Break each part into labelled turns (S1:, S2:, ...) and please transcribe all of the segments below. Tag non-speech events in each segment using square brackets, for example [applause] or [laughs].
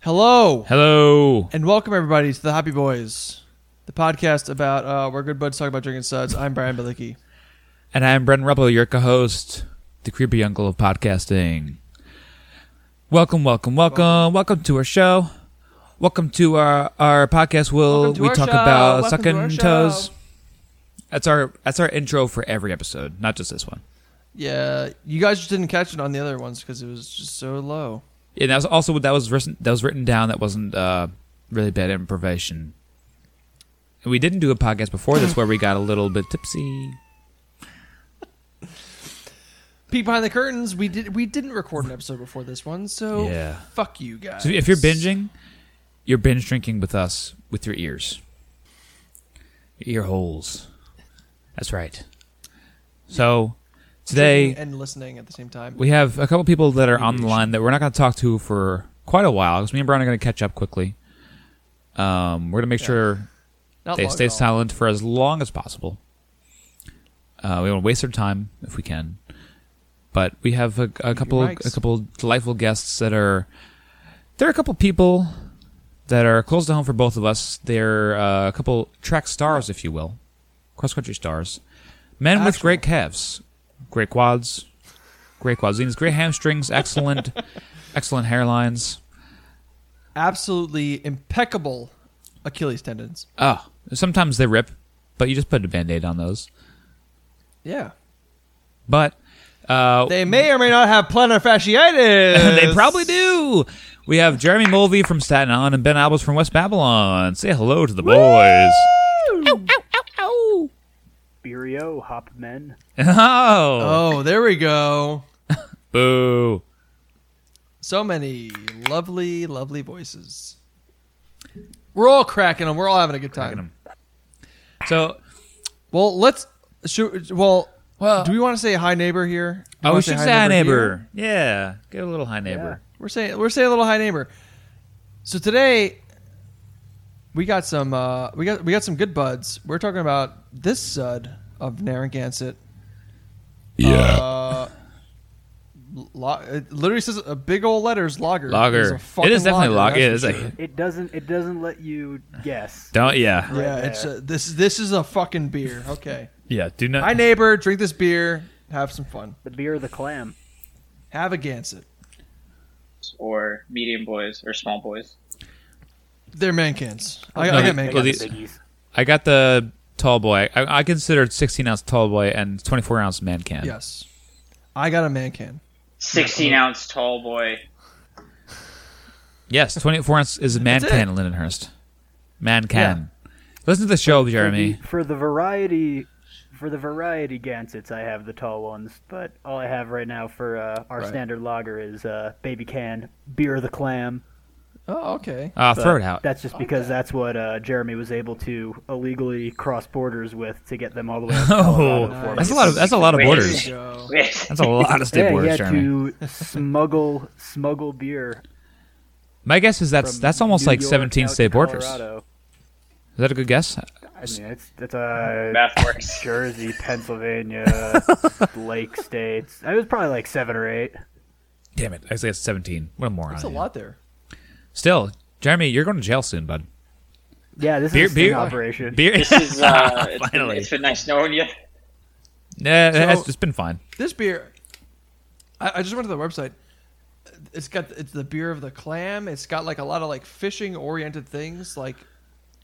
S1: Hello
S2: Hello.
S1: and welcome everybody to the Happy Boys, the podcast about uh, where good buds talk about drinking suds. I'm Brian Belicki.
S2: And I'm Brendan Ruppel, your co host, the creepy uncle of podcasting. Welcome, welcome, welcome. Welcome to our show. Welcome to our, our podcast. Will
S1: Welcome to
S2: we
S1: our
S2: talk
S1: show.
S2: about
S1: Welcome to our
S2: sucking
S1: show.
S2: toes? That's our that's our intro for every episode, not just this one.
S1: Yeah, you guys just didn't catch it on the other ones because it was just so low.
S2: And that was also that was written that was written down. That wasn't uh, really bad improvisation. And we didn't do a podcast
S1: [gasps]
S2: before this where we got a little bit tipsy.
S1: Peek behind the curtains. We did. We didn't record an episode before this one, so
S2: Yeah.
S1: fuck you guys.
S2: So if you're binging, you're binge drinking with us with your ears, your ear holes. That's right. So
S1: Drinking
S2: today
S1: and listening at the same time.
S2: we have a couple people that are on the line that we're not going to talk to for quite a while because me and Brian are going to catch up quickly. Um, we're going to make
S1: Yeah.
S2: sure
S1: Not
S2: they
S1: long
S2: stay
S1: at all.
S2: silent for as long as possible. Uh, we won't waste their time if we can, but we have a, a couple a
S1: mics.
S2: couple delightful guests that are. There are a couple people that are close to home for both of us. They're uh, a couple track stars, if you will, cross country stars, men with
S1: Actual.
S2: great calves, great quads, great quadzines, great hamstrings, excellent, excellent hairlines.
S1: Absolutely impeccable Achilles tendons.
S2: Oh, sometimes they rip, but you just put a band aid on those.
S1: Yeah,
S2: But uh,
S1: they may or may not have plantar fasciitis.
S2: [laughs] they probably do. We have Jeremy Mulvey from Staten Island and Ben Albers from West Babylon. Say hello to the boys.
S3: Beerio, Hop Men.
S2: [laughs] Oh,
S1: Oh, there we go.
S2: boo!
S1: So many lovely, lovely voices. We're all cracking them. We're all having a good time.
S2: Look at 'em. So,
S1: Well, let's. Should, well,
S2: well,
S1: do we want to say hi neighbor here? Do you
S2: oh, we
S1: wanna
S2: should say hi
S1: here?
S2: neighbor. Yeah, give a little hi neighbor.
S1: We're saying we're saying a little hi neighbor. So today, we got some uh, we got we got some good buds. We're talking about this sud of Narragansett.
S4: Yeah.
S1: Uh, lo- it literally says a big old letters lager. It's a
S2: Lager. It
S1: fucking
S2: is definitely lager. It
S1: that's
S2: is
S1: for
S2: a
S1: sure.
S3: It doesn't. It doesn't let you guess.
S2: don't. Yeah,
S1: Yeah, it's a, this this is a fucking beer. Okay.
S2: yeah. Do not.
S1: Hi neighbor, drink this beer, have some fun.
S3: The beer of the clam.
S1: Have a Gansett.
S5: or medium boys or small boys.
S1: They're mankins. I,
S2: No,
S1: I
S2: they-
S1: got
S3: They
S2: man,
S3: got
S2: well,
S1: mankins.
S3: the
S2: these-
S3: biggies.
S2: I got the tall boy. I, I considered 16 ounce tall boy and 24 ounce man can.
S1: Yes. I got a mankin.
S5: 16 ounce tall boy.
S2: Yes, 24 ounce
S3: [laughs]
S2: is a man
S1: That's
S2: can. Lindenhurst, man can. Listen to the show, Jeremy.
S3: For the, for the variety, for the variety Gansets, I have the tall ones, but all I have right now for uh, our
S1: Right.
S3: standard lager is uh, baby can beer of the clam.
S1: Oh, okay.
S2: Uh,
S3: but
S2: throw it out.
S3: That's just because that's what uh, Jeremy was able to illegally cross borders with to get them all the way. up to
S2: [laughs] Oh,
S3: Colorado for
S2: that's a
S3: me.
S2: lot of that's a lot of
S5: Wait.
S1: There
S2: borders.
S1: you go.
S2: That's a lot of
S3: [laughs]
S2: state
S3: Yeah, he
S2: borders,
S3: had
S2: Jeremy.
S3: to smuggle smuggle beer.
S2: My guess is that's
S3: from
S2: that's almost
S3: New
S2: like
S3: York
S2: 17
S3: out to
S2: state borders. Is
S3: Colorado.
S2: that a good guess?
S3: I mean, it's it's uh,
S2: [laughs]
S5: Math works.
S3: Jersey,
S1: [laughs]
S3: Pennsylvania, Lake States. It was probably like seven or eight.
S2: Damn it! I say it's 17. What a moron!
S1: That's a
S2: I am.
S1: lot there.
S2: Still, Jeremy, you're going to jail soon, bud.
S3: Yeah, this
S2: Beer-
S3: is a sting
S2: beer-
S3: operation.
S2: Beer. [laughs]
S5: This is, uh, it's, been,
S2: Finally.
S5: it's been nice knowing you.
S2: yeah,
S1: So-
S2: it's been fine.
S1: This beer, I, I just went to the website. It's got it's the beer of the clam. It's got like a lot of like fishing oriented things. Like,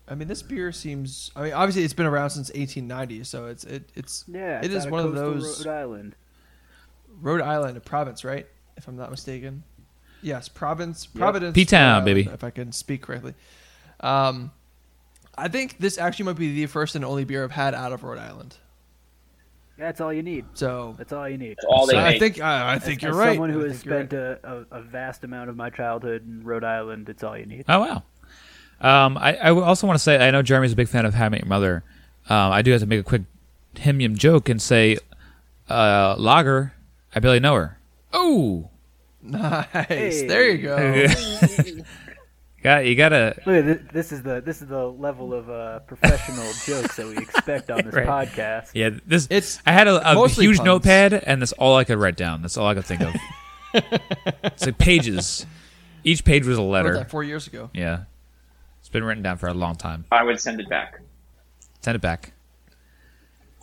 S1: I mean, this beer seems. I mean, obviously, it's been around since 1890, so it's it, it's
S3: Yeah,
S1: it
S3: it's
S1: is
S3: out
S1: one of
S3: coastal
S1: those
S3: Rhode Island.
S1: Rhode Island, a province, right? If I'm not mistaken. Yes, province,
S3: Yep.
S1: Providence,
S2: P-town,
S1: Rhode Island,
S2: baby.
S1: If I can speak correctly, um, I think this actually might be the first and only beer I've had out of Rhode Island.
S3: Yeah, that's all you need.
S1: So
S3: That's all you need.
S5: It's all they
S1: So I
S5: make.
S1: think uh, I, I think
S3: As-
S1: you're
S3: as
S1: right. [laughs]
S3: Someone who
S1: I
S3: has
S1: think you're
S3: spent a, a, a vast amount of my childhood in Rhode Island, it's all you need.
S2: Oh wow. Um, I, I also want to say I know Jeremy's a big fan of How I Met Your Mother. Um, I do have to make a quick him yum joke and say, uh, Lager. I barely know her. Oh,
S1: Nice. There you go.
S2: [laughs] got you. Got to
S3: Look, at thi- this is the this is the level of
S1: [laughs]
S3: uh, professional jokes that we expect on this
S2: Right.
S3: podcast.
S2: Yeah, this
S1: It's
S2: I had a, a
S1: mostly
S2: huge
S1: puns. [laughs]
S2: notepad, and that's all I could write down. That's all I could think of. it's like pages Each page was a
S1: I wrote
S2: letter.
S1: that four years ago.
S2: Yeah, it's been written down for a long time.
S5: I would send it back.
S2: Send it back.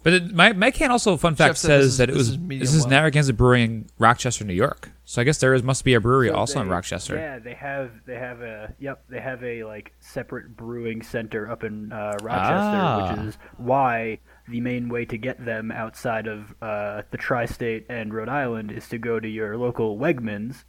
S2: But it, my my can also fun fact
S1: Jeff said this
S2: says
S1: is-
S2: that it
S1: this
S2: was
S1: is medium
S2: this is
S1: well.
S2: Narragansett Brewing in Rochester, New York. So I guess there is must be a brewery
S3: So
S2: also in
S3: they-
S2: Rochester.
S3: Yeah, they have they have a yep they have a like separate brewing center up in uh, Rochester,
S2: Ah.
S3: which is why the main way to get them outside of uh, the tri-state and Rhode Island is to go to your local Wegmans,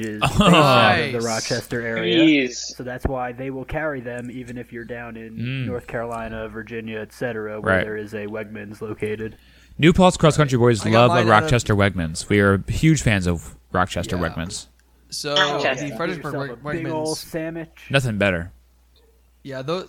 S2: [laughs]
S3: is based out of the
S1: Nice.
S3: Rochester
S2: Oh,
S3: area.
S5: Please.
S3: So that's why they will carry them, even if you're down in North Carolina, Virginia, etc., where
S2: Mm. Right.
S3: there is a Wegmans located.
S2: New Paltz Cross Country Boys
S1: I got
S2: love
S1: mine
S2: a
S1: out of-
S2: Rochester Wegmans. We are huge fans of Rochester
S1: Yeah.
S2: Wegmans.
S1: So
S5: Rochester.
S1: the
S3: Get
S1: Fredericksburg
S3: yourself
S1: Weg-
S3: a big
S1: Wegmans.
S3: old sandwich.
S2: Nothing better.
S1: Yeah, those.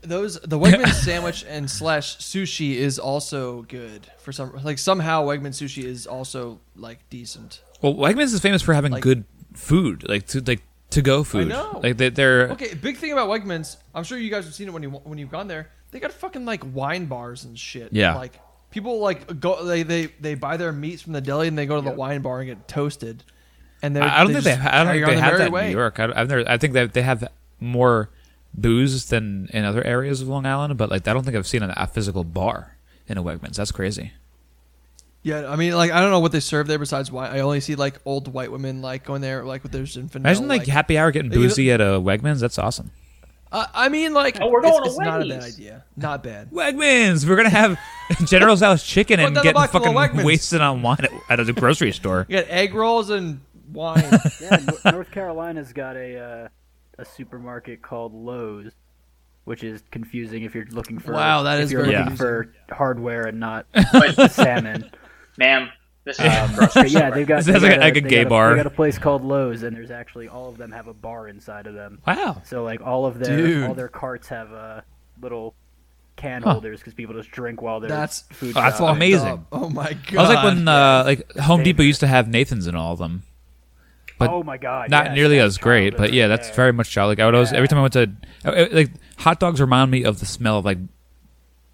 S1: Those the Wegmans sandwich and slash sushi is also good for some like somehow Wegmans sushi is also like decent.
S2: Well, Wegmans is famous for having
S1: Like-
S2: good food, like to like to go food.
S1: know.
S2: Like they, they're
S1: Okay, big thing about Wegmans, I'm sure you guys have seen it when you when you've gone there. They got fucking like wine bars and shit.
S2: Yeah.
S1: like people like go they they they buy their meats from the deli and they go to the wine bar and get toasted. And they're,
S2: I I don't
S1: they
S2: think they.
S1: just
S2: ha- I don't
S1: carry
S2: think
S1: on
S2: they
S1: their
S2: have
S1: merry
S2: that in
S1: way.
S2: New York. I, I've never. I think that they have more booze than in other areas of Long Island, but like I don't think I've seen an, a physical bar in a Wegmans. That's crazy.
S1: Yeah, I mean, like I don't know what they serve there besides wine. I only see like old white women like going there like with their infinite.
S2: Imagine like, happy hour getting
S1: you know-
S2: boozy at a Wegmans. That's awesome.
S1: I, I mean, like
S5: Oh, we're
S1: it's-
S5: going to
S1: it's, not a bad
S5: Wendy's.
S1: idea. Not bad.
S2: Wegmans. We're gonna have [laughs] General Tso's chicken
S1: Put
S2: and
S1: down a
S2: getting
S1: bucket of
S2: fucking
S1: Wegmans.
S2: wasted on wine at, at a grocery store.
S1: You got egg rolls and wine.
S3: yeah, Nor- [laughs] North Carolina's got a uh, a supermarket called Lowe's, which is confusing if you're looking for
S1: Wow, that
S3: if
S1: is
S3: you're
S1: very
S3: looking for hardware and not salmon.
S5: Ma'am, this is
S2: Um,
S3: But yeah, they've
S2: [laughs]
S3: got
S2: This
S3: they
S2: sounds like
S3: got
S2: a- like a
S3: they
S2: gay
S3: got
S2: bar.
S3: They got a place called Lowe's, and there's actually all of them have a bar inside of them.
S2: Wow.
S3: So like all of their
S1: Dude.
S3: all their carts have uh, little can
S2: Huh.
S3: holders because people just drink while they're
S1: That's
S3: food.
S2: that's
S3: shopping.
S1: Fucked
S2: [laughs] amazing.
S1: up. Oh my god!
S2: I was like when uh, like Home
S3: Favorite.
S2: Depot used to have Nathan's in all of them. but
S3: oh my god,
S2: not
S3: yes,
S2: nearly
S3: that's
S2: as great, but
S3: childhood
S2: yeah,
S3: right
S2: that's
S3: there.
S2: very much child. Like I would always, every time I went to, uh, uh, like hot dogs remind me of the smell of like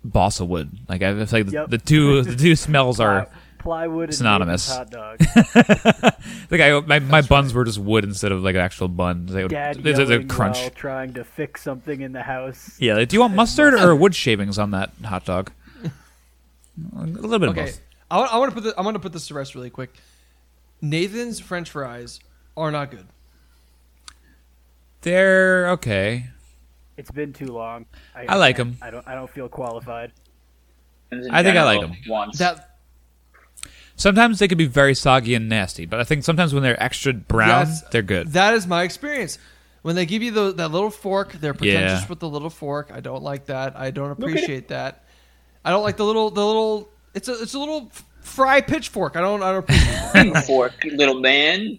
S2: balsa wood. Like I it's like
S3: Yep.
S2: the two the two smells are
S3: plywood and
S2: synonymous.
S3: Nathan's hot
S2: [laughs]
S3: dogs.
S2: like I my, my buns were just wood instead of like an actual bun. They would,
S3: dad
S2: there's a- there's a
S3: yelling
S2: crunch.
S3: while trying to fix something in the house.
S2: Yeah, like, do you want mustard or wood shavings on that hot dog? A little bit of
S1: okay,
S2: both.
S1: I, wa- I want to put the, I want to put this to rest really quick. Nathan's French fries are not good.
S2: They're okay.
S3: It's been too long.
S2: I like
S3: can't-
S2: 'em.
S3: I don't. I don't feel qualified.
S2: I think I like them.
S5: Once.
S1: That
S2: Sometimes they could be very soggy and nasty, but I think sometimes when they're extra brown,
S1: That's-
S2: they're good.
S1: that is my experience. When they give you the, that little fork, they're pretentious
S2: Yeah.
S1: with the little fork. I don't like that. I don't appreciate that. I don't like the little the little. It's a it's a little f- fry pitchfork. I don't I don't. Appreciate that.
S5: Fork, little man.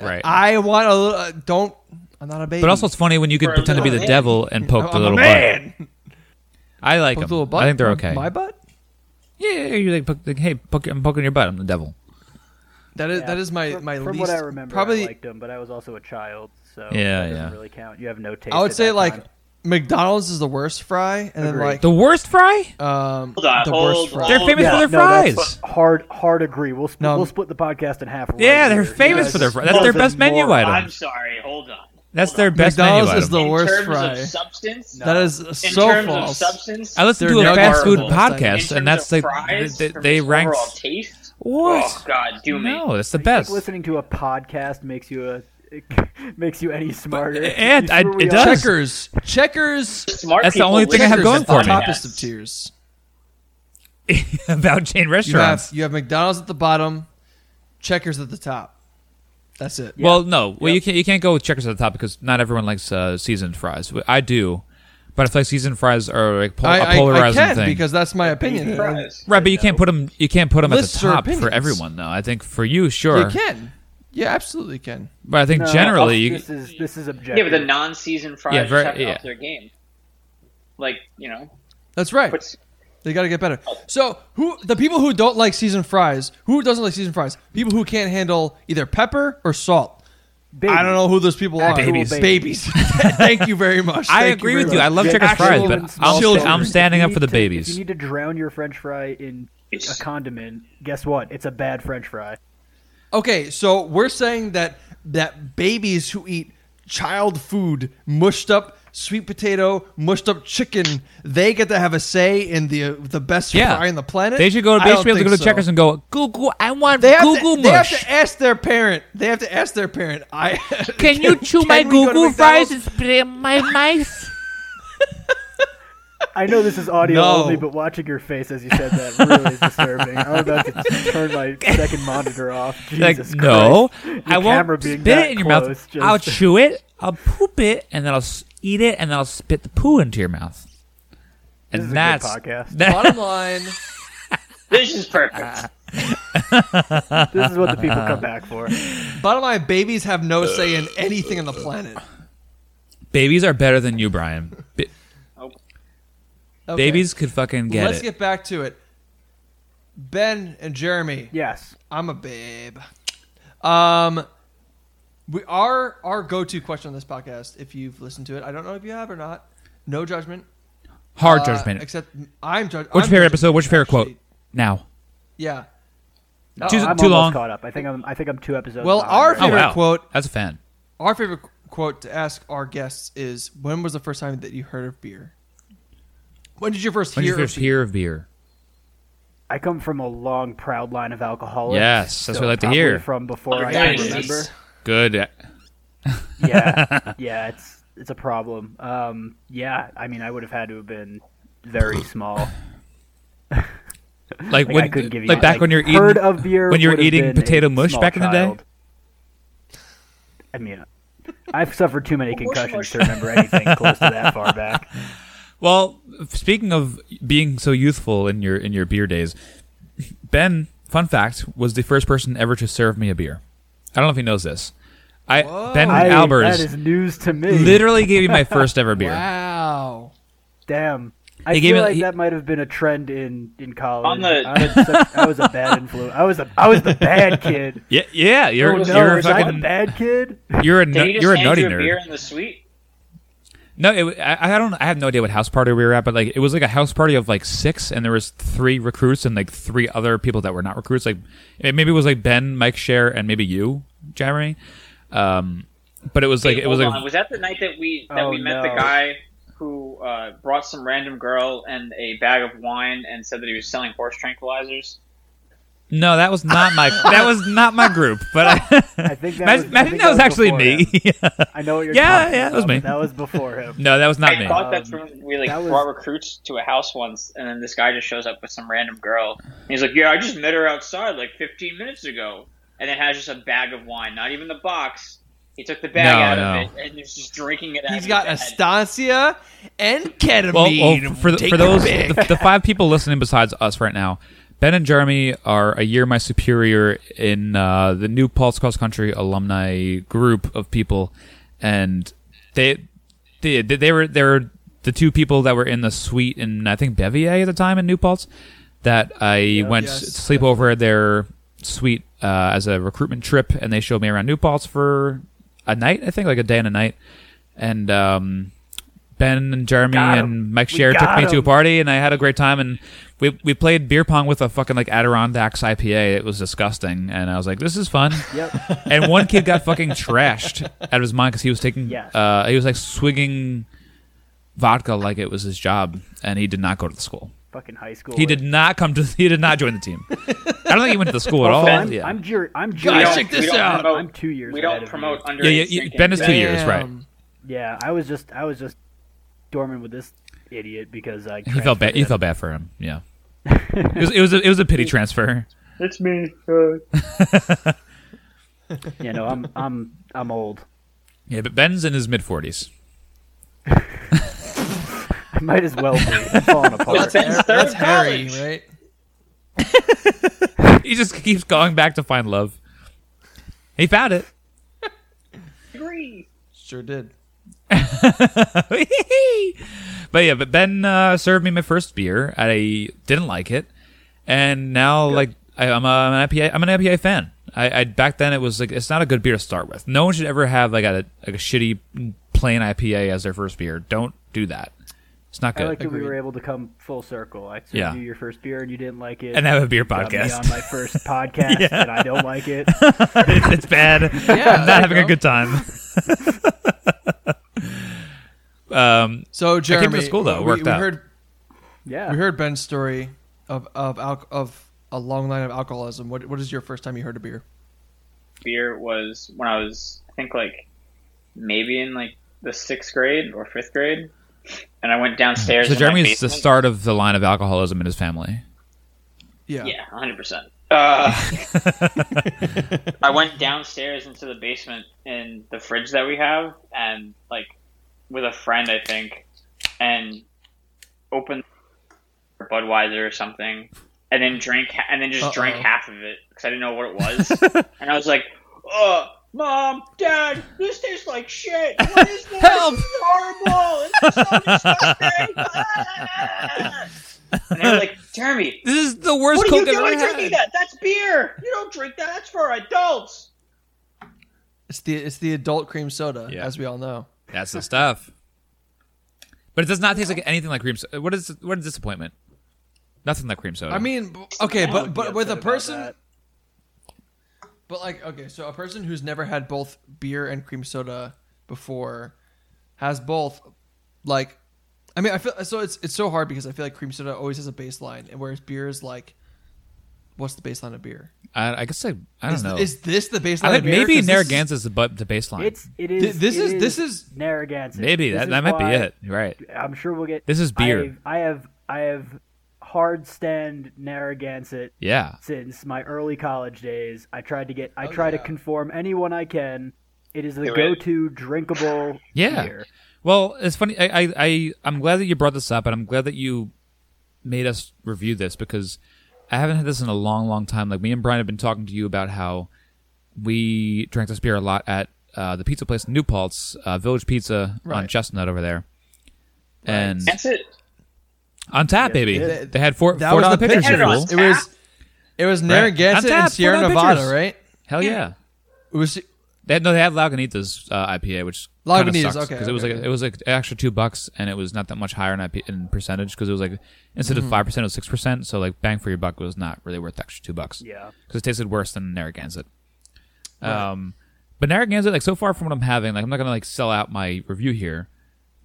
S2: right.
S1: I want a little. Uh, don't. I'm not a baby.
S2: But also, it's funny when you could
S5: For a
S2: pretend to be the
S5: little man.
S2: devil and poke the
S1: I'm
S2: little
S1: a man.
S2: butt. I like
S1: Poke the
S2: them.
S1: little butt.
S2: I think they're okay.
S1: My butt.
S2: Yeah, yeah, you're like, poke, like hey, poke, I'm poking your butt. I'm the devil.
S1: That is
S3: Yeah,
S1: that is my
S3: from,
S1: my
S3: from
S1: least.
S3: what I remember.
S1: probably
S3: I liked them, but I was also a child, so
S2: Yeah,
S3: that doesn't
S2: yeah.
S3: really count. You have no taste.
S1: I would
S3: at
S1: say
S3: that
S1: like
S3: time.
S1: McDonald's is the worst fry, and
S3: Agreed.
S1: then like
S2: The worst fry?
S1: um
S5: Hold on,
S1: the
S5: hold
S1: worst fry.
S5: on.
S2: They're famous
S3: Yeah,
S2: for their
S3: no,
S2: fries.
S3: that's hard. Hard agree. We'll split,
S1: No,
S3: we'll
S1: I'm-
S3: split the podcast in half. Right
S2: yeah, they're
S3: here.
S2: famous
S3: You
S2: for their
S3: guys-
S2: fries. That's their
S3: Both
S2: best
S3: of
S2: menu
S3: more-
S2: item.
S5: I'm sorry. Hold on.
S2: That's
S5: Hold
S2: their
S5: on.
S2: best
S1: McDonald's
S2: menu
S1: is
S2: item.
S1: the worst
S5: in terms
S1: fry.
S5: Of substance.
S1: That is
S5: In
S1: so
S5: terms
S1: false.
S5: of substance.
S2: I listened
S1: They're
S2: to a
S1: not
S2: fast food
S1: horrible.
S5: in
S2: podcast,
S5: terms
S2: and that's
S5: of
S2: like
S5: fries,
S2: they,
S5: from
S2: they
S5: just
S2: rank.
S5: overall taste.
S2: What?
S5: Oh God, do me.
S2: No, that's the
S3: You think
S2: best.
S3: Listening to a podcast makes you a [laughs] makes you any smarter.
S2: and
S3: You
S2: eh, I-
S3: threw
S2: it
S3: me
S2: does.
S3: off.
S1: Checkers, checkers.
S5: Smart
S2: That's the
S5: people
S2: only thing I have
S5: listen to
S2: going
S5: podcasts.
S2: for
S1: the
S2: me.
S1: toppest of tiers.
S2: [laughs] About chain
S1: You have
S2: restaurants.
S1: you have McDonald's at the bottom, checkers at the top. That's it.
S2: Well, no. Well, you can't you can't go with checkers at the top because not everyone likes uh, seasoned fries. I do, but I feel like seasoned fries are like pol-
S1: I,
S2: a
S1: I, I
S2: polarizing
S1: can
S2: thing.
S1: because that's my opinion.
S5: Fries.
S2: Right, but you can't put them. You can't put 'em at the
S1: Lists or
S2: top for
S1: opinions.
S2: everyone, though. I think for you, sure.
S1: You can. Yeah, absolutely can.
S2: But I think
S3: No,
S2: generally, you,
S3: this is this is objective.
S5: Yeah, but the non-season fries
S2: Yeah, very-
S5: have to
S2: yeah.
S5: up their game. Like you know,
S1: That's right.
S5: puts
S1: They got to get better. So, who the people who don't like seasoned fries? Who doesn't like seasoned fries? People who can't handle either pepper or salt.
S3: Babies.
S1: I don't know who those people are.
S2: [laughs]
S3: Babies.
S1: Babies. Thank you very much.
S2: I
S1: Thank
S2: agree
S1: very
S2: with you.
S1: much.
S2: I love
S3: Yeah,
S2: checkers
S3: actual
S2: fries,
S3: and
S2: but
S3: small
S2: I'm,
S1: children.
S2: I'm standing
S3: If
S2: up
S3: you
S2: for the
S3: need to- if
S2: babies.
S3: you need to drown your French fry in a
S5: It's-
S3: condiment, guess what? It's a bad French fry.
S1: Okay, so we're saying that that babies who eat child food, mushed up sweet potato, mushed up chicken, they get to have a say in the uh, the best
S2: Yeah,
S1: fry on the planet.
S2: They should go.
S1: I
S2: They
S1: don't
S2: should be able to
S1: think
S2: go to
S1: so.
S2: Checkers and go. Google, I want
S1: They have,
S2: Google
S1: to, they have
S2: mush.
S1: to ask their parent. They have to ask their parent. I
S2: [laughs] can,
S1: [laughs]
S2: you chew
S1: can
S2: my
S1: we go to
S2: Google fries
S1: McDonald's?
S2: and spray my mice?
S3: I know this is audio
S1: No.
S3: only, but watching your face as you said that really is disturbing. I'm about to
S2: [laughs]
S3: turn my second monitor off.
S2: like
S3: [laughs] Jesus
S2: no,
S3: Christ.
S2: I
S3: Your camera
S2: won't
S3: being
S2: spit
S3: that
S2: it in your mouth.
S3: close
S2: I'll
S3: just-
S2: chew it. I'll poop it, and then I'll s- eat it, and then I'll spit the poo into your mouth. And
S3: is a good
S2: that's
S3: podcast.
S2: that-
S1: Bottom line,
S5: This is perfect.
S2: Uh,
S3: This is what the people come back for.
S1: [laughs] bottom line, babies have no say in anything on the planet.
S2: babies are better than you,
S3: [laughs]
S2: Brian. Ba-
S1: Okay,
S2: Babies could fucking get
S1: Let's
S2: it.
S1: get back to it. Ben and Jeremy.
S3: Yes.
S1: I'm a babe. Um, we our our go to question on this podcast. If you've listened to it, I don't know if you have or not. No judgment.
S2: Hard
S1: uh,
S2: judgment.
S1: Except I'm judging.
S2: What's your favorite episode? What's your favorite quote? Now.
S1: Yeah.
S3: No,
S2: Too-
S3: I'm
S2: too
S3: almost
S2: long.
S3: caught up. I think I'm. I think I'm two episodes.
S1: Well,
S3: behind
S1: our
S3: right
S2: Oh
S1: favorite
S3: now.
S2: wow,
S1: quote-
S2: That's a fan.
S1: Our favorite qu- quote to ask our guests is: When was the first time that you heard of beer? When did you first
S2: When
S1: hear?
S2: you first
S1: of beer?
S2: hear of beer?
S3: I come from a long, proud line of alcoholics.
S2: Yes, that's
S3: so
S2: what I like to
S3: probably
S2: hear.
S3: From before I
S5: Nice.
S3: can remember.
S2: Good. [laughs]
S3: yeah, yeah, it's it's a problem. Um, yeah, I mean, I would have had to have been very small.
S2: Like
S3: Like, I
S2: when,
S3: couldn't give you
S2: like back
S3: like,
S2: when you're eating
S3: heard of beer
S2: when you were
S3: would have
S2: eating
S3: been a
S2: potato mush
S3: small
S2: back in the day?
S3: child. I mean, I've suffered too many concussions to remember anything close to that far back.
S2: [laughs] Well, speaking of being so youthful in your in your beer days, Ben, fun fact, was the first person ever to serve me a beer. I don't know if he knows this. I Ben
S3: I, that
S2: Albers
S3: is news to me.
S2: literally gave me my first ever beer.
S1: Wow.
S3: Damn. I
S2: He
S3: feel
S2: gave me-
S3: like
S2: he-
S3: that might have been a trend in in college.
S5: On the-
S3: I, was such, I was a
S2: [laughs]
S3: bad influence. I was a I was the bad kid.
S2: Yeah, yeah, [laughs] you're
S5: Oh, no,
S2: you're a
S3: was I the
S2: fucking
S3: bad kid?
S2: you're a
S5: Did
S2: nu-
S5: he just
S2: you're a
S5: hand
S2: nutty
S5: you a
S2: nerd.
S5: beer in the suite?
S2: No, it, wa- I, I don't. I have no idea what house party we were at, but like it was like a house party of like six, and there was three recruits and like three other people that were not recruits. Like it, maybe it was like Ben, Mike, Share, and maybe you, Jeremy. Um, but it was like
S5: Wait,
S2: it was
S5: hold
S2: like
S5: on. was that the night that we that
S3: Oh,
S5: we
S3: no.
S5: met the guy who uh, brought some random girl and a bag of wine and said that he was selling horse tranquilizers?
S2: no, that was not
S3: [laughs]
S2: my that was not my group. But I,
S3: I think that
S2: imagine,
S3: was, I
S2: imagine
S3: think
S2: that was actually
S3: before
S2: me. [laughs]
S3: him. I know what you're
S2: Yeah,
S3: talking
S2: yeah, that was
S3: about,
S2: me.
S3: but That was before
S2: [laughs]
S3: him.
S2: no, that was not
S5: I
S2: me.
S5: thought
S3: Um,
S5: that's when we like
S3: that was-
S5: brought recruits to a house once, and then this guy just shows up with some random girl. And he's like, "Yeah, I just met her outside like 15 minutes ago," and then has just a bag of wine, not even the box. He took the bag
S2: No,
S5: out of
S2: no.
S5: it and he's just drinking it.
S1: He's
S5: He's
S1: got Estancia and ketamine.
S2: Well, well for, the,
S1: Take
S2: for
S1: a
S2: those
S1: pic.
S2: the, the five people listening besides us right now, Ben and Jeremy are a year my superior in uh, the new Paul's Cross Country alumni group of people, and they they they were they were the two people that were in the suite in I think Bevier at the time in New Paltz that I went
S1: Yes.
S2: to sleep over at their suite uh, as a recruitment trip, and they showed me around New Paltz for a night, I think, like a day and a night, and um, Ben and Jeremy
S3: Got 'em.
S2: and Mike
S3: We
S2: Scher took
S3: got
S2: me to a
S3: 'em.
S2: party, and I had a great time, and we we played beer pong with a fucking like Adirondacks IPA. It was disgusting, and I was like, this is
S3: [laughs]
S2: fun
S3: Yep.
S2: and one kid got fucking trashed out of his mind because he was taking
S3: Yes.
S2: uh, he was like swigging vodka like it was his job and he did not go to the school
S3: Fucking high school.
S2: he did not come to he did not join the team i don't think he went to the school at all
S3: Also, I'm,
S2: yeah.
S3: I'm, jur- I'm
S1: Guys,
S3: juried.
S1: check this out.
S3: I'm two years
S5: We
S3: ahead
S5: don't
S3: of
S5: promote underage
S2: yeah, yeah, yeah,
S5: drinking.
S2: ben is two
S5: Ben-
S2: years right
S1: Damn.
S3: Yeah, I was just I was just dormant with this idiot because I
S2: [laughs] he felt bad he felt bad for him
S3: [laughs]
S2: yeah it was it was a, it was a pity transfer
S5: It's me.
S3: uh, You know, I'm I'm I'm old. [laughs]
S2: yeah but ben's in his mid-40s
S3: I might as well be.
S2: [laughs]
S3: I'm falling apart.
S5: Ben's third
S1: [laughs] That's Harry,
S5: college.
S1: right?
S2: he just keeps going back to find love he found it [laughs]
S5: Agree.
S1: Sure did.
S2: but yeah, but Ben uh, served me my first beer. I didn't like it, and now like I, I'm, a, I'm an IPA. I'm an IPA fan. I, I back then it was like it's not a good beer to start with. No one should ever have like a like a shitty plain IPA as their first beer. Don't do that. It's not
S3: I
S2: good.
S3: like that we
S1: agreed.
S3: were able to come full circle. I served
S2: Yeah.
S3: you your first beer and you didn't like it.
S2: [laughs] and have a beer
S3: Got me
S2: podcast.
S3: on
S2: [laughs]
S3: my first podcast and I don't like it.
S2: it's bad. I'm
S1: there
S2: not
S1: you
S2: having a
S1: go.
S2: good time. [laughs] um,
S1: So
S2: came
S1: Jeremy,
S2: to school, though. It
S1: we,
S2: worked
S1: we
S2: out.
S1: heard
S3: Yeah.
S1: we heard Ben's story of of al- of a long line of alcoholism. What what is your first time you heard a beer?
S5: beer was when I was, I think, like maybe in like the sixth grade or fifth grade, and I went downstairs.
S2: so
S5: in my
S2: Jeremy's the
S5: basement.
S2: start of the line of alcoholism in his family. [laughs]
S1: Yeah.
S5: Yeah, hundred percent. Uh, I went downstairs into the basement in the fridge that we have, and like with a friend, I think, and opened Budweiser or something, and then drank ha- and then just drank
S1: Uh-oh.
S5: half of it because I didn't know what
S2: [laughs]
S5: it was, and I was like, "Oh, mom, dad, this tastes like shit. What is this?
S2: Help!"
S5: This is horrible. It's so
S2: [laughs]
S5: disgusting." and they were like, "Jeremy."
S2: This is the worst
S5: What are
S2: Coke
S5: you
S2: I've
S5: doing
S2: ever
S5: drinking
S2: had.
S5: that? That's beer. You don't drink that. That's for adults.
S1: It's the it's the adult cream soda,
S2: Yeah.
S1: as we all know.
S2: That's the stuff. But it does not taste like anything like cream soda. What is what a disappointment? Nothing like cream soda.
S1: I mean, b- okay, but
S3: would be
S1: but with a
S3: upset about
S1: person,
S3: that.
S1: but like okay, so a person who's never had both beer and cream soda before has both. Like, I mean, I feel so it's it's so hard because I feel like cream soda always has a baseline, and whereas beer is like, what's the baseline of beer?
S2: I, I guess I, I don't
S1: Is,
S2: know.
S1: is this the baseline?
S2: I
S1: of
S2: think
S1: beer?
S2: maybe
S1: 'Cause this is-
S2: Narragansett is the, bu- the baseline.
S3: It's it is
S1: Th- this
S3: it
S1: is- this is-
S3: Narragansett.
S2: maybe
S3: This
S2: that,
S3: is
S2: that might
S3: why
S2: be it. You're right.
S3: I'm sure we'll get
S2: This is beer.
S3: I have I have, I have hard stand Narragansett
S2: Yeah.
S3: since my early college days. I tried to get I
S1: Oh,
S3: try to
S1: yeah.
S3: conform anyone I can. It is the
S5: Do it.
S3: go-to drinkable
S2: [laughs] Yeah.
S3: beer.
S2: Well, it's funny. I, I, I, I'm glad that you brought this up, and I'm glad that you made us review this because I haven't had this in a long, long time. Like me and Brian have been talking to you about how we drank this beer a lot at uh, the pizza place in New Paltz, uh, Village Pizza on
S1: Right.
S2: Chestnut over there, and
S5: That's it.
S2: on tap, baby.
S3: it
S1: is.
S2: They had four
S1: That
S2: four
S1: was
S2: dollar
S1: the
S2: pictures. Cool.
S5: picture. Everyone's-
S1: It was it was Narragansett
S2: On tap,
S1: and Sierra
S2: put on
S1: Nevada,
S2: pictures.
S1: right?
S2: Hell yeah.
S1: It was
S2: They had, no, they had Lagunitas uh, IPA, which
S1: Lagunitas,
S2: Lagunitas,
S1: okay,
S2: because it was
S1: okay,
S2: like
S1: okay.
S2: it was like an extra two bucks, and it was not that much higher in IP, in percentage because it was like instead
S1: Mm-hmm.
S2: of five percent, it was six percent. So like bang for your buck was not really worth the extra two bucks.
S3: Yeah.
S2: because it tasted worse than Narragansett. Um, but Narragansett, like so far from what I'm having, like I'm not gonna like sell out my review here,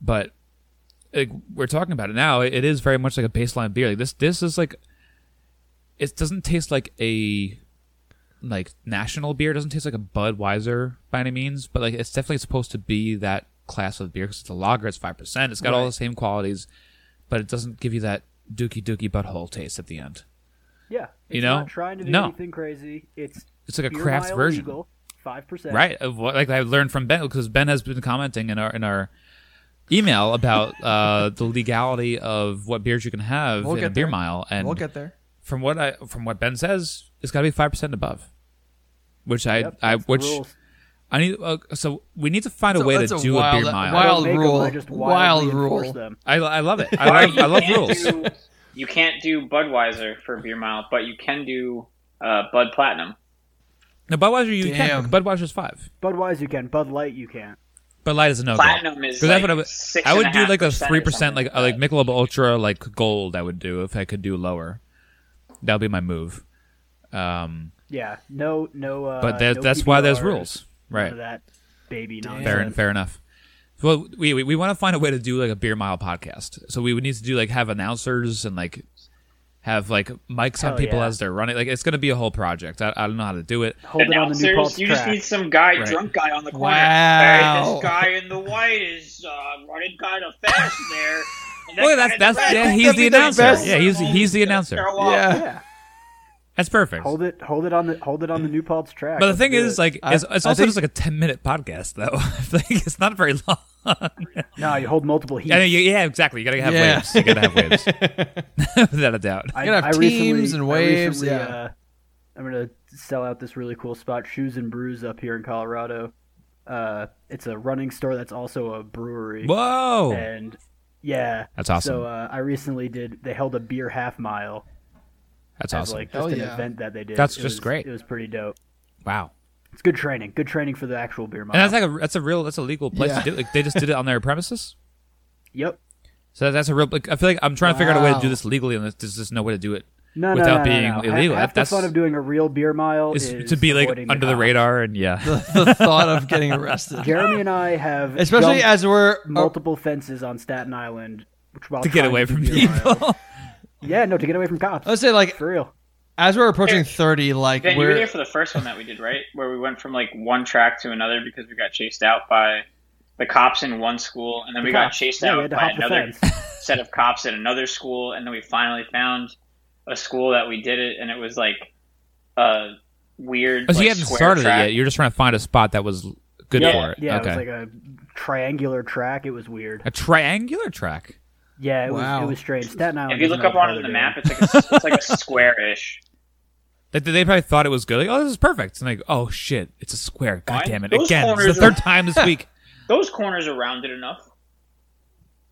S2: but like we're talking about it now, it is very much like a baseline beer. Like this, this is like it doesn't taste like a like national beer. It doesn't taste like a Budweiser by any means, but like it's definitely supposed to be that class of beer because it's a lager. It's five percent. It's got all the same qualities, but it doesn't give you that dookie dookie butthole taste at the end.
S3: Yeah. It's
S2: You know?
S3: not trying to do
S2: No.
S3: anything crazy. It's
S2: It's like a craft version.
S3: Five percent.
S2: right of what like i learned from ben because ben has been commenting in our in our email about [laughs] uh the legality of what beers you can have
S1: We'll
S2: in a
S1: get
S2: beer
S1: there.
S2: mile and
S1: we'll get there.
S2: from what i from what ben says it's got to be 5% above which i i which i need uh, so we need to find a way to
S1: that's a
S2: do a
S1: wild-
S2: beer mile
S1: wild- rule.
S3: I just wildly
S1: Wild
S3: enforce
S1: rule.
S3: Them.
S2: I, I love it i love, I love rules
S5: Do, you can't do Budweiser for beer mile, but you can do uh, Bud Platinum.
S2: now budweiser you
S1: Damn.
S2: can budweiser's five
S3: Budweiser you can. Bud Light you can't.
S2: but light is a no
S5: Platinum is like
S2: I would.
S5: six
S2: I
S5: and
S2: would
S5: a
S2: do
S5: half
S2: like a
S5: percent or
S2: three percent,
S5: something
S2: like uh, like Michelob Ultra, like gold. I would do if I could do lower. That would be my move. Um,
S3: Yeah. No. No. Uh,
S2: but that,
S3: no
S2: that's why there's
S3: PBRs,
S2: rules,
S3: none
S2: right?
S3: of that baby
S2: Fair,
S3: nonsense.
S2: and fair enough. Well, we we, we want to find a way to do like a beer mile podcast. So we would need to do like have announcers and like have like mics on
S3: Hell
S2: people
S3: yeah.
S2: as they're running. Like it's going to be a whole project. I, I don't know how to do it.
S3: Hold it on the new
S5: Announcers,
S3: Pulse
S5: you
S3: track.
S5: just need some guy,
S2: Right.
S5: drunk guy on the corner.
S1: Wow.
S5: Hey, this guy in the white is uh, running kind of fast there. and that
S2: Well,
S5: guy
S2: that's
S5: in the
S2: that's
S5: red
S2: yeah.
S5: is
S2: He's
S1: that'd
S2: the
S1: be the
S2: announcer.
S1: best.
S2: Yeah, he's he's the
S5: gonna
S2: announcer.
S5: throw up.
S1: Yeah.
S3: yeah.
S2: That's perfect.
S3: Hold it. Hold it on the. Hold it on the new Pulse track.
S2: But the
S3: Let's
S2: thing
S3: do
S2: is,
S3: it.
S2: like,
S1: I-
S2: it's, it's
S1: I
S2: also
S1: think-
S2: just like a ten-minute podcast, though. [laughs] like, it's not very long. I
S3: no, you hold multiple heats.
S2: know, you- yeah, exactly. You gotta have
S1: Yeah.
S2: waves. You gotta have waves, [laughs] without a doubt.
S3: I,
S1: You gotta have
S3: I
S1: teams and
S3: recently, I
S1: waves,
S3: recently,
S1: yeah.
S3: uh, I'm gonna sell out this really cool spot, Shoes and Brews, up here in Colorado. Uh, it's a running store that's also a brewery.
S2: Whoa!
S3: And yeah,
S2: That's awesome.
S3: So uh, I recently did. They held a beer half mile
S2: That's
S3: as
S2: awesome.
S3: like just
S1: Hell
S3: an
S1: yeah.
S3: event that they did.
S2: That's
S3: It
S2: just
S3: was-
S2: great.
S3: It was pretty dope.
S2: Wow.
S3: It's good training. Good training for the actual beer mile.
S2: And that's like a that's a real that's a legal place
S1: Yeah.
S2: to do. Like, they just did it on their premises.
S3: yep.
S2: So that's a real. Like, I feel like I'm trying to figure out a way to do
S1: Wow.
S2: this legally, and there's just no way to do it
S3: No, no,
S2: without
S3: no, no,
S2: being
S3: no,
S2: illegal.
S3: Half, half
S2: that's
S3: the fun of doing a real beer mile
S2: is
S3: is,
S2: to be like
S3: avoiding
S2: under the,
S3: cops.
S2: radar, and yeah,
S1: [laughs] The, the thought of getting arrested,
S3: Jeremy and I
S1: [laughs]
S3: have
S1: especially
S3: jumped
S1: as we're uh,
S3: multiple fences on Staten Island
S2: [laughs]
S3: while
S2: to get
S3: trying
S2: away
S3: do
S2: from [laughs]
S3: beer miles.
S2: people. Oh,
S3: Yeah, no, to get away from cops.
S1: let's say like
S3: For real.
S1: as we're approaching thirty, like
S5: Ben, you were
S1: we're
S5: there for the first one that we did, right? Where we went from like one track to another because we got chased out by the cops in one school, and then we got
S3: cops.
S5: chased
S3: Yeah, we had
S5: out
S3: to
S5: by
S3: hop the
S5: another set of cops at another school, and then we finally found a school that we did it, and it was like a weird.
S2: Oh, so
S5: like,
S2: you haven't
S5: square
S2: started
S5: track.
S2: it yet. You're just trying to find a spot that was good
S5: Yeah.
S2: for it.
S3: Yeah,
S2: okay.
S3: it was like a triangular track. It was weird.
S2: a triangular track.
S3: Yeah, it
S1: Wow.
S3: was it was strange. Staten Island.
S5: If you
S3: doesn't
S5: look
S3: know
S5: up
S3: what they're
S5: onto the
S3: doing.
S5: map, it's like a, it's like a square-ish.
S2: Like they probably thought it was good. Like, oh, this is perfect. And like, oh shit, it's a square. God
S5: Why?
S2: damn it!
S5: Those
S2: Again, it's the
S5: corners are-
S2: third time this week.
S5: Those corners are rounded enough.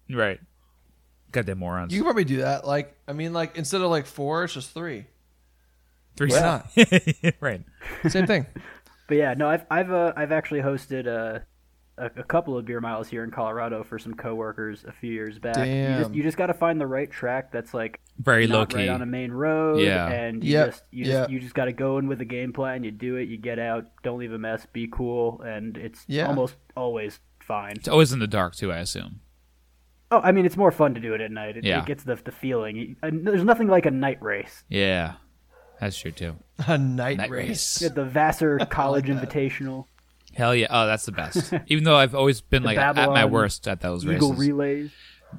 S2: Right. Goddamn morons.
S1: you could probably do that. Like I mean, like instead of like four, it's just three.
S2: Three.
S1: Why
S2: [laughs] right.
S1: Same
S2: [laughs]
S1: thing.
S3: But yeah, no, I've I've uh, I've actually hosted uh, a a couple of beer miles here in Colorado for some coworkers a few years back. You just
S1: Damn.
S3: you just got to find the right track that's like
S2: Very
S3: not
S2: low key.
S3: right on a main road.
S2: Yeah.
S3: and you
S1: Yep,
S3: just you
S1: yep.
S3: just you just got to go in with a game plan. You do it. You get out. Don't leave a mess. Be cool, and it's
S1: Yeah.
S3: almost always fine.
S2: It's always in the dark too. I assume.
S3: Oh, I mean, it's more fun to do it at night. It,
S2: Yeah.
S3: it gets the the feeling. And there's nothing like a night race.
S2: Yeah, that's true too.
S1: A night,
S2: Night
S1: race.
S2: race.
S3: You had
S2: [laughs]
S3: the Vassar College Invitational,
S2: Hell yeah! Oh, that's
S1: [laughs]
S2: the best. Even though I've always been like at my
S3: Babylon
S2: worst at those
S3: Eagle
S2: races.
S3: Relays.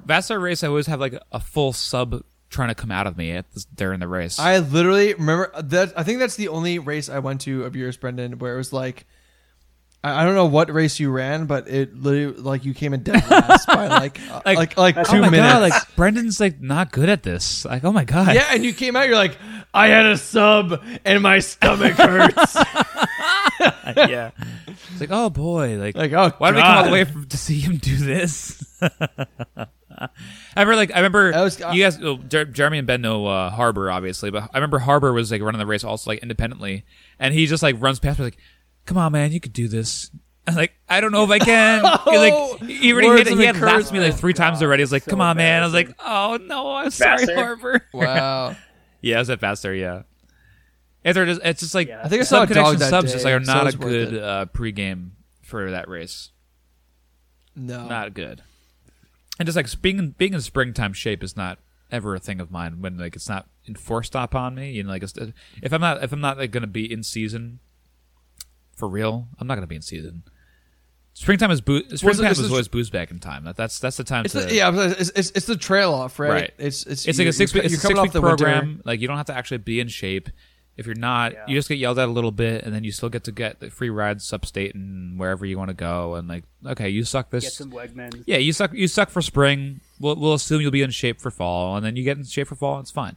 S2: Vassar race, I always have like a full sub trying to come out of me at this, during the race.
S1: I literally remember uh, that. I think that's the only race I went to of yours, Brendan, where it was like, I, I don't know what race you ran, but it literally like you came in dead last
S2: [laughs]
S1: by like uh,
S2: Like-
S1: like like
S2: oh
S1: two
S2: my
S1: minutes.
S2: god! Like Brendan's like not good at this. Like oh my god!
S1: yeah, and you came out. You're like, I had a sub, and
S2: [laughs]
S1: my stomach hurts.
S2: yeah. It's like oh boy! Like
S1: like, oh,
S2: Why
S1: God.
S2: did we come all the way from, to see him do this? [laughs] I remember, like, I remember
S1: That was- uh,
S2: you guys, well, Jer- Jeremy and Ben know uh, Harbor, obviously, but I remember Harbor was like running the race also like independently, and he just like runs past me like, "Come on, man, you could do this." I'm like, "I don't know if
S1: [laughs]
S2: I can." 'Cause,
S1: Oh,
S2: like, he already
S1: words
S2: hit,
S1: of
S2: he had laughed at me like
S1: encouragement.
S2: three times already. I was like,
S3: so
S2: "Come on, man!" I was like, "Oh no, I'm sorry,
S5: Vassar?
S2: Harbor."
S1: Wow,
S2: yeah, I was at Faster. Yeah, if they're just, it's just like
S3: Yeah,
S1: I think I saw
S2: sub
S1: a dog
S2: connection
S1: that
S2: subs
S1: day,
S2: just like are
S1: so
S2: not
S1: it's
S2: a
S1: worth
S2: good
S1: it.
S2: uh, pregame for that race
S1: No,
S2: not good. And just like being in, being in springtime shape is not ever a thing of mine when like it's not enforced upon me. You know, like it's, uh, if I'm not if I'm not like gonna be in season for real, I'm not gonna be in season. Springtime is boo- springtime
S1: it's
S2: is
S1: the-
S2: always booze back in time. That, that's that's the time
S1: it's
S2: to
S1: the, yeah, it's, it's, it's the trail off, right?
S2: Right.
S1: It's it's
S2: it's
S1: you-
S2: like a six
S1: you're,
S2: week, it's a
S1: you're
S2: six
S1: coming
S2: week
S1: off the
S2: program.
S1: Winter.
S2: Like you don't have to actually be in shape. If you're not,
S3: Yeah.
S2: you just get yelled at a little bit, and then you still get to get the free rides upstate and wherever you want to go. And like, okay, you suck this.
S3: Get some Wegmans.
S2: Yeah, you suck. You suck for spring. We'll, we'll assume you'll be in shape for fall, and then you get in shape for fall, and it's fine.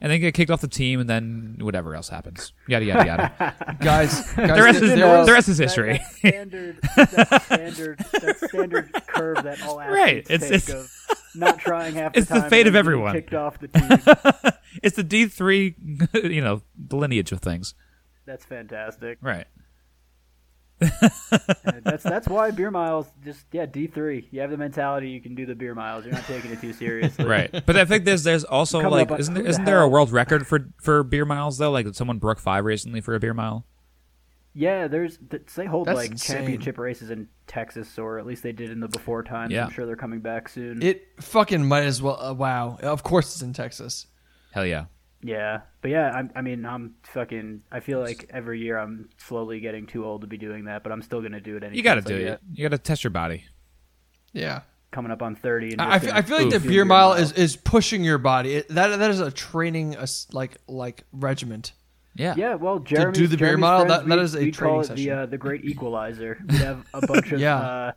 S2: And then you get kicked off the team, and then whatever else happens. Yada yada
S3: [laughs]
S2: yada. [laughs]
S1: guys. guys
S2: the rest is
S1: there
S2: the,
S1: was-
S2: rest is history.
S3: That, that standard,
S2: [laughs]
S3: that standard, that standard curve that all
S2: Right,
S3: athletes
S2: it's-
S3: take
S2: it's-
S3: of not trying half
S2: it's the
S3: the time.
S2: fate
S3: and
S2: of
S3: being
S2: everyone.
S3: Kicked off the
S2: [laughs]
S3: team.
S2: [laughs] it's the D three, [laughs] you know, the lineage of things.
S3: That's fantastic.
S2: Right.
S3: And That's that's why beer miles just yeah D three. You have the mentality, you can do the beer miles. You're not taking it too seriously. [laughs]
S2: Right. But I think there's there's also
S3: Coming
S2: like
S3: up on-
S2: isn't
S3: who
S2: there,
S3: the
S2: isn't there a
S3: hell-
S2: world record for for beer miles though? Like someone broke five recently for a beer mile.
S3: Yeah, there's th- they hold
S1: That's
S3: like
S1: insane.
S3: championship races in Texas, or at least they did in the before times.
S2: Yeah.
S3: I'm sure they're coming back soon.
S1: It fucking might as well. Uh, wow, of course it's in Texas.
S2: Hell yeah.
S3: yeah, but yeah, I'm, I mean, I'm fucking. I feel like every year I'm slowly getting too old to be doing that, but I'm still gonna do it. Any
S2: You got to
S3: chance I
S2: do
S3: get.
S2: it. You got to test your body.
S1: Yeah.
S3: Coming up on thirty. And
S1: I, I
S3: just
S1: feel,
S3: gonna
S1: I feel like the
S2: Oof.
S1: beer, mile, is, is pushing your body. It, that that is a training uh, s- like like regiment.
S2: Yeah.
S3: Yeah, well, Jeremy.
S1: do the beer mile, that- that is a
S3: we
S1: training
S3: call it
S1: session.
S3: the uh,
S1: [laughs]
S3: the Great Equalizer. We have a bunch of
S1: Yeah.
S3: uh,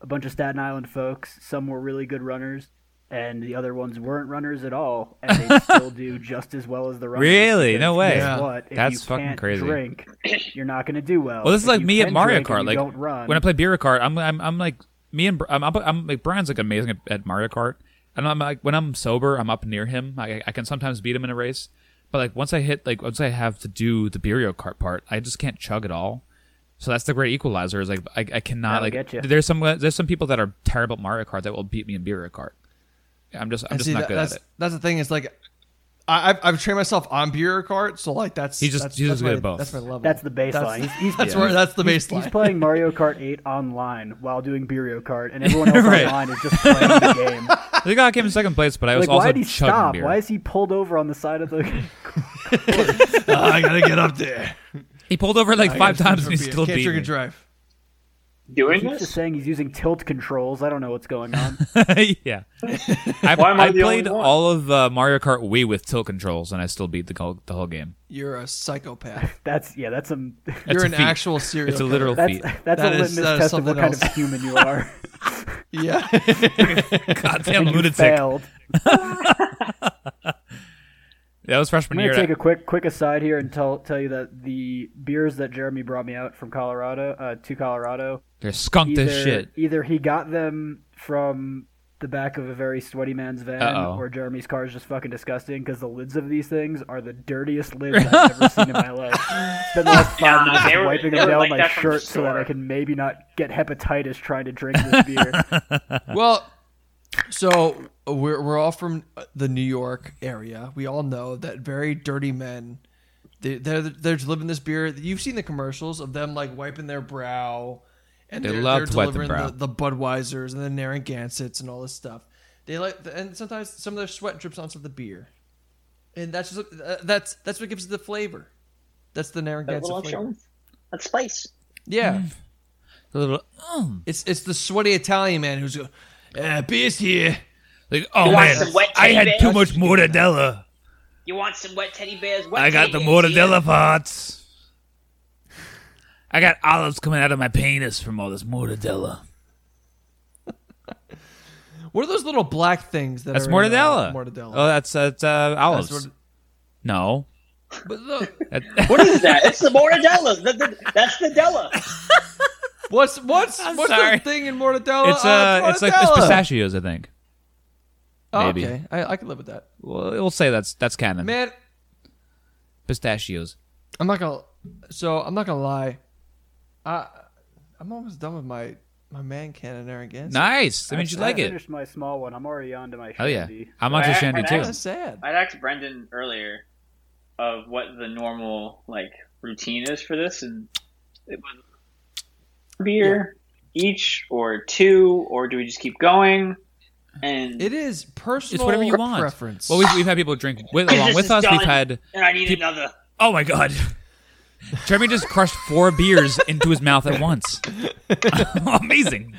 S3: a bunch of Staten Island folks. Some were really good runners, and the other ones weren't runners at all, and they
S1: [laughs]
S3: still do just as well as the runners.
S2: Really? No
S3: because
S2: way.
S3: guess
S1: Yeah.
S3: What? If
S2: That's
S3: you
S2: fucking
S3: can't
S2: crazy.
S3: Drink, you're not going to do well.
S2: Well, this is
S3: If
S2: like
S3: you
S2: me at
S3: can
S2: Mario
S3: drink and
S2: Kart.
S3: you
S2: Like
S3: don't run.
S2: when I play Mario Kart, I'm I'm, I'm like me and Br- I'm, up- I'm like Brian's like amazing at, at Mario Kart, and I'm like when I'm sober, I'm up near him. I, I can sometimes beat him in a race, but like once I hit like once I have to do the Mario Kart part, I just can't chug at all. So that's the great equalizer. Is like I, I cannot
S3: That'll
S2: like
S3: get you.
S2: there's some there's some people that are terrible at Mario Kart that will beat me in Mario Kart. I'm just I'm
S1: And
S2: just
S1: see,
S2: not
S1: that-
S2: good
S1: that's,
S2: at it.
S1: That's the thing. Is like, I, I've, I've trained myself on bureau cart, so like that's
S2: He's just-
S1: that's,
S2: he's
S1: that's
S2: just
S1: my,
S2: good at both.
S1: That's my level.
S3: That's the baseline.
S1: That's,
S3: He's-
S1: [laughs]
S3: he's-
S1: that's
S3: yeah.
S1: where that's the
S3: He's-
S1: baseline.
S3: He's playing Mario Kart
S2: [laughs]
S3: 8 online while doing Mario Kart, and everyone else
S2: Right.
S3: online is just playing the
S2: [laughs]
S3: game.
S2: I think I came in second
S1: [laughs]
S2: place, but I was
S3: Like,
S2: also
S3: why did he
S2: chugging
S3: stop?
S2: beer.
S3: Why is he pulled over on the side of the? [laughs]
S2: [laughs]
S1: I gotta get up [laughs] there.
S2: he pulled over like
S1: I
S2: five
S1: gotta
S2: times
S1: drink
S2: and he
S1: a beer.
S2: still
S1: Can't
S2: beat
S1: drink
S2: me.
S1: and drive.
S5: Doing
S3: He's just
S5: this?
S3: saying he's using tilt controls. I don't know what's
S2: [laughs]
S3: going on.
S2: yeah. I,
S5: Why am I
S2: I
S5: the only
S2: played
S5: one?
S2: all of uh, Mario Kart Wii with tilt controls, and I still beat the whole, the whole game.
S1: You're a psychopath.
S3: That's yeah. That's some. [laughs]
S1: You're
S2: a
S1: an
S2: feat.
S1: actual serial.
S2: It's a
S1: killer.
S2: literal
S3: That's
S5: [laughs]
S2: feat.
S3: that's
S1: That
S3: a
S1: is-
S3: litmus
S1: that is
S3: test of
S1: something
S3: what kind
S1: else.
S3: of human you are.
S2: [laughs]
S1: [laughs] Yeah.
S2: Goddamn
S3: you
S2: lunatic.
S3: failed.
S2: That was freshman
S3: I'm gonna
S2: year.
S3: take a quick quick aside here and tell tell you that the beers that Jeremy brought me out from Colorado uh, to Colorado
S2: They're skunked
S3: either
S2: as shit.
S3: either he got them from the back of a very sweaty man's van,
S2: Uh-oh.
S3: or Jeremy's car is just fucking disgusting because the lids of these things are the dirtiest lids I've ever seen in my
S5: [laughs]
S3: life. Spent the last
S5: Nah,
S3: five minutes
S5: they
S3: just
S5: were-
S3: wiping
S5: they
S3: them
S5: were
S3: down
S5: like
S3: my
S5: that from the
S3: shirt so that
S5: store.
S3: I can maybe not get hepatitis trying to drink this
S2: [laughs]
S3: beer.
S1: well, so we're we're all from uh, the New York area. We all know that very dirty men. They, they're they're living this beer. You've seen the commercials of them like wiping their brow, and
S2: They
S1: are
S2: love
S1: they're
S2: to wipe their
S1: delivering
S2: brow.
S1: The, the Budweisers and the Narragansetts and all this stuff. They like and sometimes some of their sweat drips onto the beer, and that's just, uh, that's that's what gives it the flavor. That's the
S5: That
S1: Narragansett
S5: little
S1: flavor.
S5: chunk. That's spice.
S1: Yeah.
S2: Mm. A little, um,
S1: It's it's the sweaty Italian man who's going, uh, beer's here.
S2: like, oh
S5: You want
S2: man,
S5: some wet
S2: I had
S5: teddy
S2: too much
S5: bears?
S2: mortadella.
S5: You want some wet teddy bears? Wet
S2: I got the
S5: teddy bears, yeah.
S2: mortadella parts. I got olives coming out of my penis from all this mortadella.
S1: What are those little black things that
S2: That's
S1: are in,
S2: mortadella.
S1: uh, mortadella.
S2: Oh, that's that's uh, olives.
S1: That's what-
S2: No.
S1: but look,
S2: That- [laughs]
S5: What is that? It's the mortadella. The- the- that's the Della.
S1: what's what's
S2: I'm
S1: what's
S2: sorry.
S1: the thing in mortadella?
S2: it's uh, it's like it's
S1: mortadella.
S2: pistachios, I think.
S1: Oh,
S2: maybe.
S1: okay, I, I can live with that.
S2: Well, we'll say that's that's canon.
S1: Man,
S2: Pistachios.
S1: I'm not gonna. So I'm not gonna lie. I I'm almost done with my my man cannon there again.
S2: Nice. That means you
S3: I
S2: like it.
S3: finished my small one. I'm already on to my
S2: Oh yeah.
S3: shandy.
S2: I'm on to
S5: Well, I-
S2: Shandy
S5: I-
S2: too.
S1: That's sad.
S5: I'd asked Brendan earlier of what the normal like routine is for this, and it was beer each or two, or do we just keep going? And
S1: It is personal.
S2: It's whatever you want.
S1: Preference.
S2: Well, we've, we've had people drink with, along
S5: This
S2: with
S5: is
S2: us. We've
S5: done.
S2: had.
S5: and I need another.
S2: Oh my god. [laughs] Jeremy just crushed four beers into his mouth at once. Amazing.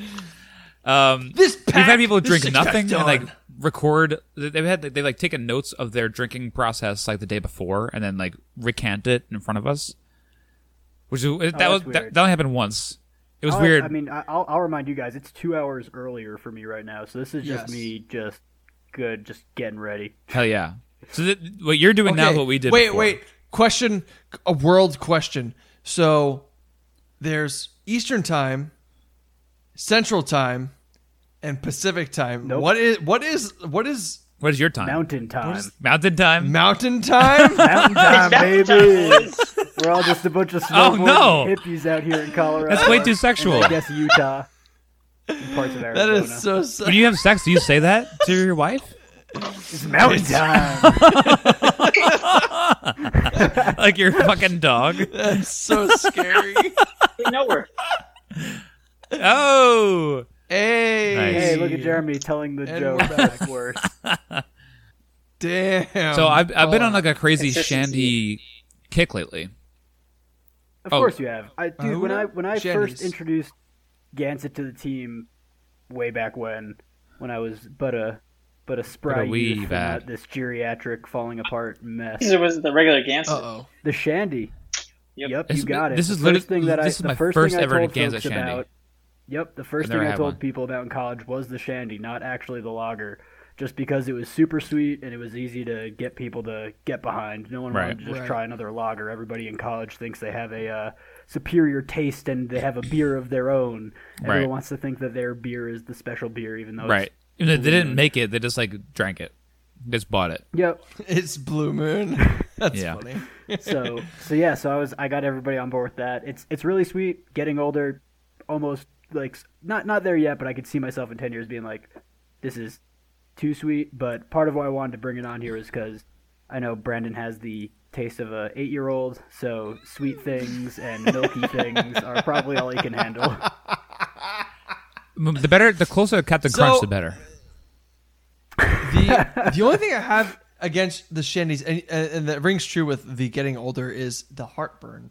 S2: Um,
S1: this pack,
S2: we've had people
S1: this
S2: drink
S1: six pack's
S2: nothing and like
S1: done.
S2: record. They've had they like taken notes of their drinking process like the day before and then like recant it in front of us. Which is, that
S3: that's
S2: was that,
S3: weird.
S2: that only happened once. It was
S3: I'll-
S2: weird.
S3: I mean, I- I'll, I'll remind you guys, it's two hours earlier for me right now, so this is just
S1: Yes.
S3: me just good, just getting ready.
S2: Hell yeah. So th- what you're doing now is
S1: Okay,
S2: what we did.
S1: Wait,
S2: before.
S1: wait. Question: A world question. So there's Eastern time, Central time, and Pacific time.
S3: Nope.
S1: What is what is what is
S2: What is your time?
S3: Mountain time.
S2: Mountain
S1: [laughs]
S2: time.
S1: Mountain
S3: [laughs]
S1: time?
S3: Mountain time,
S5: That's
S3: baby.
S5: what it is.
S3: We're all just a bunch of
S2: [laughs] Oh,
S3: snowboarding
S2: no.
S3: hippies out here in Colorado.
S2: That's way too sexual.
S3: And I guess Utah. and parts of
S1: that
S3: Arizona.
S1: is so. so
S2: When you have sex, do you say that to
S1: [laughs]
S2: your wife?
S3: It's mountain
S2: [laughs] Oh,
S3: time.
S2: Like your fucking dog?
S1: that's so
S2: [laughs]
S1: scary.
S5: You know we're
S2: Oh,
S1: hey,
S2: Nice.
S3: hey, look at Jeremy telling the
S1: And
S3: joke
S1: we're back.
S3: backwards.
S1: Damn.
S2: so I've I've been
S1: Oh.
S2: on like a crazy
S5: Consistency.
S2: shandy kick lately.
S3: [laughs] Of
S2: Oh.
S3: course you have. I dude,
S1: who
S3: when
S1: did?
S3: I when I
S1: Shandy's.
S3: first introduced Gansett to the team way back when when I was but a but a spry
S2: But a wee
S3: youth and
S2: lad.
S3: not this geriatric falling apart mess.
S5: Caesar was the regular Gansett.
S1: Uh-oh.
S3: The Shandy.
S5: Yep.
S3: Yep,
S2: This
S3: you
S2: is-
S3: got it.
S2: this is
S3: the
S2: literally-
S3: first thing that I
S2: this is
S3: the
S2: my
S3: first,
S2: first
S3: thing
S2: ever
S3: I told
S2: Gansett
S3: folks
S2: Shandy.
S3: about. Yep, the first
S2: I've
S3: thing
S2: never
S3: I
S2: had
S3: told
S2: one.
S3: people about in college was the Shandy, not actually the lager, just because it was super sweet and it was easy to get people to get behind. No one
S2: Right.
S3: wanted to just
S1: Right.
S3: try another lager. Everybody in college thinks they have a uh, superior taste and they have a beer of their own. Everyone
S2: Right.
S3: wants to think that their beer is the special beer, even though
S2: Right. Even though They didn't make it. They just like drank it. Just bought it.
S3: It's, yep.
S1: It's Blue Moon. [laughs] That's
S2: Yeah.
S1: funny. [laughs]
S3: so so yeah so i was i got everybody on board with that it's it's really sweet getting older almost like s- not not there yet but i could see myself in 10 years being like this is too sweet, but part of why I wanted to bring it on here is because I know Brandon has the taste of a eight year old, so sweet things and
S1: [laughs]
S3: milky things are probably all he can handle.
S2: M- The better, the closer the Captain
S1: So-
S2: Crunch, the better. [laughs]
S1: The the only thing I have against the shandies, and, and that rings true with the getting older, is the heartburn.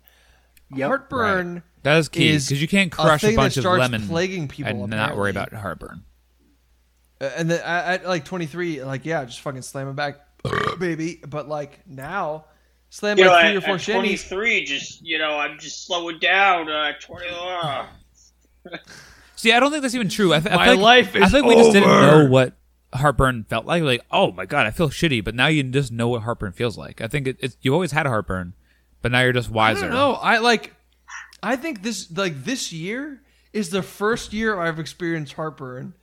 S3: Yep.
S1: heartburn.
S2: That is key
S1: is
S2: because you can't
S1: a
S2: crush a,
S1: thing that
S2: bunch of
S1: starts
S2: lemon
S1: plaguing people,
S2: and not worry about
S1: apparently.
S2: heartburn.
S1: Uh, and then at, at like 23 like yeah just fucking slam it back [coughs] baby but like now slam
S5: You know,
S1: like three
S5: at,
S1: or four
S5: at
S1: shandies
S5: 23, just, you know, I'm just slowing down. Uh, 20, uh,
S2: See, I don't think that's even true. I, th- I
S1: My
S2: feel like,
S1: life
S2: I
S1: is
S2: think we just didn't
S1: over.
S2: know what heartburn felt like. Like, oh my god, I feel shitty, but now you just know what heartburn feels like. I think it, it's you always had heartburn, but now you're just
S1: i
S2: wiser.
S1: don't know i like i think this like this year is the first year i've experienced heartburn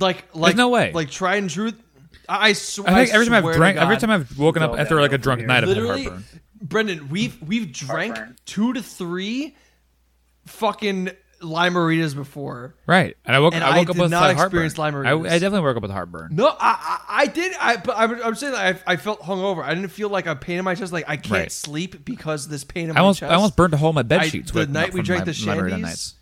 S1: like like
S2: no way.
S1: like try and true i, I, sw-
S2: I think every time I've
S1: swear to
S2: drank, every
S1: God,
S2: time I've woken up
S3: Fell
S2: after
S3: down
S2: like a
S3: over
S2: drunk
S3: here.
S2: night, I've had
S1: literally
S2: heartburn.
S1: brendan we've we've drank
S5: Heartburn.
S1: two to three fucking limeritas before
S2: Right, and I woke,
S1: And
S2: I
S1: I
S2: woke up
S1: did
S2: with
S1: not
S2: like,
S1: experience
S2: heartburn.
S1: Lyme
S2: I, I
S1: disease.
S2: definitely woke up with heartburn.
S1: No, I, I, I did. I, but I'm, I'm saying that I, I felt hungover. I didn't feel like a pain in my chest. Like I can't
S2: Right.
S1: sleep because this pain in
S2: I almost,
S1: my
S2: I
S1: chest.
S2: almost burned a hole in my bed
S1: I-
S2: sheets.
S1: the
S2: waking
S1: night
S2: up
S1: we
S2: from
S1: drank
S2: my-
S1: the
S2: my margarita
S1: shandies.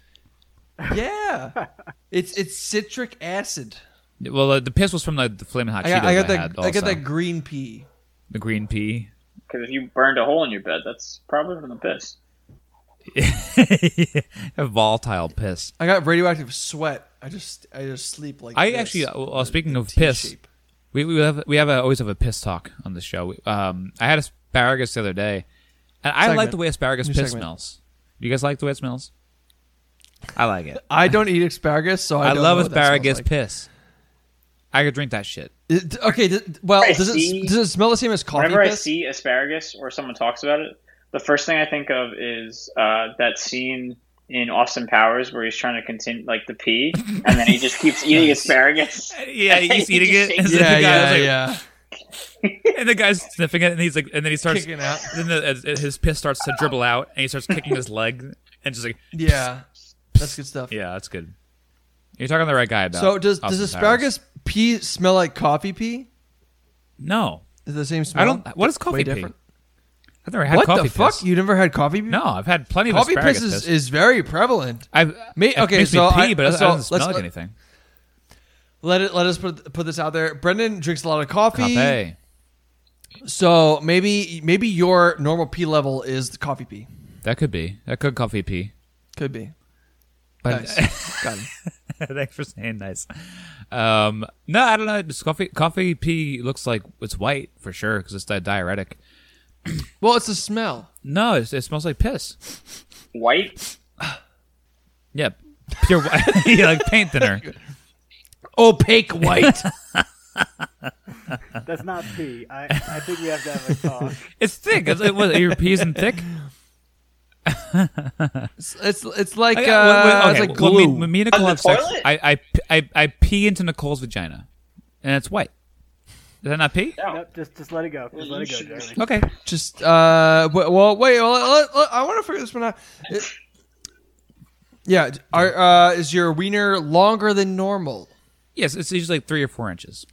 S1: [laughs] Yeah, it's it's citric acid.
S2: nights. Well, uh, the piss was from like, the flaming hot
S1: I got,
S2: Cheetos
S1: I got that.
S2: had.
S1: I got
S2: also.
S1: that green pea.
S2: the
S1: [laughs]
S2: green pea. [laughs]
S5: Because if you burned a hole in your bed, that's probably from the piss.
S2: a volatile piss.
S1: I got radioactive sweat. I just I just sleep like.
S2: I
S1: this.
S2: actually, uh, well, speaking of
S1: T
S2: piss,
S1: shape.
S2: we, we have we have a, always have a piss talk on the show. We, um, I had asparagus the other day, and I like
S1: Segment.
S2: the way asparagus
S1: New
S2: piss
S1: segment.
S2: smells. You guys like the way it smells? I like it.
S1: I don't eat asparagus, so I,
S2: I,
S1: don't
S2: love
S1: know what that smells
S2: asparagus
S1: like.
S2: piss. I could drink that shit.
S1: It- okay, th- well,
S5: Whenever I
S1: does
S5: see-
S1: it does it smell the same as coffee
S5: Whenever I
S1: piss?
S5: see asparagus or someone talks about it, the first thing I think of is uh, that scene in Austin Powers where he's trying to continue like the pee, and then he just keeps eating asparagus.
S2: Yeah, [laughs] he's
S5: He
S2: eating
S5: just
S2: it, and
S5: shakes
S2: then
S1: yeah,
S2: [laughs]
S1: yeah,
S2: the guy was [laughs]
S1: yeah.
S2: like, [laughs] and the guy's sniffing it, and he's like, and then he starts,
S1: Kicking out.
S2: then the, as- as his piss starts to dribble out, and he starts kicking his leg, and just like,
S1: Yeah, that's good stuff.
S2: yeah, that's good. You're talking to the right guy about.
S1: So does does
S2: Austin Powers.
S1: asparagus pea smell like coffee pea?
S2: No,
S1: Is it the same smell?
S2: I don't. What is
S1: Way
S2: coffee pee?
S1: different.
S2: I've never had
S1: what
S2: coffee
S1: the fuck?
S2: piss.
S1: You never had coffee pee?
S2: No, I've had plenty
S1: coffee
S2: of asparagus
S1: piss is, is very prevalent.
S2: I've
S1: Me-
S2: it
S1: okay,
S2: makes me
S1: so
S2: pee,
S1: I-
S2: but it
S1: so
S2: doesn't
S1: let's-
S2: smell like
S1: let-
S2: anything.
S1: Let it. Let us put put this out there. Brendan drinks a lot of coffee,
S2: Coffee.
S1: so maybe maybe your normal pee level is the coffee pee.
S2: That could be. That could
S1: [laughs]
S2: coffee pee.
S1: Could be.
S2: But [laughs]
S1: Nice. Got it.
S2: thanks for saying nice. Um, no, I don't know. Just coffee coffee pee looks like it's white for sure because it's that diuretic.
S1: Well, it's the smell.
S2: No, it, it smells like piss.
S5: White.
S2: Yeah, pure white. [laughs] yeah, like paint thinner.
S1: Opaque white. [laughs]
S3: That's not pee. I, I think we have to have
S1: [laughs]
S3: a talk.
S2: It's thick. It's, it, what, your peas and thick.
S1: it's, it's it's like uh,
S2: I got- when- when-
S1: it's like
S2: okay, when
S1: glue.
S2: me- when me and Nicole
S5: On the
S2: have sex,
S5: toilet?
S2: I, I, I, I pee into Nicole's vagina, and it's white. Is that not pee?
S5: No.
S3: Nope, just just let it go. Just let it go, Jeremy.
S2: Okay.
S1: Just uh, w- well, wait. Well, let- let- I want to figure this one out. It- yeah, are, uh, is your wiener longer than normal?
S2: Yes, it's usually like three or four inches.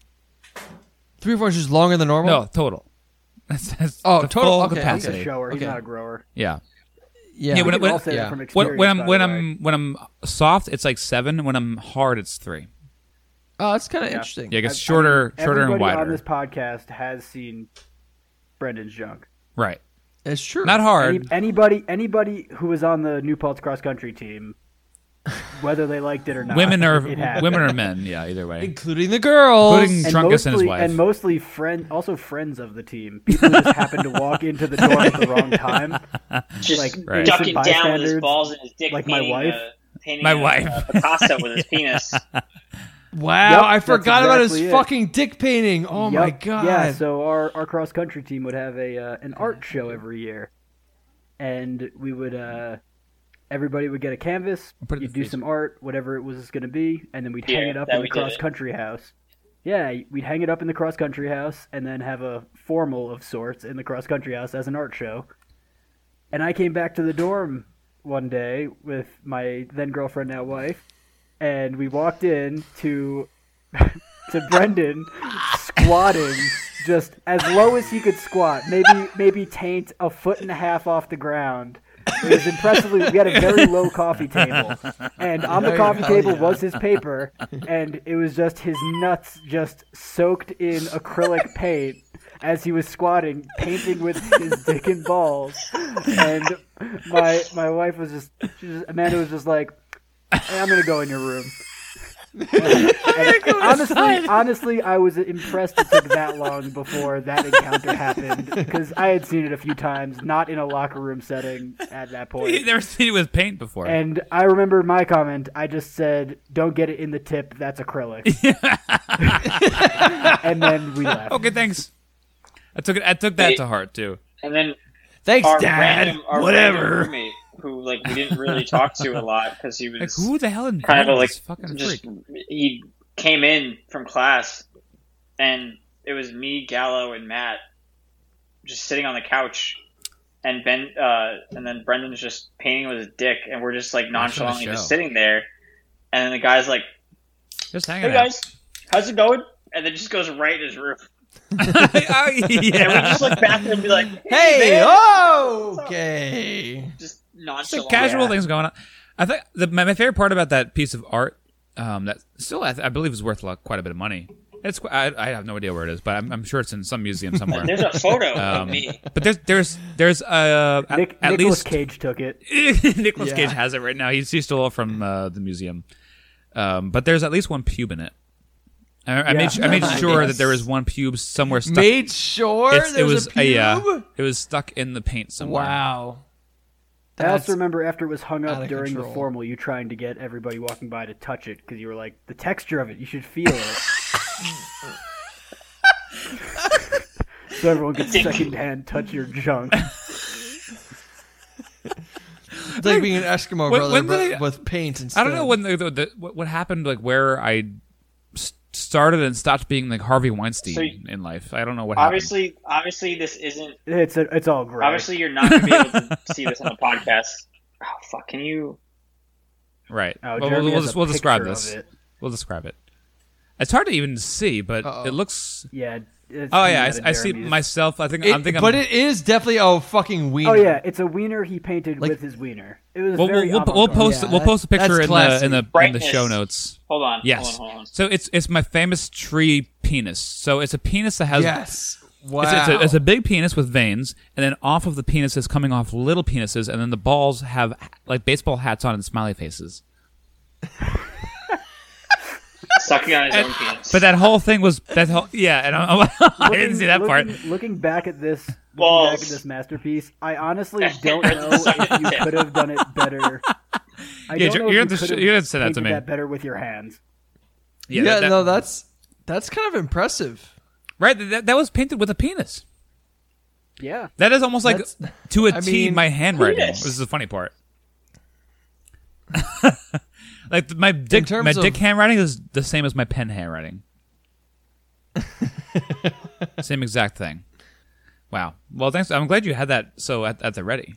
S1: Three or four inches longer than
S3: Oh.
S1: normal.
S2: No, total. [laughs] That's, that's
S1: Oh,
S2: the
S1: total?
S2: full
S1: Okay,
S3: He's
S2: capacity.
S1: okay.
S3: a shower. He's
S1: Okay.
S3: not a grower.
S2: Yeah.
S1: Yeah.
S2: Yeah, when
S3: We
S2: it-
S3: can all say
S1: yeah.
S3: that from
S1: When-
S2: When,
S3: experience.
S2: when I'm when
S3: by the way.
S2: I'm when I'm soft, it's like seven. When I'm hard, it's three.
S1: oh, that's kind of interesting.
S2: Yeah, it gets
S3: I- I
S2: shorter,
S3: mean,
S2: shorter, and
S3: everybody
S2: wider.
S3: on this podcast has seen Brendan's junk.
S2: Right.
S1: It's true.
S2: Not
S3: Any,
S2: hard.
S3: anybody, anybody who was on the New Paltz cross country team, whether they liked it or not,
S2: Women are
S3: [laughs] it happened.
S2: women or men. Yeah, either way. [laughs]
S1: including the girls.
S2: Including-
S3: And
S2: Drunkus
S3: mostly,
S2: and his wife.
S3: and mostly friend, also friends of the team. People who just happened to walk into the door at the wrong time.
S5: Just
S3: Like,
S2: Right.
S5: ducking
S3: innocent
S5: down with his
S3: bystanders,
S5: balls and his dick.
S3: like my
S5: painting
S3: wife.
S5: A, painting
S2: My
S5: a,
S2: wife.
S5: a Picasso with his penis.
S1: wow,
S3: Yep,
S1: I
S3: that's
S1: forgot about his
S3: exactly it.
S1: fucking dick painting. Oh my
S3: Yup.
S1: god.
S3: Yeah, so our, our cross country team would have a uh, an art show every year, and we would uh, everybody would get a canvas.
S2: put it in
S3: You'd
S2: the
S3: do
S2: freezer.
S3: some art, whatever it was going to be, and then we'd hang
S5: Yeah,
S3: it up
S5: that
S3: in the
S5: we did it.
S3: cross country house. Yeah, we'd hang it up in the cross country house, and then have a formal of sorts in the cross country house as an art show. And I came back to the dorm one day with my then girlfriend, now wife, and we walked in to [laughs] to Brendan squatting just as low as he could squat, maybe maybe taint a foot and a half off the ground. It was impressively. We had a very low coffee table, and on the
S1: Very-
S3: coffee
S1: hell
S3: table
S1: yeah.
S3: was his paper, and it was just his nuts just soaked in acrylic paint as he was squatting, painting with his dick and balls. And my my wife was just, she was- Amanda was just like, "Hey, I'm gonna go in your room. [laughs] And honestly, honestly, I was impressed it took that long before that encounter happened because I had seen it a few times, not in a locker room setting at that
S2: He [laughs]
S3: point.
S2: never seen it with paint before.
S3: And I remember my comment. I just said, "Don't get it in the tip. That's
S2: [laughs]
S3: acrylic." and then we left.
S2: okay, thanks. I took it. I took that
S5: Hey.
S2: to heart too.
S5: And then
S1: Thanks,
S5: our
S1: Dad.
S5: random, our
S1: Whatever.
S5: random roommate who like we didn't really talk to a lot because he was
S2: Like, who the hell invented
S5: kind of like
S2: this fucking
S5: just
S2: freak?
S5: he came in from class and it was me gallo and matt just sitting on the couch and ben uh, and then brendan's just painting with his dick and we're just like
S2: Watching the
S5: nonchalantly
S2: show.
S5: just sitting there and then the guy's like
S2: Just
S5: hey
S2: hanging out.
S5: guys how's it going and then just goes right in his room
S2: [laughs]
S3: [laughs]
S2: oh,
S5: and we
S2: yeah.
S5: just look back and be like hey,
S1: Hey,
S5: man."
S1: oh, okay.
S5: just
S2: Just
S5: nonchalant
S2: like casual
S5: Yeah.
S2: things going on. I think the, my, my favorite part about that piece of art, um, that still I, th- I believe is worth like, quite a bit of money. It's qu- I, I have no idea where it is, but I'm, I'm sure it's in some museum somewhere.
S5: there's a photo
S2: [laughs]
S5: of
S2: Um,
S5: me
S2: but there's there's there's uh, at,
S3: Nick,
S2: at
S3: Nicholas
S2: least
S3: Cage took it.
S2: [laughs] Nicholas
S1: Yeah.
S2: Cage has it right now. He's he stole it from uh, the museum. Um, but there's at least one pube in it. I, I made su- I made
S1: Nice.
S2: sure that there was one pube somewhere stuck.
S1: Made sure
S2: It's-
S1: there was, a
S2: uh,
S1: pube.
S2: it was stuck in the paint somewhere.
S1: wow.
S3: I
S1: That's
S3: also remember after it was hung
S1: out
S3: up
S1: of
S3: during
S1: control.
S3: the formal, you trying to get everybody walking by to touch it because you were like, the texture of it, you should feel it. so everyone could secondhand touch your junk.
S1: it's like being an Eskimo
S2: When-
S1: brother
S2: when
S1: but
S2: they-
S1: with paint and stuff.
S2: I don't know when the, the, the what what happened like where I s- started and stopped being like Harvey Weinstein
S5: So you-
S2: in life. I don't know what
S5: obviously obviously this isn't
S3: It's a, it's all gross.
S5: Obviously, you're not going to be
S2: [laughs]
S5: able to see this on the podcast. Oh, fuck. Can you?
S2: happened. Right.
S3: Oh,
S2: well,
S3: Jeremy
S2: we'll, we'll
S3: has
S2: just
S3: a
S2: we'll describe
S3: picture of
S2: this.
S3: it.
S2: We'll describe it. It's hard to even see, but
S1: Uh-oh.
S2: it looks.
S3: Yeah. It's
S2: Oh
S3: coming
S2: yeah,
S3: out of
S2: I, I see
S3: Jeremy's-
S2: myself. I think
S1: It-
S2: I'm thinking.
S1: but
S2: I'm,
S1: it is definitely oh fucking wiener.
S3: Oh yeah, it's a wiener he painted
S1: Like-
S3: with his wiener. It was
S2: we'll,
S3: very
S2: we'll, we'll, we'll
S3: avant-garde.
S2: post
S1: Yeah,
S2: we'll post a
S1: that's-
S2: picture in the
S1: that's
S2: in the in the
S5: classy.
S2: show notes.
S5: Hold on.
S2: Yes.
S5: Hold on. Hold on.
S2: So it's it's my famous tree penis. So it's a penis that has
S1: Yes. Wow.
S2: It's, it's, a, it's a big penis with veins, and then off of the penis is coming off little penises, and then the balls have like baseball hats on and smiley faces.
S5: Sucking on his own penis.
S2: But that whole thing was that whole yeah, and I, [laughs] I didn't see that part.
S3: looking, Looking back at this, looking back
S5: Balls.
S3: at this masterpiece, I
S5: [laughs]
S3: honestly don't know if you could have done it better. I
S2: Yeah,
S3: don't
S2: you're-
S3: know if
S2: you're gonna
S3: could
S2: sh-
S3: have
S2: you're gonna send that to
S3: painted
S2: me.
S3: That better with your hands.
S1: yeah,
S2: that- that-
S1: no, that's that's kind of impressive.
S2: right. That, that was painted with a penis.
S3: Yeah,
S2: That is almost like
S1: That's- [laughs]
S2: to a T
S1: I mean,
S2: my handwriting.
S5: penis.
S2: This is the funny part. [laughs] like my dick,
S1: terms
S2: my dick
S1: of-
S2: handwriting is the same as my pen
S1: [laughs]
S2: handwriting. same exact thing. Wow. Well, thanks. I'm glad you had that. So at, at the ready,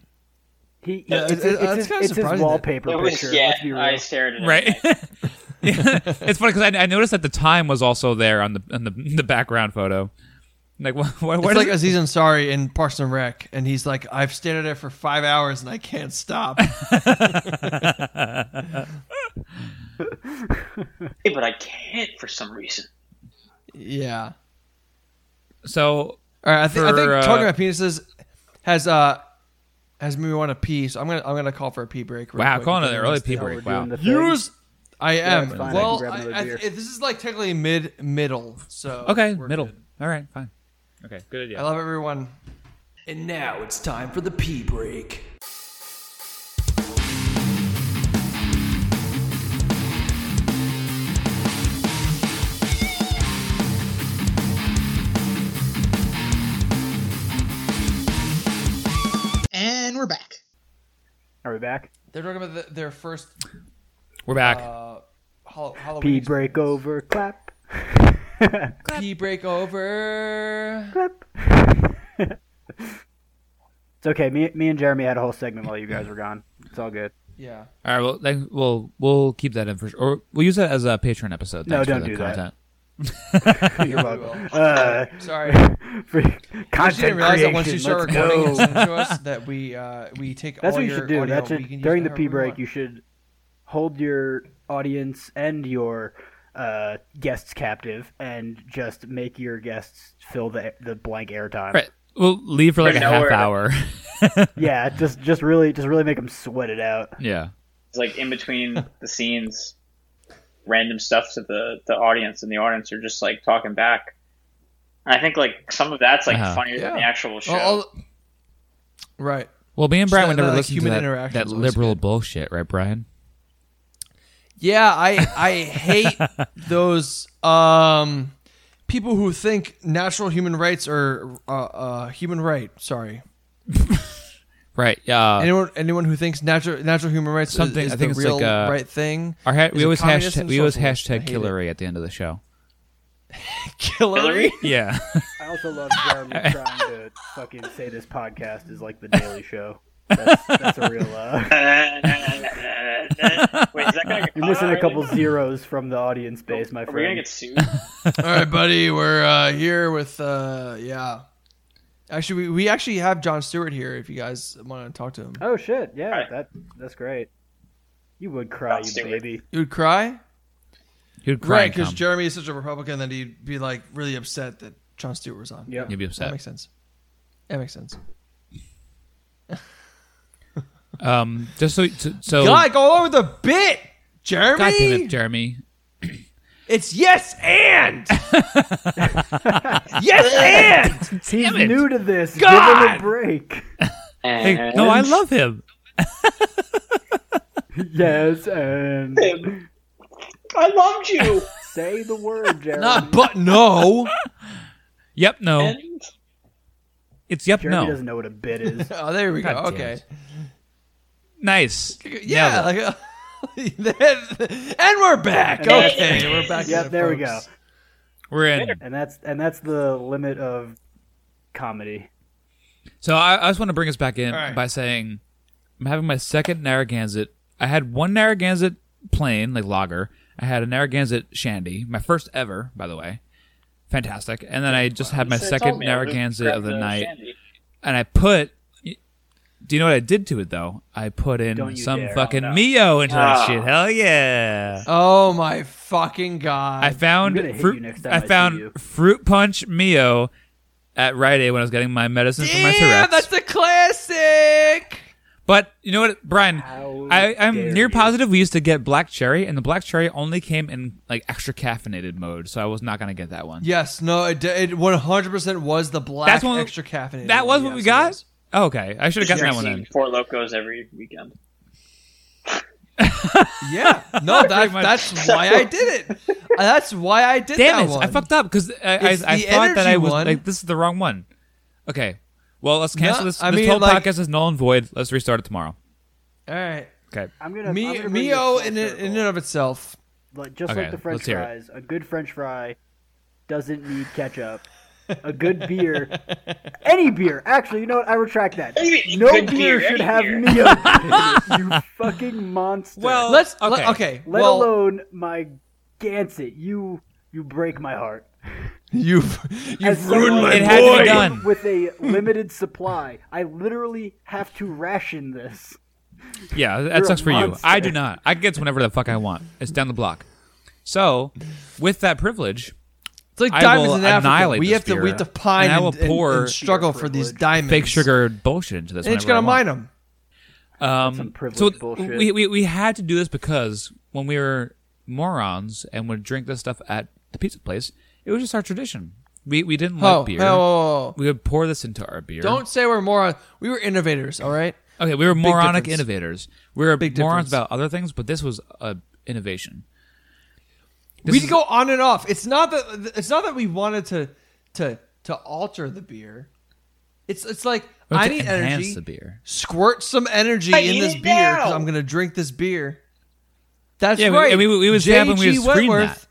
S3: he.
S1: Yeah,
S3: it's,
S1: it's-
S3: his-
S1: it's
S3: it's
S1: kinda
S3: his, it's his
S1: surprising that-
S3: wallpaper
S5: It was,
S3: picture.
S5: yeah,
S3: let's be real.
S5: I stared at it.
S2: right? [laughs] Yeah. It's funny because I, I noticed that the time was also there on the on the, [laughs] the background photo. Like, [laughs] wh- wh- where
S1: It's
S2: does
S1: like
S2: it-
S1: Aziz Ansari in Parks and Rec, and he's like, "I've stared at it for five hours and I can't
S2: [laughs]
S1: stop."
S5: Hey, but I can't for some reason.
S1: yeah.
S2: so
S1: All right, I think I
S2: For,
S1: think
S2: uh,
S1: talking about penises has uh has made me want to pee, so I'm gonna I'm gonna call for a pee break. real
S2: wow,
S1: quick
S2: calling it
S1: because
S2: an
S1: I
S2: early
S1: missed
S2: pee
S1: the-
S3: We're
S2: break.
S3: doing
S2: Wow.
S3: the thing.
S1: Use. I am.
S3: it's fine. I can
S1: Well,
S3: grab another
S1: I, I,
S3: beer.
S1: this is like technically mid middle. So
S2: Okay,
S1: we're
S2: middle.
S1: good.
S2: All right, fine. Okay, good idea.
S1: I love everyone.
S4: And now it's time for the pee break.
S6: And we're back.
S3: Are we back?
S1: They're talking about the, their first
S2: We're back.
S1: uh, Hall- Halloween
S3: Pee
S1: experience.
S3: break over. Clap.
S1: Pee break over.
S3: Clap. it's okay. Me, me and Jeremy had a whole segment while you guys were gone. It's all good.
S1: Yeah.
S2: All right, well, then we'll we'll keep that in for sure, or we'll use that as a Patreon episode.
S3: No,
S2: Thanks
S3: don't
S2: for the
S3: do that.
S2: content.
S1: You're welcome.
S3: Uh, [laughs]
S1: Sorry.
S3: for
S1: I didn't
S3: content
S1: realize that once
S3: creation,
S1: you start
S3: let's
S1: recording and
S3: go.
S1: sending to us, that we uh, we take
S3: That's
S1: all
S3: what you
S1: your
S3: should do.
S1: audio.
S3: That's
S1: we can
S3: it.
S1: use
S3: During the
S1: that
S3: pee
S1: however we
S3: break,
S1: want.
S3: you should hold your audience and your uh, guests captive, and just make your guests fill the the blank airtime.
S2: Right. We'll leave for like a
S5: We're
S2: half
S5: nowhere.
S2: hour. [laughs]
S3: Yeah, just just really just really make them sweat it out.
S2: yeah.
S5: It's like in between the scenes, random stuff to the the audience, and the audience are just like talking back. And I think like some of that's like
S2: Uh-huh.
S5: funnier than the
S1: Yeah.
S5: actual show.
S1: Oh, All- all-
S5: [laughs]
S1: right.
S2: Well, me and Brian
S1: that-
S2: would never
S1: that, like,
S2: listen to
S1: human
S2: that,
S1: interaction's
S2: that
S1: always
S2: liberal bullshit, right, Brian?
S1: Yeah, I I hate those um, people who think natural human rights are uh, uh, human right. Sorry,
S2: Right. Yeah.
S1: anyone anyone who thinks natural natural human rights something,
S2: Something-
S1: is,
S2: I think
S1: the
S2: it's
S1: real
S2: like, uh,
S1: right thing.
S2: Our ha- we
S1: is a
S2: always
S1: communist
S2: hashtag
S1: and
S2: we always
S1: socialist. I
S2: hashtag
S1: hate it.
S2: Hillary at the end of the
S1: [laughs]
S2: show.
S1: Hillary.
S2: Yeah. [laughs]
S3: I also love Jeremy trying to fucking say this podcast is like the Daily Show. That's, that's a real. Uh, [laughs]
S5: Wait, is that gonna get
S3: you're missing
S5: caught
S3: a couple
S5: already?
S3: zeros from the audience base, my
S5: Oh, Are we gonna
S3: friend.
S5: get sued?
S1: All right, buddy, we're uh, here with uh, yeah. Actually, we, we actually have John Stewart here. If you guys want to talk to him,
S3: Oh shit! Yeah,
S5: Alright.
S3: that that's great. You would cry,
S5: That's
S3: you
S5: stupid.
S3: baby.
S1: you would cry,
S2: You'd cry.
S1: right?
S2: and
S1: Because
S2: come.
S1: Jeremy is such a Republican that he'd be like really upset that John Stewart was on.
S3: Yep.
S2: You'd be
S1: that
S2: upset.
S1: makes sense. That makes sense.
S2: Um. Just so so. so
S1: God, go over the bit, Jeremy.
S2: God damn it, Jeremy.
S1: It's yes and. yes and.
S3: He's
S2: it.
S3: new to this. Give him
S1: God!
S3: a break.
S2: [laughs]
S3: [laughs]
S2: Hey, no, I love him.
S3: yes, and
S5: him. [laughs] I loved you.
S3: say the word, Jeremy.
S1: Not but no.
S2: Yep. No.
S5: And
S2: it's yep.
S3: Jeremy
S2: no.
S3: doesn't know what a
S1: [laughs]
S3: bit is.
S1: Oh, there we go.
S2: God damn
S1: okay.
S2: Nice.
S1: Yeah.
S2: Nailed it.
S1: Like, uh, [laughs] and we're back. Okay, we're back. at
S3: yep,
S1: it,
S3: there we go.
S1: folks.
S2: We're in.
S3: And that's and that's the limit of comedy.
S2: So I, I just want to bring us back in
S1: All right.
S2: by saying I'm having my second Narragansett. I had one Narragansett plain, like lager. I had a Narragansett shandy, my first ever, by the way. Fantastic. And then I just had my
S5: so it
S2: second
S5: told me I would've
S2: Narragansett
S5: grabbed
S2: of the night.
S5: shandy.
S2: And I put. Do you know what I did to it, though? I put
S3: Don't
S2: in
S3: you
S2: some
S3: dare.
S2: fucking
S5: Oh, no.
S2: Mio into
S5: Ah.
S2: that shit. Hell yeah.
S1: Oh my fucking god.
S2: I found
S3: I'm gonna hit you
S2: fruit.
S3: next time
S2: I,
S3: I see you.
S2: found fruit punch Mio at Rite Aid when I was getting my medicine for my Tourette's.
S1: that's a classic.
S2: But you know what, Brian?
S3: How
S2: I,
S3: dare
S2: I'm near
S3: you.
S2: positive we used to get black cherry, and the black cherry only came in like extra caffeinated mode, so I was not gonna get that one.
S1: Yes, no, it, it 100% was the black
S2: That's one-
S1: extra caffeinated.
S2: That was
S1: Yes,
S2: what we
S1: it
S2: got.
S1: was.
S2: Oh, okay, I should have gotten that one
S5: Drinking
S2: then.
S5: Four locos every weekend.
S1: Yeah,
S2: [laughs]
S1: no, that,
S2: much.
S1: that's why I did it. Uh, That's why I did that
S2: Damn it!
S1: one.
S2: I fucked up because I, I,
S1: It's
S2: I
S1: the
S2: thought that
S1: energy
S2: I was
S1: one.
S2: like, this is the wrong one. Okay, well let's cancel
S1: No,
S2: this.
S1: I
S2: this
S1: mean,
S2: whole
S1: like-
S2: podcast is null and void. Let's restart it tomorrow.
S1: All right,
S2: Okay.
S3: I'm gonna I'm
S1: Me,
S3: gonna bring
S1: Mio
S3: this full
S1: in it, in and
S3: circle.
S1: of itself.
S3: like just
S2: Okay,
S3: like the French
S2: let's hear it.
S3: fries. A good French fry doesn't need ketchup. A good beer, any beer. Actually, you know what? I retract that.
S5: Any
S3: No
S5: good
S3: beer,
S5: beer,
S3: should
S5: any
S3: have
S5: beer.
S3: Mio. in it, you fucking monster.
S2: Well,
S1: Let's
S2: Oh, okay.
S1: let- okay.
S3: let
S1: well,
S3: alone my Gansett. You you break my heart.
S1: you've
S3: As
S1: you've
S3: someone
S1: ruined my
S2: It had to be
S1: boy.
S2: done.
S1: [laughs]
S3: with a limited supply. I literally have to ration this.
S2: Yeah, that
S3: You're a
S2: sucks for you.
S3: monster.
S2: I do not. I can get whenever the fuck I want. It's down the block. So, with that privilege,
S1: It's like
S2: I
S1: diamonds
S2: will
S1: in Africa.
S2: annihilate
S1: We
S2: this
S1: have to we
S2: beer,
S1: have to pine
S2: and I
S1: and,
S2: will
S1: and-
S2: pour
S1: and struggle for these diamonds.
S2: fake sugar bullshit into this.
S1: And it's
S2: whenever I
S1: gonna
S2: want.
S1: mine them.
S2: Um,
S3: Some privilege
S2: so
S3: bullshit.
S2: we, we we had to do this because when we were morons and would drink this stuff at the pizza place, it was just our tradition. We we didn't like
S1: Oh,
S2: beer.
S1: oh, oh, oh.
S2: We would pour this into our beer.
S1: don't say we're moron. We were innovators. All right.
S2: Okay, we were moronic
S1: difference.
S2: innovators. We were
S1: Big difference.
S2: morons about other things, but this was a innovation. This
S1: We'd
S2: is-
S1: go on and off. It's not that it's not that we wanted to to to alter the beer. It's it's like
S2: We
S1: I
S2: had to
S1: need
S2: enhance
S1: energy.
S2: the beer.
S1: Squirt some energy
S5: I
S1: in
S5: need
S1: this
S5: it
S1: beer because
S5: now.
S1: I'm gonna drink this beer. That's
S2: Yeah, we-
S1: right.
S2: and we- we would stand up and we would
S1: JG
S2: scream
S1: Wentworth,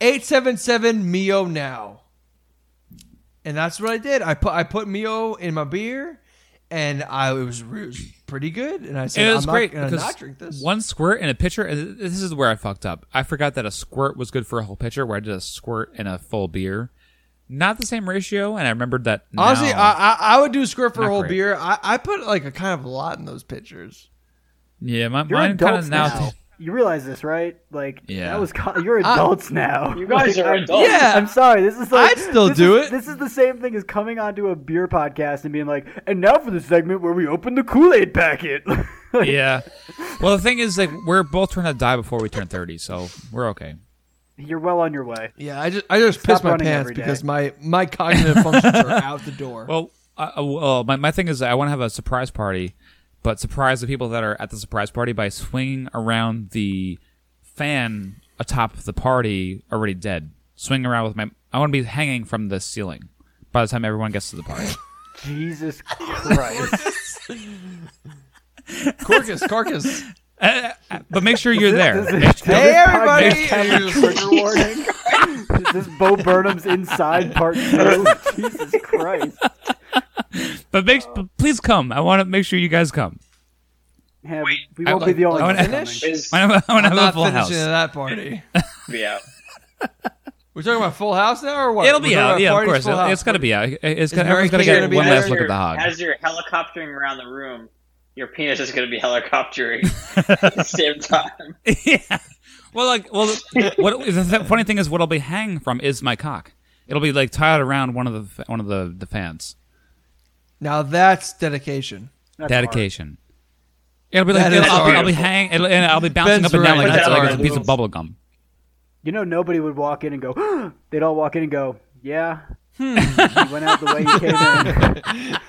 S1: Eight seven seven Mio now. And that's what I did. I put I put Mio in my beer, and I it was, re- it was pretty good, and I said,
S2: And it was
S1: I'm not
S2: great
S1: gonna
S2: because
S1: not drink this.
S2: one squirt in a pitcher. And this is where I fucked up. I forgot that a squirt was good for a whole pitcher. Where I did a squirt and a full beer, not the same ratio. And I remembered that.
S1: Honestly,
S2: now.
S1: I, I I would do a squirt for a
S2: Not
S1: whole
S2: great.
S1: beer. I, I put like a kind of a lot in those pitchers.
S2: yeah, my,
S3: You're
S2: mine kind
S3: adults
S2: of now.
S3: now. You realize this, right? Like
S2: Yeah.
S3: that was co- you're adults now. You [laughs]
S5: guys are adults.
S1: Yeah.
S3: I'm sorry. This is like
S1: I'd still
S3: this
S1: do
S3: is-
S1: it.
S3: This is the same thing as coming onto a beer podcast and being like, and now for the segment where we open the Kool Aid packet.
S2: [laughs]
S3: [laughs]
S2: yeah. Well, the thing is, like, we're both trying to die before we turn thirty, so we're okay.
S3: You're well on your way.
S1: Yeah, I just I just pissed my
S3: running
S1: pants
S3: every day.
S1: because my my cognitive functions are
S2: [laughs]
S1: out the door.
S2: Well, I, I- well, my my thing is, I want to have a surprise party, but surprise the people that are at the surprise party by swinging around the fan atop the party already dead. Swing around with my. I want to be hanging from the ceiling by the time everyone gets to the party.
S3: Jesus Christ.
S1: carcass, carcass.
S2: but make sure
S1: [laughs]
S2: you're there. Make sure-
S1: Hey everybody!
S3: Podcast has a trigger warning. This is Bo Burnham's Inside [laughs] Part 2. Jesus Christ.
S2: but make but please come. I want to make sure you guys come.
S3: Yeah,
S5: Wait,
S3: we
S2: I
S3: won't be
S2: like-
S3: the only
S2: I
S3: ones
S2: wanna-
S3: coming.
S5: Is,
S2: I want to have,
S1: I'm
S2: a
S1: not
S2: full
S1: finishing
S2: house.
S1: that party.
S5: yeah.
S1: We're talking about Full House now, or what?
S2: It'll
S1: We're
S2: be
S1: talking
S2: out.
S1: about
S2: Yeah, of
S1: parties,
S2: course.
S1: Full
S2: It'll-
S1: House.
S2: It's got to be out. It- It's got,
S1: Mary
S2: everyone's got to
S1: Kay
S2: get
S1: gonna be
S2: one
S1: there?
S2: last look at the hog.
S5: As you're helicoptering around the room, your penis is going to be
S2: [laughs]
S5: [laughs] helicoptering at the same time.
S2: yeah. Well, like, well, what [laughs] the th- funny thing is, what I'll be hanging from is my cock. It'll be like tied around one of the f- one of the, the fans.
S1: Now that's dedication.
S3: That's
S2: Dedication. It'll be like
S1: That is
S2: it'll- I'll, be- I'll be
S5: beautiful.
S2: hang it'll, and I'll be bouncing
S1: Ben's
S2: up and down
S1: right.
S2: like,
S1: That's
S2: it's like it's a
S1: art.
S2: piece of bubble gum.
S3: You know, nobody would walk in and go, [gasps] they'd all walk in and go, yeah.
S1: Hmm.
S3: you went out the way you came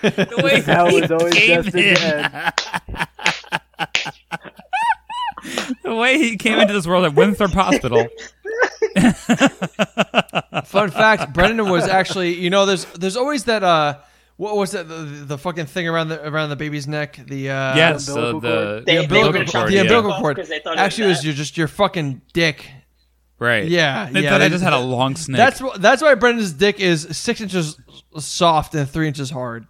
S3: in.
S1: [laughs]
S3: That's how it was always
S2: came
S3: just
S2: in.
S3: again.
S2: [laughs] The way he came into this world at
S1: [laughs]
S2: Winthrop Hospital.
S1: Fun fact: Brendan [laughs] was actually, you know, there's there's always that. uh What was that? The, the fucking thing around the around the baby's neck. The uh,
S2: yes, uh,
S3: umbilical
S2: the
S3: cord.
S1: The
S5: They- they
S1: umbilical
S5: would've
S1: cord.
S5: chopped
S1: The
S5: it
S1: umbilical
S5: off
S1: cord.
S5: Oh, 'cause they thought it was
S1: Actually, it was
S5: that.
S1: your, just your fucking dick.
S2: right.
S1: Yeah,
S2: They
S1: yeah,
S2: thought I
S1: they-
S2: just had a long snake.
S1: That's wh- that's why Brendan's dick is six inches soft and three inches hard.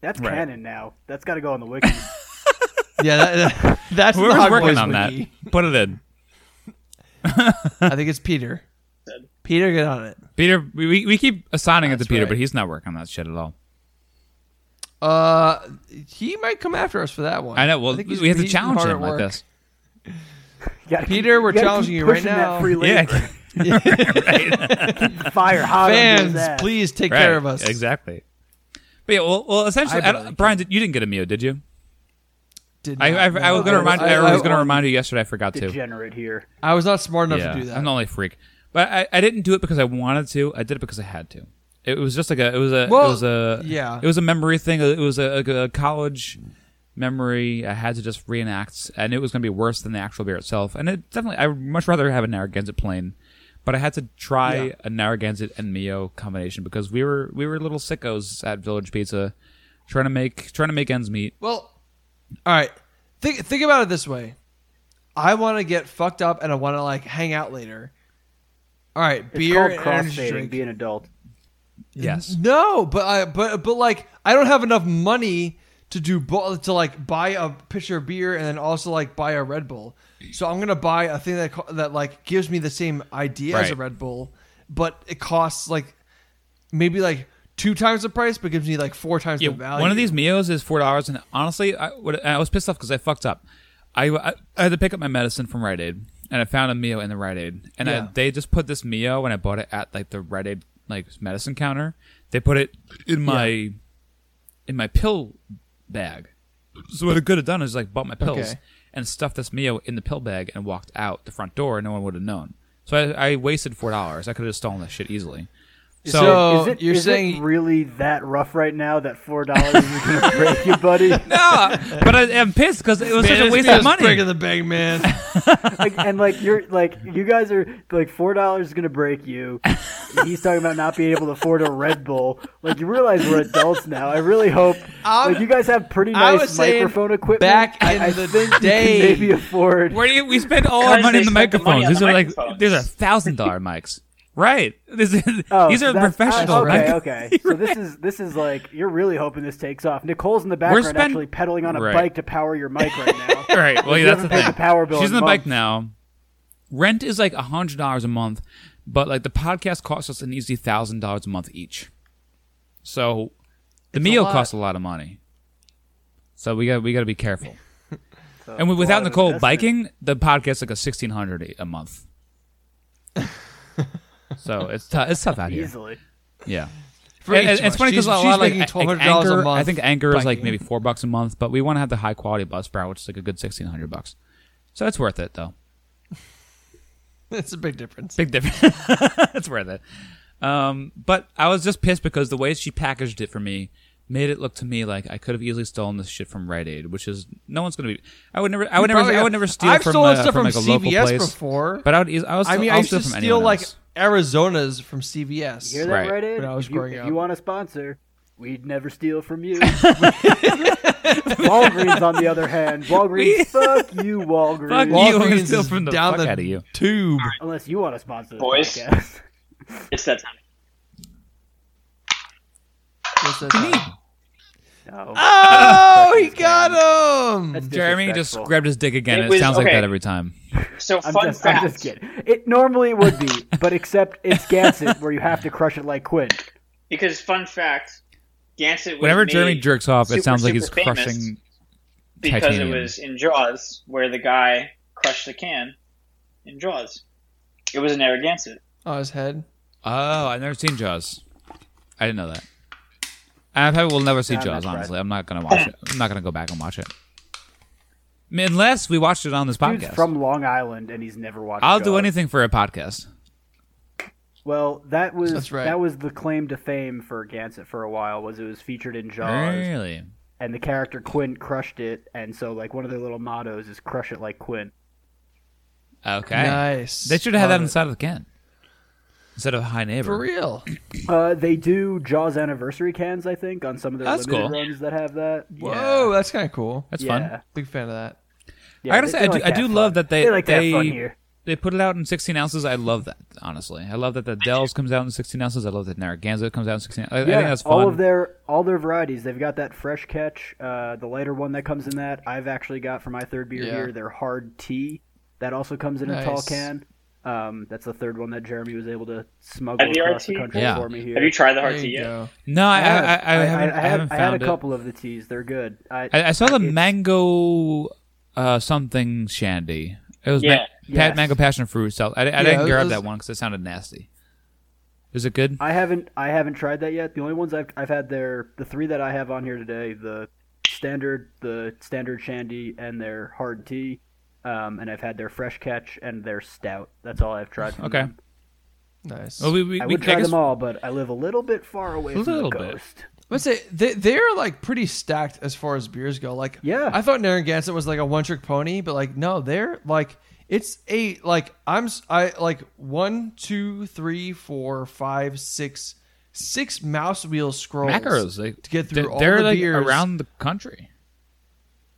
S3: That's
S2: Right.
S3: canon now. That's got to go on the wiki.
S1: Yeah, that, that- [laughs] that's the
S2: whoever's
S1: Hog
S2: working
S1: Boys
S2: on
S1: wiki.
S2: that. Put it in,
S1: I think it's Peter. Peter, get on it.
S2: Peter. We, we- we keep assigning it to
S1: That's
S2: Peter,
S1: right.
S2: but he's not working on that shit at all.
S1: Uh, he might come after us for that one.
S2: I know. Well,
S1: think he's-
S2: we have to
S1: he's
S2: challenge
S1: hard
S2: him
S1: at
S2: like
S1: work.
S2: this.
S3: You gotta keep-
S1: Peter, we're
S3: gotta keep
S1: challenging you right
S3: pushing that
S1: now.
S3: free
S2: [laughs] Yeah.
S3: labor. Fire hot under his
S1: Fans,
S3: ass.
S1: please take
S2: Right,
S1: care of us.
S2: Exactly. But yeah, well, well essentially,
S1: I
S2: I
S1: barely
S2: don't, Brian, did, you didn't get a meal, did you?
S1: Did
S2: I, I,
S1: not
S2: I was
S1: know.
S2: going to remind I,
S1: I-
S2: was going to remind you yesterday. I forgot to.
S3: Degenerate here.
S1: I was not smart enough
S2: Yeah,
S1: to do that.
S2: I'm the only freak, but I, I didn't do it because I wanted to. I did it because I had to. It was just like a. It was a.
S1: Well,
S2: it was a.
S1: yeah.
S2: It was a memory thing. It was a, a, a college memory. I had to just reenact. I knew it was going to be worse than the actual beer itself, and it definitely. I would much rather have a Narragansett plain, but I had to try
S1: Yeah.
S2: a Narragansett and Mio combination because we were we were little sickos at Village Pizza, trying to make trying to make ends meet.
S1: Well, all right. Think think about it this way. I want to get fucked up and I want to like hang out later. All right,
S3: It's
S1: beer and
S3: called
S1: energy
S3: crossfading.
S1: drink.
S3: Be an adult.
S2: Yes.
S1: No, but I but but like I don't have enough money to do bo- to like buy a pitcher of beer and then also like buy a Red Bull. So I'm gonna buy a thing that co- that like gives me the same idea as a
S2: Right.
S1: Red Bull, but it costs like maybe like two times the price, but gives me like four times
S2: Yeah,
S1: the value.
S2: one of these meals is four dollars, and honestly, I, what, I was pissed off because I fucked up. I, I, I had to pick up my medicine from Rite Aid, and I found a meal in the Rite Aid, and
S1: Yeah.
S2: I, they just put this meal, and I bought it at like the Rite Aid like medicine counter. They put it in my in my pill bag. So what I could have done is like bought my pills
S1: Okay.
S2: and stuffed this meal in the pill bag and walked out the front door, and no one would have known. So I, I wasted four dollars. I could have stolen this shit easily. So,
S1: So-
S3: is it,
S1: you're
S3: is it
S1: saying-
S3: really that rough right now that four dollars is gonna [laughs] break
S1: [laughs]
S3: you, buddy?
S2: Ah, [laughs] but I, am pissed because it was
S1: Man,
S2: such a
S1: this
S2: waste
S1: meal's
S2: of money.
S1: breaking the bank,
S2: [laughs]
S1: man.
S3: Like, and like you're like you guys are like four dollars is gonna break you. He's talking about not being able to afford a Red Bull. Like you realize we're adults now. I really hope
S1: I'm-
S3: like you guys have pretty
S1: Um, I
S3: nice
S1: was saying
S3: microphone equipment.
S1: back
S3: I-
S1: in
S3: I
S1: the
S3: think you can
S1: day.
S3: maybe afford.
S2: Where do you, we spend all
S5: Guys,
S2: our money on
S5: they
S2: the
S5: spent the money
S2: microphones.
S5: on
S2: these
S5: the
S2: are
S5: microphones.
S2: like these are thousand dollar mics. Right. This is,
S3: Oh,
S2: these are
S3: that's-
S2: professional.
S3: oh, Okay,
S1: [laughs]
S2: right?
S3: okay.
S2: [laughs]
S3: So this is this is like you're really hoping this takes off. Nicole's in the background
S2: spend-
S3: actually pedaling on a
S2: Right.
S3: bike to power your mic right
S2: [laughs]
S3: now.
S2: All right. Well,
S3: You
S2: yeah, that's the
S3: haven't paid
S2: thing.
S3: the power bill
S2: She's
S3: in
S2: on the bike
S3: months.
S2: now. Rent is like hundred dollars a month, but like the podcast costs us an easy thousand dollars a month each. So the meal
S1: lot.
S2: costs a lot of money. So we got we got to be careful.
S3: So
S2: And
S3: [laughs] it's a lot
S2: without
S3: of
S2: Nicole
S3: investment.
S2: biking, the podcast's like a sixteen hundred a
S3: [laughs]
S2: month. so it's tough. It's tough out here.
S3: easily.
S2: Yeah.
S1: For
S2: And-
S1: each
S2: and
S1: of
S2: it's
S1: us.
S2: funny because a
S1: She's-
S2: lot
S1: she's
S2: of, like,
S1: making
S2: like
S1: $1,200 a
S2: Anchor- I
S1: month
S2: think Anchor is like
S1: biking.
S2: maybe four bucks a month, but we want to have the high quality bus route, which is like a good sixteen hundred bucks. So it's worth it though.
S1: [laughs] it's a big difference.
S2: Big difference. [laughs] it's worth it. Um, but I was just pissed because the way she packaged it for me made it look to me like I could have easily stolen this shit from Rite Aid, which is no one's gonna be. I would never. I would never.
S1: Probably-
S2: I would never steal
S1: I've
S2: from,
S1: stolen
S2: uh,
S1: stuff
S2: from, like a local
S1: CVS
S2: place.
S1: before.
S2: But I would. eas- I, was
S1: I mean, I
S2: I'll
S1: used
S2: steal
S1: to
S2: from
S1: steal
S2: anyone
S1: like
S2: else.
S1: Arizona's from CVS.
S3: Hear that
S2: Right.
S3: right, in?
S1: When I was
S3: if you,
S1: growing
S3: if
S1: up.
S3: you want a sponsor, we never steal from
S1: [laughs]
S3: you. Walgreens, on the other
S1: [laughs]
S3: hand, Walgreens, fuck you, Walgreens.
S2: Fuck you. I'm gonna
S1: Walgreens
S2: steal
S1: is
S2: from the
S1: down
S2: fuck
S1: the
S2: outta you.
S1: tube.
S3: Unless you want to sponsor this
S5: Boys.
S3: podcast. [laughs]
S5: It's that time.
S1: What's that sound?
S3: No.
S1: Oh, he got him.
S3: That's
S2: Jeremy just
S3: disrespectful.
S2: grabbed his dick again.
S5: It
S2: It,
S5: was-
S2: sounds like
S5: okay.
S2: that every time.
S5: So
S3: I'm
S5: fun
S3: just,
S5: fact.
S3: I'm just kidding. It normally would be, but except it's Gansett where you have to crush it like Quinn.
S5: Because fun fact, Gansett. was
S2: Whenever
S5: made
S2: Jeremy jerks off,
S5: super,
S2: it sounds like
S5: super
S2: he's
S5: famous
S2: crushing.
S5: because
S2: titanium.
S5: it was in Jaws where the guy crushed the can in Jaws. It was in Narragansett.
S1: Oh, his head.
S2: Oh, I've never seen Jaws. I didn't know that. I probably will never see
S3: Yeah, I'm
S2: Jaws.
S3: not surprised.
S2: Honestly, I'm not gonna watch it. I'm not gonna go back and watch it. I mean, unless we watched it on this
S3: Dude's
S2: podcast.
S3: from Long Island and he's never watched.
S2: I'll do
S3: Jaws.
S2: anything for a podcast.
S3: Well, that was
S1: That's right.
S3: that was the claim to fame for Gansett for a while. Was it was featured in Jaws,
S2: Really?
S3: and the character Quinn crushed it, and so like one of their little mottos is "crush it like Quinn."
S2: Okay.
S1: Nice. Oh,
S2: They should have had
S1: Love
S2: that
S1: it.
S2: inside of the can instead of high neighbor.
S1: For real.
S3: Uh, they do Jaws anniversary cans, I think, on some of their
S2: That's
S3: limited
S2: cool.
S3: runs that have that.
S1: Whoa, that's kind of cool.
S2: That's
S3: yeah.
S2: fun.
S1: Big fan of that.
S3: Yeah,
S2: I gotta
S3: they-
S2: say,
S3: they
S2: I do,
S3: like
S2: I
S3: to
S2: do
S3: have
S2: love
S3: fun.
S2: that they
S3: They like to have
S2: they,
S3: fun here.
S2: they put it out in 16 ounces. I love that. Honestly, I love that the Dells comes out in 16 ounces. I love that Narragansett comes out in 16. I, I think that's fun.
S3: all of their all their varieties. They've got that fresh catch, uh, the lighter one that comes in that. I've actually got for my third beer
S1: Yeah.
S3: here their hard tea that also comes in a tall
S1: Nice.
S3: can. Um, that's the third one that Jeremy was able to smuggle
S5: Have you
S3: across the
S5: RT?
S3: country
S2: Yeah.
S3: for me here.
S5: Have you tried the hard
S1: There
S5: tea
S1: you
S5: yet?
S1: go.
S2: no, I, I, I,
S3: have.
S2: I, haven't,
S3: I,
S2: I haven't
S3: I
S2: found
S3: had a
S2: it.
S3: couple of the teas. They're good. I,
S2: I, I saw the
S3: it's-
S2: mango uh, something shandy. It was
S5: Yeah.
S2: ma-
S3: Yes.
S2: pa- mango passion fruit. So I, I
S1: it
S2: didn't grab
S1: was-
S2: that one because it sounded nasty. Is it good?
S3: I haven't I haven't tried that yet. The only ones I've I've had their the three that I have on here today, the standard the standard shandy and their hard tea. Um, and I've had their fresh catch and their stout. That's all I've tried. From
S2: Okay.
S3: them.
S1: Nice.
S2: Well, we, we,
S3: I
S2: we,
S3: would try
S2: guess-
S3: them all, but I live a little bit far away from the
S2: Little bit.
S3: coast.
S1: Let's say they they're like pretty stacked as far as beers go. Like
S3: Yeah.
S1: I thought Narragansett was like a one trick pony, but like no, they're like it's eight. Like I'm s- I like one, two, three, four, five, six, six mouse wheel scrolls.
S2: Macros like,
S1: to get through
S2: They're,
S1: all
S2: they're,
S1: the
S2: like
S1: beers.
S2: around the country.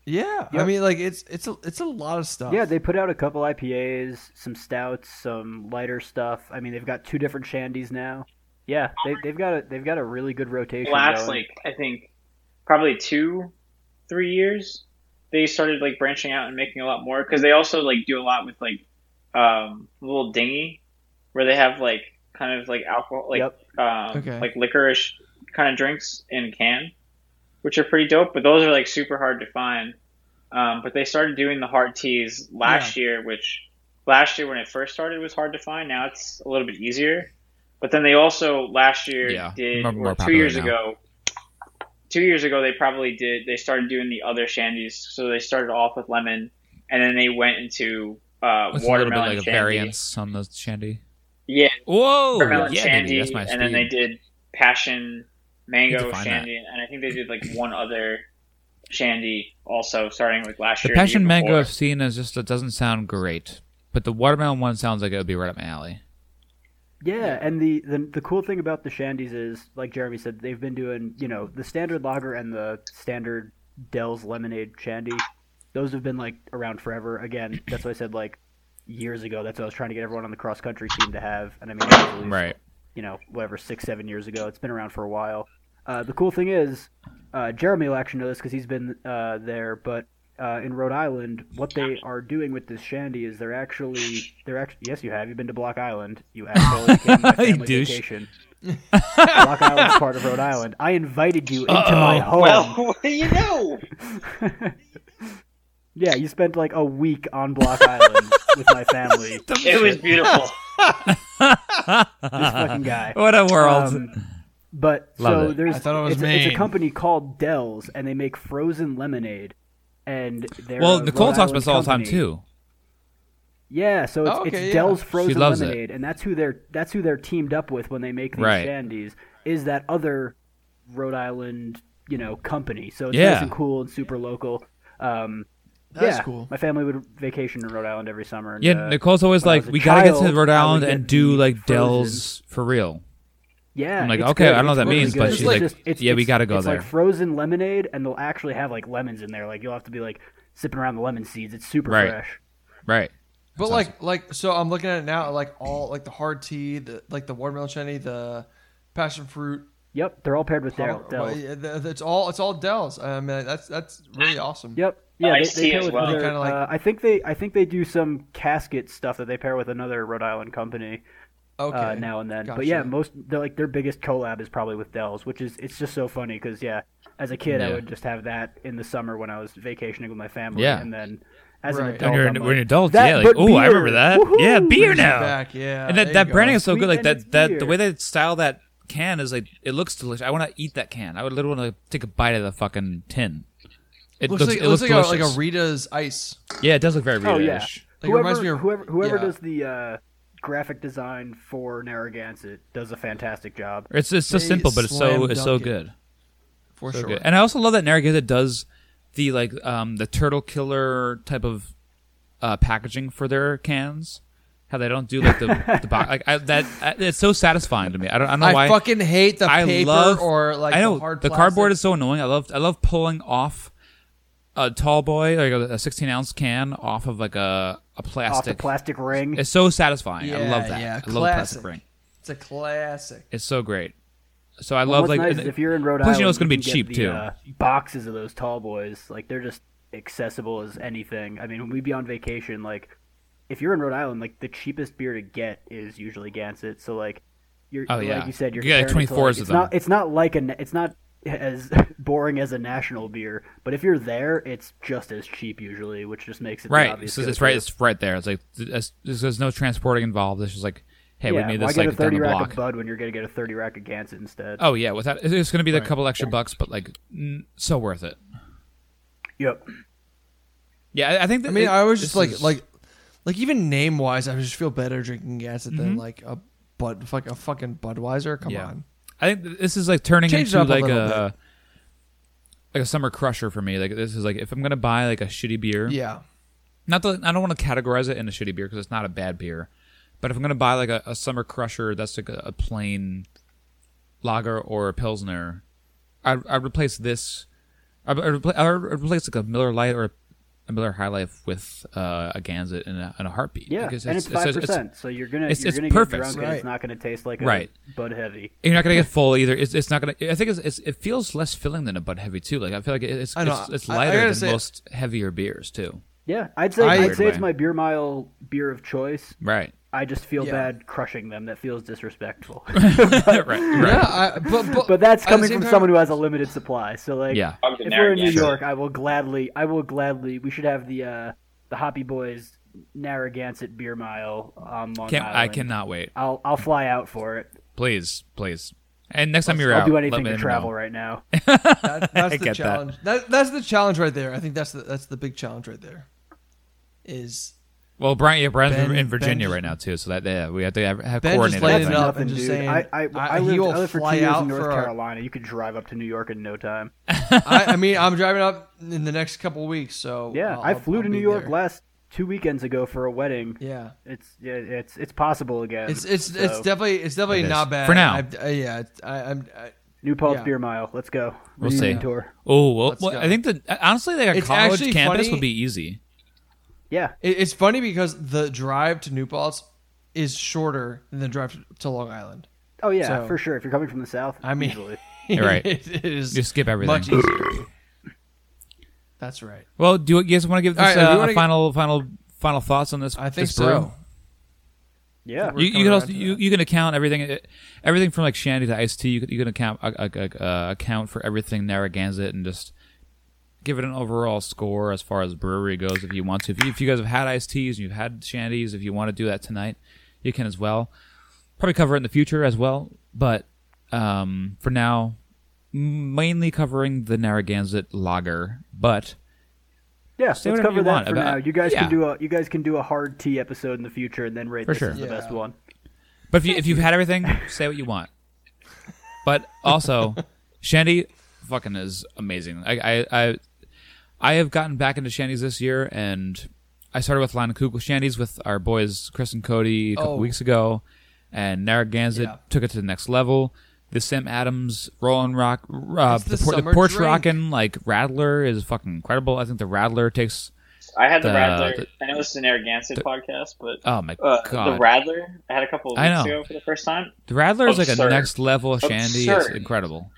S1: Yeah, I
S3: Yep.
S1: mean like it's it's a it's a lot of stuff.
S3: Yeah, they put out a couple IPAs, some stouts, some lighter stuff. I mean, they've got two different shandies now. Yeah, they, they've got a they've got a really good rotation.
S5: Last
S3: going.
S5: like I think probably two, three years, they started like branching out and making a lot more because they also like do a lot with like um little dingy where they have like kind of like alcohol like
S3: Yep.
S5: um
S1: Okay.
S5: like licorice kind of drinks in can, which are pretty dope. But those are like super hard to find. Um, but they started doing the hard teas last year, which last year when it first started was hard to find. Now it's a little bit easier. But then they also last year
S2: Yeah,
S5: did
S2: more- more
S5: or two
S2: popular
S5: years
S2: now.
S5: ago. Two years ago, they probably did. They started doing the other shandies, so they started off with lemon, and then they went into
S2: It's a little
S5: uh,
S2: bit
S5: watermelon
S2: like a
S5: shandy.
S2: variance on the shandy.
S5: Yeah,
S2: Whoa!
S5: watermelon
S2: yeah,
S5: shandy,
S2: baby, that's my
S5: and then they
S2: speed.
S5: did passion
S2: Need
S5: mango
S2: to find
S5: shandy, and I think they did like one other shandy also, starting like last
S2: The
S5: year. or
S2: passion
S5: year
S2: mango
S5: before.
S2: I've seen is just it doesn't sound great, but the watermelon one sounds like it would be right up my alley.
S3: Yeah, and the, the the cool thing about the Shandies is, like Jeremy said, they've been doing you know the standard lager and the standard Dell's lemonade Shandy. Those have been like around forever. Again, that's why I said like years ago. That's what I was trying to get everyone on the cross country team to have. And I mean, it was at least, [laughs]
S2: Right.
S3: you know, whatever, six, seven years ago. It's been around for a while. Uh, the cool thing is, uh, Jeremy will actually know this because he's been uh, there. But uh, in Rhode Island, what they are doing with this shandy is they're actually they're actually yes, you have you've been to Block Island.
S2: [laughs]
S3: You actually came to my
S2: You
S3: family
S2: douche.
S3: vacation. Block Island's part of Rhode Island. I invited you into my home.
S5: Well, [laughs] what do you
S2: [laughs]
S5: know?
S3: [laughs] yeah, you spent like a week on Block Island with my family.
S2: [laughs]
S3: This
S5: It was beautiful.
S3: fucking guy.
S2: What a world.
S3: Um, but
S2: [laughs] Love
S3: so
S2: it.
S3: there's
S1: I thought it was
S3: it's, a- it's a
S1: Maine.
S3: company called Dell's, and they make frozen lemonade. And they're
S2: well,
S3: a
S2: Nicole
S3: Rhode
S2: talks about this
S3: Island
S2: all the time
S3: company.
S2: too.
S3: Yeah, so it's,
S1: Oh, okay,
S3: it's
S1: yeah.
S3: Dell's frozen
S2: loves it.
S3: lemonade, and that's who they're that's who they're teamed up with when they make these
S2: Right.
S3: shandies. Is that other Rhode Island you know company? So it's
S2: Yeah.
S3: nice and cool and super local. Um,
S1: That's
S3: yeah,
S1: cool.
S3: my family would vacation to Rhode Island every summer. And,
S2: Yeah,
S3: uh,
S2: Nicole's always
S3: when I
S2: like,
S3: was a
S2: we gotta get to
S3: child,
S2: Rhode
S3: I would
S2: Island
S3: get
S2: and do
S3: the
S2: like
S3: frozen-
S2: Dell's for real.
S3: Yeah,
S2: I'm like,
S3: it's
S2: okay,
S3: good.
S2: I don't know what
S3: It's
S2: that
S3: really
S2: means,
S3: good.
S2: but
S3: It's
S1: she's like,
S2: yeah, we gotta go
S3: it's
S2: there.
S3: Like frozen lemonade, and they'll actually have like lemons in there. Like you'll have to be like sipping around the lemon seeds. It's super
S2: Right.
S3: fresh.
S2: Right.
S1: But like, like, so I'm looking at it now. Like all, like the hard tea, the like the watermelon shandy, the passion fruit.
S3: Yep, they're all paired with Del.
S1: pom-
S3: Del.
S1: well, yeah, th- It's all, it's all Dells. I mean, that's that's really awesome.
S3: Yep. Yeah,
S5: iced
S3: they, they
S5: tea
S3: pair
S5: as
S3: with
S5: well.
S3: other.
S1: Kinda like-
S3: uh, I think they, I think they do some casket stuff that they pair with another Rhode Island company
S1: Okay.
S3: uh, now and then. But yeah,
S1: Gotcha.
S3: most they're like their biggest collab is probably with Dell's, which is it's just so funny because yeah, as a kid I
S2: Yeah.
S3: would just have that in the summer when I was vacationing with my family,
S2: Yeah.
S3: and then as
S1: Right.
S3: an
S2: When
S3: adult,
S2: you're,
S3: I'm
S2: when
S3: like,
S2: you're adult,
S3: "That
S2: yeah. Like,
S3: but
S2: oh, I
S3: beer!
S2: remember that.
S3: Woohoo!"
S2: Yeah, beer
S1: Brings you
S2: now.
S1: back, yeah.
S2: and
S1: there
S2: that, that
S1: you
S2: branding
S1: go.
S2: is so
S3: Sweet
S2: good. Like
S3: and it's
S2: that, that
S3: beer.
S2: the way they style that can is like it looks delicious. I want to eat that can. I would literally want to take a bite of the fucking tin. It
S1: looks,
S2: looks,
S1: like
S2: it
S1: looks like
S2: looks,
S1: a, like
S2: delicious.
S1: a Rita's ice.
S2: yeah, it does look very
S3: Oh
S2: real
S3: yeah,
S1: Like, it
S3: whoever,
S1: reminds me of-
S3: whoever whoever
S1: yeah.
S3: does the uh, graphic design for Narragansett does a fantastic job.
S2: It's it's so
S1: They
S2: simple, but it's so
S1: slam
S2: it's so
S1: dunk it.
S2: good.
S1: For
S2: So
S1: sure.
S2: good. And I also love that Narragansett does the like um the turtle killer type of uh, packaging for their cans. How they don't do like the, the box like I, that. I, it's so satisfying to me. I don't, I don't know
S1: I
S2: why.
S1: fucking hate the
S2: I
S1: paper
S2: love
S1: or like
S2: I know
S1: the hard plastic.
S2: cardboard is so annoying. I love I love pulling off a tall boy like a, a 16 ounce can off of like a a plastic.
S3: Off the plastic ring,
S2: It's so satisfying.
S1: Yeah,
S2: I love that.
S1: Yeah,
S2: I love the plastic
S1: classic.
S2: ring.
S1: It's a classic.
S2: It's so great. So I
S3: Well,
S2: love
S3: what's
S2: like
S3: nice
S2: and-
S3: is if you're in Rhode
S2: plus
S3: Island,
S2: you know it's gonna be
S3: can get
S2: cheap
S3: the,
S2: too.
S3: uh, boxes of those tall boys, like they're just accessible as anything. I mean, when we'd be on vacation, like if you're in Rhode Island, like the cheapest beer to get is usually Gansett. So like, you're
S2: Oh, yeah.
S3: like you said, you're
S2: You get, like,
S3: comparing it to,
S2: 24s
S3: like,
S2: of
S3: it's not
S2: them.
S3: it's not like a na- it's not as [laughs] boring as a national beer, but if you're there, it's just as cheap usually, which just makes it the
S2: right.
S3: obvious
S2: So it's
S3: go-to.
S2: right. It's right there. It's like th- it's- there's, there's no transporting involved. It's just like hey,
S3: yeah,
S2: we made
S3: why
S2: this
S3: get
S2: like down
S3: a thirty
S2: the
S3: rack
S2: block.
S3: of Bud when you're gonna get a thirty rack of Gansett instead?
S2: Oh yeah, without it's gonna be like a couple extra bucks, but like n- so worth it.
S3: Yep.
S2: Yeah, I, I think. That
S1: I mean,
S2: it-
S1: I was
S2: this
S1: just like,
S2: is-
S1: like, like even name wise, I just feel better drinking Gansett
S3: Mm-hmm.
S1: than like a Bud, fuck a fucking Budweiser. Come
S2: Yeah.
S1: on.
S2: I think th- this is like turning
S1: Change it
S2: into
S1: up a
S2: like
S1: little
S2: a like a summer crusher for me. Like this is like if I'm gonna buy like a shitty beer,
S1: Yeah.
S2: not that I don't want to categorize it in a shitty beer because it's not a bad beer, but if I'm gonna buy like a, a summer crusher, that's like a, a plain lager or a pilsner, I I replace this, I repla I replace like a Miller Light or a Miller High Life with uh, a Gansett in a, in a heartbeat.
S3: Yeah,
S2: Because
S3: and it's five percent, so you're gonna
S2: it's-
S3: you're
S2: it's
S3: gonna
S2: perfect.
S3: get drunk, and
S1: Right.
S3: it's not gonna taste like a
S2: Right.
S3: Bud Heavy.
S2: You're not gonna get full either. It's, it's not gonna. I think it's, it's it feels less filling than a Bud Heavy too. Like I feel like it- it's
S1: I know.
S2: it's, it's
S1: I- I
S2: lighter
S1: gotta
S2: than
S1: say-
S2: most heavier beers too.
S3: Yeah, I'd say
S1: I-
S3: I,
S1: Weird
S3: would say it's
S2: way.
S3: my beer mile beer of choice.
S2: Right.
S3: I just feel
S1: Yeah.
S3: bad crushing them. That
S2: [laughs]
S3: feels disrespectful.
S2: right. Right.
S1: Yeah. I, but, but,
S3: but that's
S1: at the
S3: coming
S1: same
S3: from
S1: time-
S3: someone who has a limited supply. So like,
S2: Yeah.
S5: I'm
S3: if we're in New
S5: Narragansett.
S3: York, I will gladly, I will gladly. We should have the uh, the Hoppy Boys Narragansett Beer Mile on Long
S2: Can't,
S3: Island.
S2: I cannot wait.
S3: I'll I'll fly out for it.
S2: Please, please. And next time you're
S3: I'll
S2: out,
S3: do
S2: let
S3: anything
S2: me
S3: to
S2: know.
S3: travel right now.
S1: That,
S3: [laughs]
S1: that's
S2: I
S1: the
S2: get that.
S1: challenge. That. that's the challenge right there. I think that's the that's the big challenge right there.
S3: [laughs]
S1: Is
S2: Well, Brian, yeah, Brian's
S1: Ben-
S2: in Virginia
S1: Ben-
S2: right now too, so that yeah, we have to have, have
S1: Ben just
S2: coordinated.
S1: laid it
S2: everything.
S1: up.
S3: Nothing,
S1: and just
S3: dude.
S1: saying,
S3: I, I,
S1: I-
S3: I
S1: he
S3: lived,
S1: will
S3: I lived for
S1: fly
S3: two years
S1: out
S3: in North
S1: for a-
S3: Carolina. You could drive up to New York in no time.
S1: I, I mean I'm driving up in the next couple weeks, so
S3: Yeah,
S1: Oh, I'll-
S3: i flew
S1: I'll
S3: to
S1: be
S3: New York
S1: there.
S3: last two weekends ago for a wedding.
S1: Yeah,
S3: It's yeah, it's it's possible again.
S1: it's it's
S3: So,
S1: it's definitely it's definitely
S2: It is.
S1: not bad
S2: For now.
S1: I, I, yeah, it's- I, I'm. I,
S3: New Paul's
S1: yeah.
S3: Beer Mile. Let's go.
S2: We'll
S3: Reunion
S2: see.
S3: Tour.
S2: Oh well,
S1: Let's
S2: well
S1: go.
S2: I think that honestly, like a
S1: It's
S2: college
S1: actually
S2: campus
S1: funny-
S2: would be easy.
S3: Yeah.
S1: It, it's funny because the drive to New Paltz is shorter than the drive to, to Long Island.
S3: Oh yeah,
S1: So-
S3: for sure. If you're coming from the south,
S1: I mean- [laughs]
S3: easily.
S2: You're right.
S1: it, it is
S2: Just skip everything.
S1: much e- easier. That's right.
S2: Well, do you guys want to give
S1: All
S2: this
S1: right, uh, we
S2: uh,
S1: wanna
S2: a final, final, final thoughts on this?
S1: I think
S2: this brew?
S1: so.
S3: yeah.
S1: We're
S2: You, you
S1: coming
S2: can
S1: around
S2: also
S1: to
S2: you,
S1: that.
S2: you can account everything, eh, everything from like Shandy to iced tea. You can, you can account uh, uh, uh, account for everything Narragansett and just give it an overall score as far as brewery goes. If you want to, if you, if you guys have had iced teas and you've had shandies, if you want to do that tonight, you can as well. Probably cover it in the future as well, but um, for now, mainly covering the Narragansett lager. But
S3: Yeah,
S2: Say
S3: let's
S2: whatever
S3: cover
S2: you
S3: that
S2: want
S3: for
S2: about-
S3: now. You guys
S2: yeah.
S3: can do a you guys can do a hard tea episode in the future, and then rate
S2: For
S3: this
S2: sure.
S3: as the
S1: Yeah.
S3: best one.
S2: But if, you, if you've had everything, say what you want. But also, Shandy fucking is amazing. I, I, I, I have gotten back into Shandy's this year, and I started with Line of Kugel Shandy's with our boys Chris and Cody a couple
S1: Oh.
S2: weeks ago, and Narragansett
S1: Yeah.
S2: took it to the next level. The Sam Adams Rolling Rock, uh,
S1: It's the
S2: the, por- the
S1: summer
S2: porch
S1: drink.
S2: rockin' like Rattler is fucking incredible. I think the Rattler takes.
S5: I had the,
S2: [laughs] The-
S5: Radler.
S2: the-
S5: I know this is an Narragansett podcast, but
S2: Oh my
S5: uh,
S2: god!
S5: the Radler I had a couple of
S2: I
S5: weeks
S2: know.
S5: ago for the first time.
S2: The Rattler is like a
S5: Absurd.
S2: next level shandy. It's
S5: Absurd.
S2: incredible.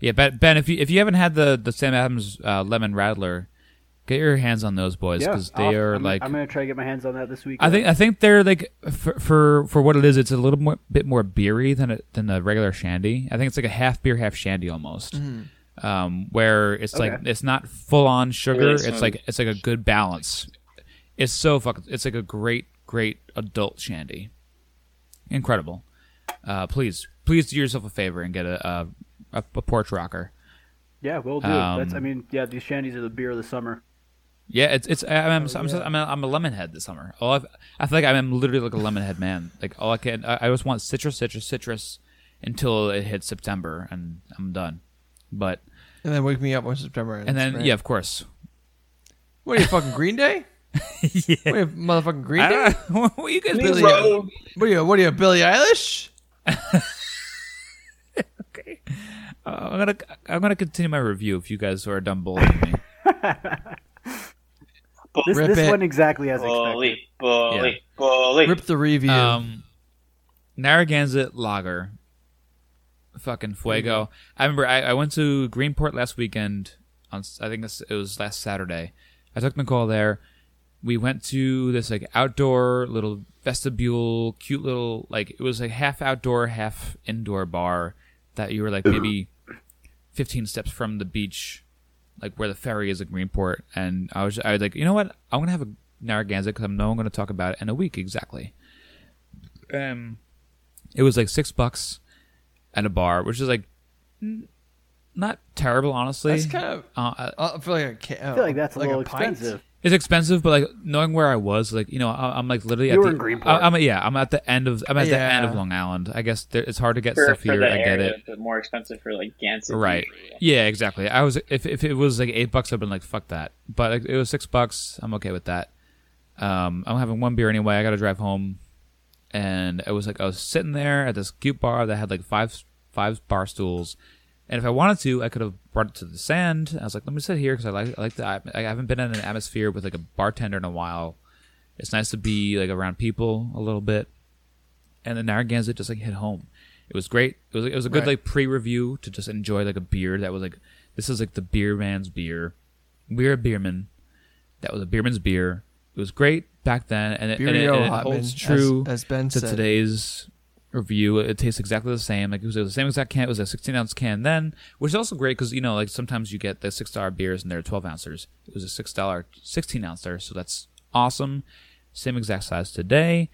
S2: Yeah, Ben, ben if you if you haven't had the, the Sam Adams uh, Lemon Rattler, get your hands on those boys
S3: Yeah,
S2: because
S3: I'll-
S2: they are
S3: I'm,
S2: like
S3: I'm gonna try to get my hands on that this week.
S2: I think I think they're like for, for for what it is, it's a little more, bit more beery than a, than the regular shandy. I think it's like a half beer, half shandy almost. Um, where it's like
S3: Okay.
S2: it's not full on sugar.
S5: Really
S2: it's
S5: smooth.
S2: like it's like a good balance. It's so fucking. It's like a great great adult shandy. Incredible. Uh, please please do yourself a favor and get a a, a, a porch rocker.
S3: Yeah, we'll do.
S2: Um,
S3: That's I mean, yeah, these shandies are the beer of the summer.
S2: Yeah, it's it's. I- I'm I'm, I'm, I'm, a, I'm a lemon head this summer. All I've, I feel like I'm literally like a lemon head man. Like all I can, I, I just want citrus, citrus, citrus until it hits September, and I'm done. But
S1: And then wake me up when September ends.
S2: and then
S1: right?
S2: yeah, of course.
S1: What are you fucking Green
S2: [laughs]
S1: Day? What are you motherfucking Green
S2: I
S1: Day?
S2: don't know. [laughs] what you guys
S1: Billie- What are you? What are you, Billie Eilish?
S2: okay. Uh, I'm gonna I'm gonna continue my review if you guys are done bullying me.
S3: This,
S1: Rip
S3: this
S1: it.
S3: one exactly as expected.
S5: Bully, bully, bully.
S1: Rip the review.
S2: Um, Narragansett Lager. Fucking Fuego. I remember I, I went to Greenport last weekend. On s- I think this, it was last Saturday. I took Nicole there. We went to this like outdoor little vestibule, cute little like it was like half outdoor, half indoor bar that you were like maybe fifteen steps from the beach, like where the ferry is at Greenport. And I was I was like, you know what? I'm gonna have a Narragansett because I know I'm gonna talk about it in a week exactly um, it was like six bucks at a bar, which is like n- not terrible, honestly.
S1: That's kind of-
S2: Uh,
S1: I feel like a ca-
S3: I feel like that's a little
S1: pint?
S3: expensive.
S2: it's expensive, but like knowing where I was, like you know, I, I'm like literally.
S3: You
S2: at
S3: were
S2: the,
S3: in Greenport.
S2: I, am yeah, I'm at the end of I'm at the
S1: Yeah.
S2: end of Long Island. I guess there, it's hard to get
S5: for,
S2: stuff
S5: for
S2: here.
S5: the
S2: I get
S5: area,
S2: it.
S5: but more expensive for like Gansett.
S2: Right. Yeah, exactly. I was if if it was like eight bucks, I've been like fuck that. But like, it was six bucks. I'm okay with that. Um, I'm having one beer anyway. I got to drive home, and I was like I was sitting there at this cute bar that had like five five bar stools, and if I wanted to, I could have brought it to the sand. I was like, let me sit here because I like I like the atm- I haven't been in an atmosphere with like a bartender in a while. It's nice to be like around people a little bit and the Narragansett just like hit home. It was great. It was it was a good
S1: Right.
S2: like pre-review to just enjoy like a beer that was like this is like the beer man's beer. We're a beerman. That was a beerman's beer. It was great back then, and it, and it,
S1: Beerio
S2: and it
S1: Hotman,
S2: holds
S1: as-
S2: true
S1: as Ben
S2: to
S1: said.
S2: today's review. It tastes exactly the same. Like it was the same exact can. It was a 16 ounce can then, which is also great because you know like sometimes you get the six dollar beers and they're 12 ounces. It was a six dollar 16 ouncer, so that's awesome. Same exact size today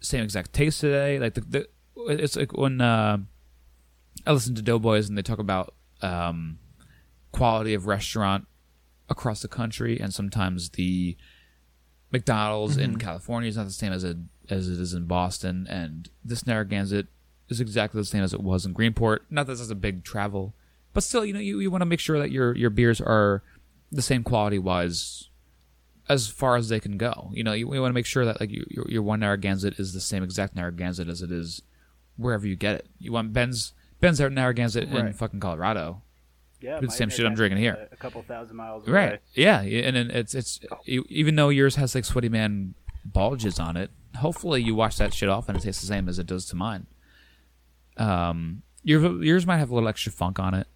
S2: same exact taste today. Like the, the it's like when uh, I listen to Doughboys and they talk about um, quality of restaurant across the country, and sometimes the McDonald's in California is not the same as it as it is in Boston, and this Narragansett is exactly the same as it was in Greenport. Not that that's a big travel, but still, you know, you, you want to make sure that your your beers are the same quality wise as far as they can go. You know, you, you want to make sure that like you, your, your one Narragansett is the same exact Narragansett as it is wherever you get it. You want Ben's Ben's out Narragansett in
S1: Right.
S2: fucking Colorado.
S3: yeah,
S2: Do the
S3: might
S2: same
S3: make
S2: shit I'm
S3: it
S2: drinking here.
S3: A, a couple thousand miles away.
S2: Right. Yeah. yeah, And then it's it's e- even though yours has like sweaty man bulges on it, hopefully you wash that shit off and it tastes the same as it does to mine. Um, your yours might have a little extra funk on it,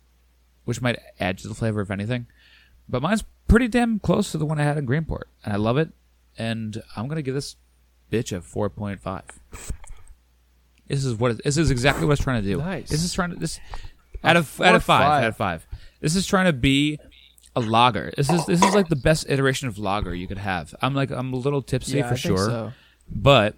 S2: which might add to the flavor if anything. But mine's pretty damn close to the one I had in Greenport, and I love it. And I'm gonna give this bitch a four point five. This is what it- this is exactly what it's trying to do.
S1: Nice.
S2: This is trying to this out of out of
S1: four
S2: five,
S1: five.
S2: out of five. This is trying to be a lager. This is this is like the best iteration of lager you could have. I'm like I'm a little tipsy
S1: Yeah,
S2: for
S1: I think
S2: sure,
S1: so.
S2: but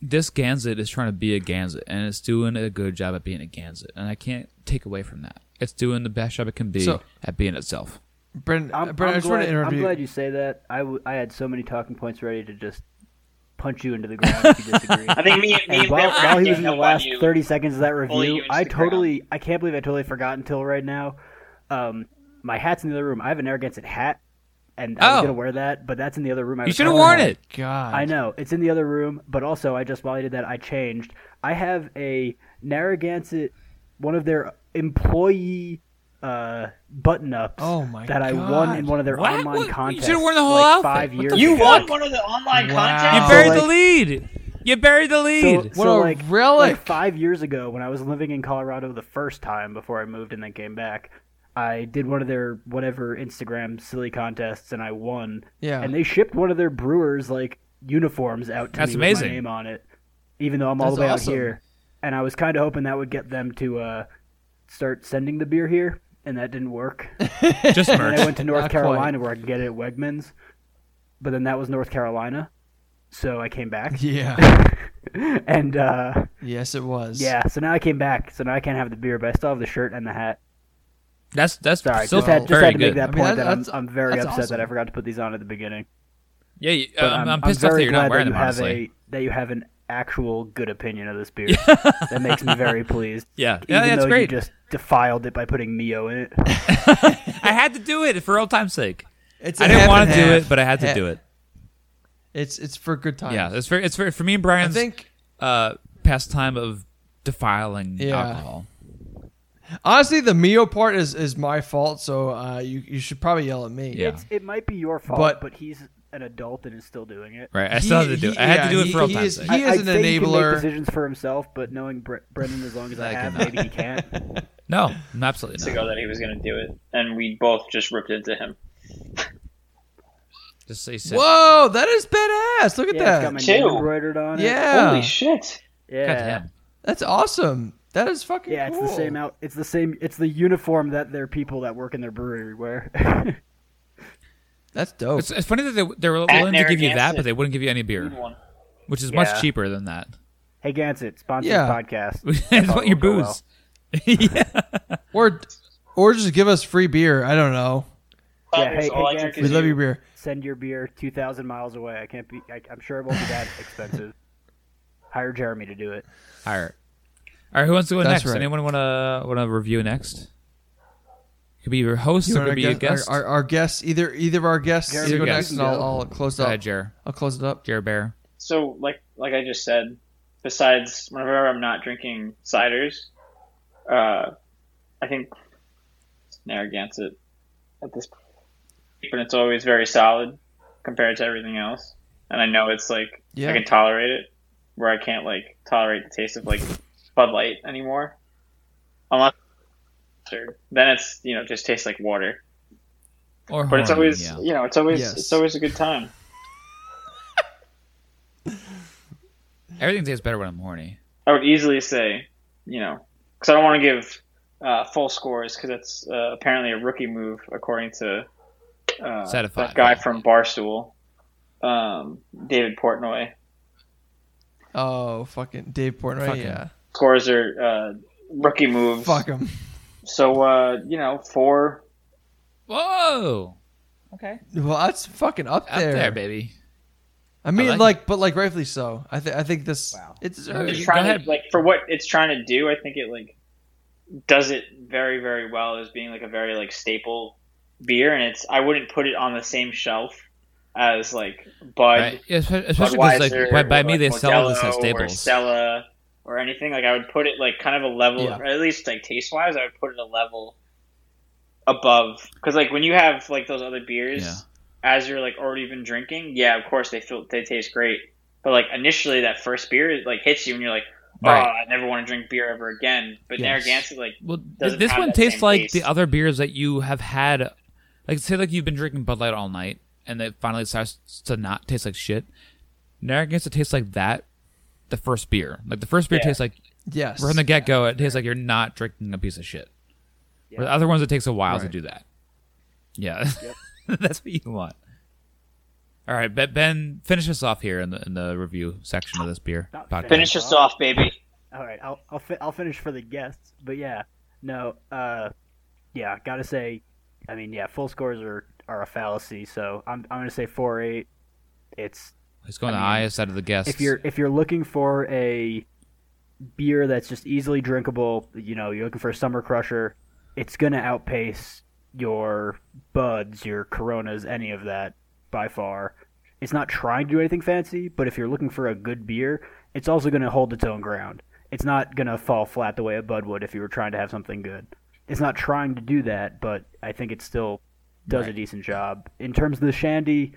S2: this Gansett is trying to be a Gansett, and it's doing a good job at being a Gansett, and I can't take away from that. It's doing the best job it can be
S1: So-
S2: at being itself.
S1: Brendan,
S3: I'm,
S1: Brendan, I
S3: I'm
S1: just want
S3: glad,
S1: to
S3: I'm
S1: interrupt you.
S3: glad you say that. I, w- I had so many talking points ready to just punch you into the ground if you disagree.
S5: I think me, me
S3: And
S5: and
S3: while,
S5: Bill
S3: while he was in
S5: ganged
S3: the
S5: up on
S3: last
S5: you.
S3: 30 seconds of that
S5: Bully you
S3: review,
S5: into
S3: I
S5: the
S3: totally, I can't believe I totally forgot until right now. Um, my hat's in the other room. I have an Narragansett hat, and I was
S2: Oh.
S3: going to wear that, but that's in the other room. I
S2: You
S3: was
S2: should have
S3: talking
S2: worn
S3: about.
S2: it.
S1: God,
S3: I know. It's in the other room, but also, I just, while I did that, I changed. I have a Narragansett, one of their employee uh, button ups
S1: Oh my
S3: that I won
S1: God.
S3: in one of their
S2: What?
S3: online
S2: What? You
S3: contests.
S2: should've worn the whole
S3: like
S2: outfit.
S3: Five
S2: What
S3: years
S2: the
S5: You
S3: ago.
S5: won one of the online
S1: Wow.
S5: contests.
S1: You
S2: You
S1: Oh,
S2: buried
S3: like-
S2: the lead. You buried the
S3: So,
S2: lead.
S3: [laughs]
S1: What
S3: so
S1: a
S3: like,
S1: relic.
S3: like five years ago, when I was living in Colorado the first time before I moved and then came back, I did one of their whatever Instagram silly contests and I won.
S1: Yeah.
S3: And they shipped one of their brewers like uniforms out to
S2: That's
S3: me with
S2: amazing.
S3: my name on it, even though I'm all
S1: That's
S3: the way
S1: awesome.
S3: out here. And I was kind of hoping that would get them to uh, start sending the beer here, and that didn't
S1: [laughs]
S3: work.
S2: Just
S3: And I
S2: merch.
S3: went to North
S1: Not quite.
S3: Carolina where I could get it at Wegmans, but then that was North Carolina, so I
S1: [laughs]
S3: came
S1: [laughs]
S3: back. [laughs]
S1: Yeah.
S3: And uh,
S1: yes, it was.
S3: yeah, so now I came back, so now I can't have the beer, but I still have the shirt and the hat.
S2: That's that's
S3: Sorry,
S2: still
S3: just had, just
S2: very
S3: had to
S2: good.
S3: make that
S1: I mean,
S3: point
S1: that-
S3: that I'm,
S1: that's-
S3: I'm very
S1: that's
S3: upset that I
S1: awesome.
S3: forgot to put these on at the beginning.
S2: Yeah, you,
S3: But
S2: um, I'm,
S3: I'm,
S2: pissed
S3: I'm
S2: off that
S3: very
S2: you're
S3: glad
S2: not wearing
S3: that you
S2: them.
S3: have
S2: Honestly,
S3: a that you have an actual good opinion of this beer. that makes me very pleased.
S2: [laughs] yeah,
S3: Even
S2: yeah, that's
S3: though
S2: great.
S3: you just defiled it by putting Mio in it.
S2: I had to do it for old time's sake.
S1: It's
S2: I
S1: a
S2: didn't
S1: half
S2: want
S1: and
S2: to do
S1: half.
S2: it, but I had to
S1: Half-
S2: do it.
S1: It's it's for good times.
S2: Yeah, it's for it's for for me and
S1: I
S2: Brian's
S1: think
S2: uh, pastime of defiling
S1: Yeah.
S2: alcohol.
S1: honestly, the Mio part is is my fault. So uh, you you should probably yell at me.
S2: Yeah,
S3: It's, it might be your fault,
S1: But-
S3: but, he's an adult and is still doing it.
S2: right. I still had to do. it. I had to do it for old
S1: he,
S2: time's
S1: is,
S2: sake.
S1: he
S3: I,
S1: is
S3: I'd
S1: an
S3: say He can make
S1: enabler.
S3: decisions for himself, but knowing Bre- Brendan as long as I,
S2: I
S3: have,
S2: cannot.
S3: maybe he
S2: [laughs]
S3: can't.
S2: No, absolutely
S5: to
S2: not.
S5: go that he was going to do it, and we both just ripped into him.
S2: Just say sip.
S1: Whoa, that is badass! Look at
S3: Yeah, it's got
S1: that.
S3: my
S5: Two.
S3: name embroidered on it.
S1: yeah,
S5: Holy shit!
S3: yeah.
S2: Goddamn.
S1: that's awesome. That is fucking.
S3: Yeah, it's
S1: cool.
S3: the same out. It's the same. It's the uniform that their people that work in their brewery wear. [laughs]
S1: That's dope.
S2: It's, it's funny that they, they were willing to give you that,
S5: Narragansett.
S2: but they wouldn't give you any beer,
S5: One.
S2: which is
S3: Yeah.
S2: much cheaper than that. [laughs]
S3: hey Gansett, sponsor
S1: Yeah.
S3: the podcast.
S2: I
S3: I
S2: just
S3: thought
S2: want
S3: it
S2: your
S3: would go
S2: booze.
S3: well.
S2: yeah.
S1: or or just give us free beer. I don't know.
S3: Yeah, hey,
S5: all I
S3: hey,
S5: drink
S1: We
S5: is
S3: Gansett.
S1: love
S5: you.
S1: your beer.
S3: Send your beer two thousand miles away. I can't be. I, I'm sure it won't be that expensive. Hire Jeremy to do it.
S2: Higher. All right. Who wants to go
S1: That's
S2: next?
S1: right.
S2: Anyone want to want to review next? Could be your host. or
S1: wanna
S2: could be your guest.
S1: Our, our, our guest, either either of our guests,
S3: Jeremy,
S1: either go
S2: you
S1: next,
S3: can
S1: and I'll,
S3: go.
S1: I'll close it
S2: Go
S1: up.
S2: ahead, Jer.
S1: I'll close it up.
S2: Jer Bear.
S5: So, like, like I just said, besides whenever I'm not drinking ciders, uh, I think it's Narragansett at this point, but it's always very solid compared to everything else. And I know it's like
S1: Yeah.
S5: I can tolerate it, where I can't like tolerate the taste of like Bud Light anymore, unless then it's you know just tastes like water.
S2: Or
S5: But it's
S2: Horn,
S5: always
S2: yeah.
S5: you know it's always
S1: Yes.
S5: it's always a good time.
S2: everything tastes better when I'm horny.
S5: I would easily say, you know, because I don't want to give uh, full scores because that's uh, apparently a rookie move according to uh,
S2: Set of
S5: that
S2: five,
S5: guy
S2: yeah.
S5: from Barstool, um, David Portnoy.
S1: Oh, fucking Dave Portnoy.
S2: Fuck him.
S1: yeah,
S5: Scores are uh, rookie moves.
S1: fuck him. [laughs]
S5: So uh, you know, four.
S2: Whoa. Okay.
S1: Well, that's fucking up
S2: Out
S1: there.
S2: there, baby.
S1: I mean,
S2: I
S1: like,
S2: like
S1: but like rightfully so. I think I think this it deserves.
S5: It's
S2: Go
S5: trying to,
S2: ahead.
S5: like for what it's trying to do. I think it like does it very very well as being like a very like staple beer, and it's I wouldn't put it on the same shelf as like Bud.
S2: Right. Yeah, espe- Especially because like
S5: Budweiser
S2: by, by
S5: or,
S2: me
S5: like,
S2: they sell this at
S5: Modelo or
S2: Staples.
S5: Stella or anything. Like I would put it like kind of a level,
S1: Yeah.
S5: or at least like taste wise, I would put it a level above because like when you have like those other beers
S2: Yeah.
S5: as you're like already been drinking, yeah, of course they feel they taste great. But like initially, that first beer like hits you, and you're like, oh,
S2: Right.
S5: I never want to drink beer ever again. But
S1: Yes.
S5: Narragansett, like,
S2: Well,
S5: Doesn't
S2: this
S5: have
S2: one
S5: that
S2: tastes
S5: same
S2: like
S5: taste.
S2: the other beers that you have had. Like, say, like you've been drinking Bud Light all night, and it finally starts to not taste like shit. Narragansett tastes like that. The first beer, like the first beer,
S5: Yeah.
S2: tastes like
S1: Yes.
S2: from the get go. It tastes like you're not drinking a piece of shit. Where the other ones, it takes a while to
S1: Right.
S2: do that. Yeah, [laughs] that's what you want. All right, Ben- Ben, finish us off here in the in the review section of this beer
S3: Not
S2: podcast.
S5: finish us off, baby.
S3: All right, I'll I'll, fi- I'll finish for the guests, but yeah, no, uh, yeah, gotta say, I mean, yeah, full scores are are a fallacy, so I'm I'm gonna say four eight. It's
S2: It's going
S3: I
S2: the
S3: mean,
S2: highest out of the guests.
S3: if you're if you're looking for a beer that's just easily drinkable, you know, you're looking for a summer crusher, it's gonna outpace your buds, your coronas, any of that by far. It's not trying to do anything fancy, but if you're looking for a good beer, it's also gonna hold its own ground. It's not gonna fall flat the way a bud would if you were trying to have something good. It's not trying to do that, but I think it still does a decent job. In terms of the shandy,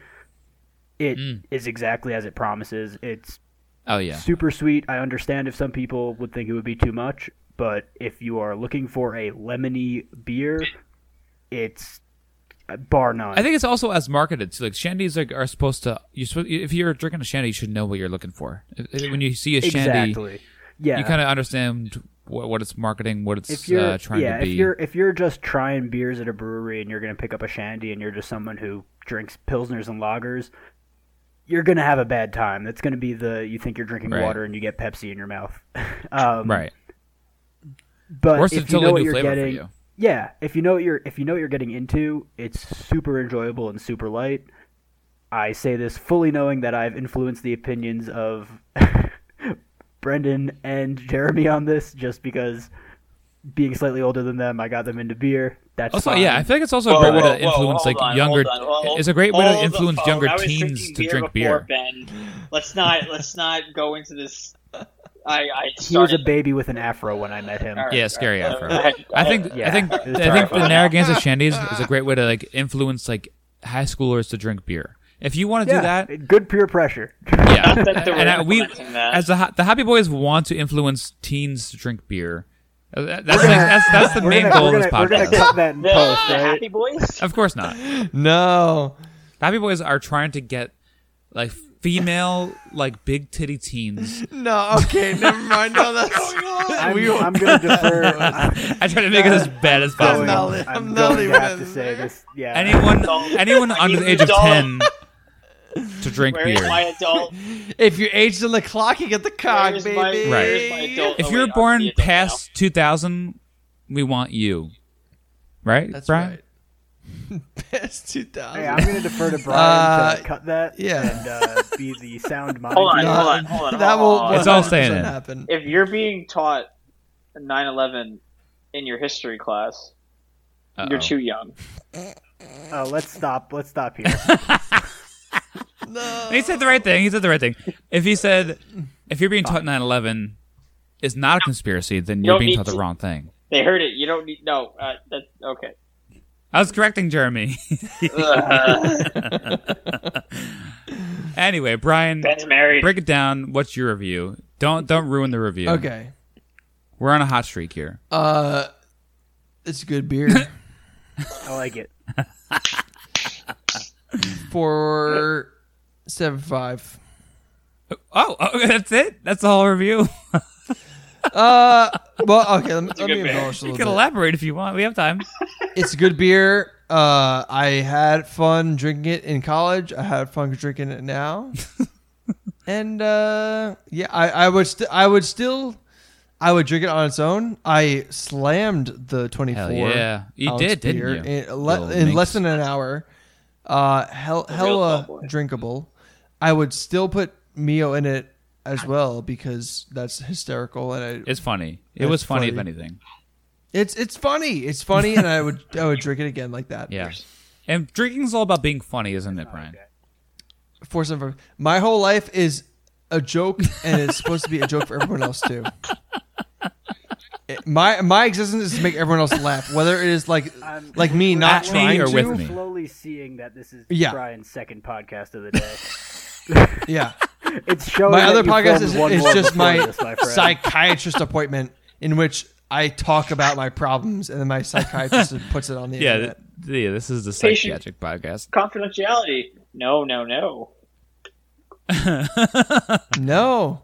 S3: it is
S2: Mm.
S3: exactly as it promises. It's
S2: oh yeah,
S3: super sweet. I understand if some people would think it would be too much, but if you are looking for a lemony beer, it's uh, bar none.
S2: I think it's also as marketed too. Like shandies like are supposed to. You if you're drinking a shandy, you should know what you're looking for. If- if- When you see a shandy,
S3: exactly. yeah,
S2: you kind of understand what, what it's marketing, what it's
S3: if you're
S2: uh, trying
S3: yeah,
S2: to be.
S3: if you're if you're just trying beers at a brewery and you're gonna pick up a shandy and you're just someone who drinks pilsners and lagers, you're gonna have a bad time. That's gonna be the you think you're drinking
S2: Right.
S3: water and you get Pepsi in your mouth. [laughs] um,
S2: right,
S3: But
S2: or it's a
S3: if you know
S2: totally
S3: what
S2: new
S3: you're
S2: flavor for
S3: getting,
S2: you.
S3: yeah if you know what you're if you know what you're getting into it's super enjoyable and super light i say this fully knowing that i've influenced the opinions of [laughs] brendan and jeremy on this just because being slightly older than them i got them into beer that's
S2: Also,
S3: fine.
S2: yeah, I feel like it's also a
S5: Whoa,
S2: great way
S5: whoa,
S2: to
S5: whoa,
S2: influence
S5: hold
S2: like
S5: on,
S2: younger.
S5: hold on, hold-
S2: It's a great way
S5: hold
S2: to
S5: the
S2: influence
S5: phone.
S2: younger
S5: I was drinking
S2: teens to
S5: beer
S2: drink
S5: before,
S2: beer.
S5: Ben, let's not let's not go into this. I, I
S3: he was a
S5: started.
S3: baby with an afro when i met him
S5: All right,
S2: Yeah, scary
S5: all right.
S2: afro. I think I
S3: Yeah.
S2: think
S3: It's
S2: I think the
S3: terrifying.
S5: [laughs]
S2: Narragansett Shandy is, is a great way to like influence like high schoolers to drink beer. If you want to
S3: yeah,
S2: do that,
S3: good peer pressure [laughs]
S2: yeah.
S5: Not that they were
S2: and I, we,
S5: implementing that.
S2: as the ho- the Happy Boys, want to influence teens to drink beer. Uh, that- That's like, that's, that's the
S3: we're
S2: main
S3: gonna,
S2: goal
S3: we're
S2: of this
S3: gonna- we're gonna
S2: podcast.
S3: cut that in
S5: The,
S3: post
S5: the
S3: right
S5: [laughs] Happy Boys.
S2: Of course not. The
S1: no.
S2: Happy Boys are trying to get like female, like big titty teens. [laughs]
S1: No. [laughs] Okay. Never mind. No, that's. [laughs]
S3: I'm,
S1: we,
S3: I'm gonna defer
S2: I try to make it as bad
S1: That's
S2: as possible.
S1: not
S3: I'm,
S1: li- I'm not
S3: going to
S1: even-
S3: have to say this yeah
S2: anyone,
S5: Don't. [laughs]
S2: anyone
S5: I
S2: under
S5: mean,
S2: the age of ten
S5: don't. [laughs]
S2: to drink
S5: Where is
S2: beer.
S3: [laughs]
S5: my adult?
S1: if you're aged on the clock, you get the cock,
S5: Where's
S1: baby.
S5: my- where's my adult-
S2: if
S5: Oh,
S2: you're
S5: wait, I'm the
S2: born
S5: adult now.
S2: past 2000, we want you. Right?
S1: That's
S2: Brian?
S1: right. [laughs] Past two thousand.
S3: Hey, I'm going to defer to Brian
S1: Uh,
S3: to cut that
S1: yeah.
S3: and uh, be the sound mind.
S5: [laughs] Hold on,
S1: No,
S5: hold on, hold
S1: [laughs]
S5: on.
S1: That
S5: hold
S1: will.
S5: on.
S2: It's all
S1: 100%
S2: staying in.
S1: Happen.
S5: if you're being taught 9/11 in your history class, you're
S2: Uh-oh.
S5: too young.
S3: Uh, let's stop. Let's stop here.
S1: No.
S2: He said the right thing. He said the right thing. If he said, if you're being taught 9 11 is not a conspiracy, then you're
S5: don't
S2: being
S5: need
S2: taught the
S5: to-
S2: wrong thing.
S5: They heard it. You don't need no. Uh, that, okay.
S2: I was correcting
S5: [laughs]
S2: Jeremy.
S5: Ugh.
S2: anyway, Brian,
S5: Ben's married.
S2: break it down. What's your review? Don't don't ruin the review.
S1: Okay.
S2: We're on a hot streak here.
S1: Uh, it's a good [laughs] beer.
S3: I like it.
S1: Four seven five.
S2: Oh, [laughs] oh, that's it? That's the whole review? [laughs]
S1: Uh, well, okay. Let me, let
S5: good
S1: me
S5: beer.
S1: embellish a
S2: you
S1: little
S2: can
S1: bit.
S2: elaborate if you want. We have time.
S1: it's a good beer. Uh, I had fun drinking it in college. I had fun drinking it now. and uh, yeah, I, I would st- I would still I would drink it on its own. I slammed the twenty four.
S2: Hell yeah. You did, didn't you?
S1: In,
S2: Little
S1: le- in less
S2: minx.
S1: than an hour. Uh, hell, hella
S5: cowboy.
S1: drinkable. I would still put Mio in it as well because that's hysterical and I,
S2: It's funny. It
S1: That's
S2: was funny, if
S1: funny.
S2: anything.
S1: it's it's funny. It's funny, and I would I would drink it again like that.
S2: Yeah. And drinking's all about being funny, isn't it, Brian?
S1: Four seven five. My whole life is a joke, and it's supposed to be a joke for everyone else too. it- my my existence is to make everyone else laugh, whether it is like
S3: I'm-
S1: like me [laughs] not
S2: At me
S1: trying
S2: or
S1: to.
S2: with me?
S3: slowly seeing that this is
S1: Yeah.
S3: Brian's second podcast of the day. [laughs]
S1: Yeah,
S3: It's showing
S1: my
S3: that
S1: other
S3: you
S1: podcast
S3: filmed
S1: is,
S3: one
S1: is
S3: more
S1: just
S3: before
S1: my,
S3: this, my friend.
S1: psychiatrist appointment in which I talk about my problems and then my psychiatrist puts it on the
S2: Yeah, th-
S1: internet.
S2: yeah. This is the
S5: Patient.
S2: psychiatric podcast.
S5: Confidentiality. No, no, no.
S1: No,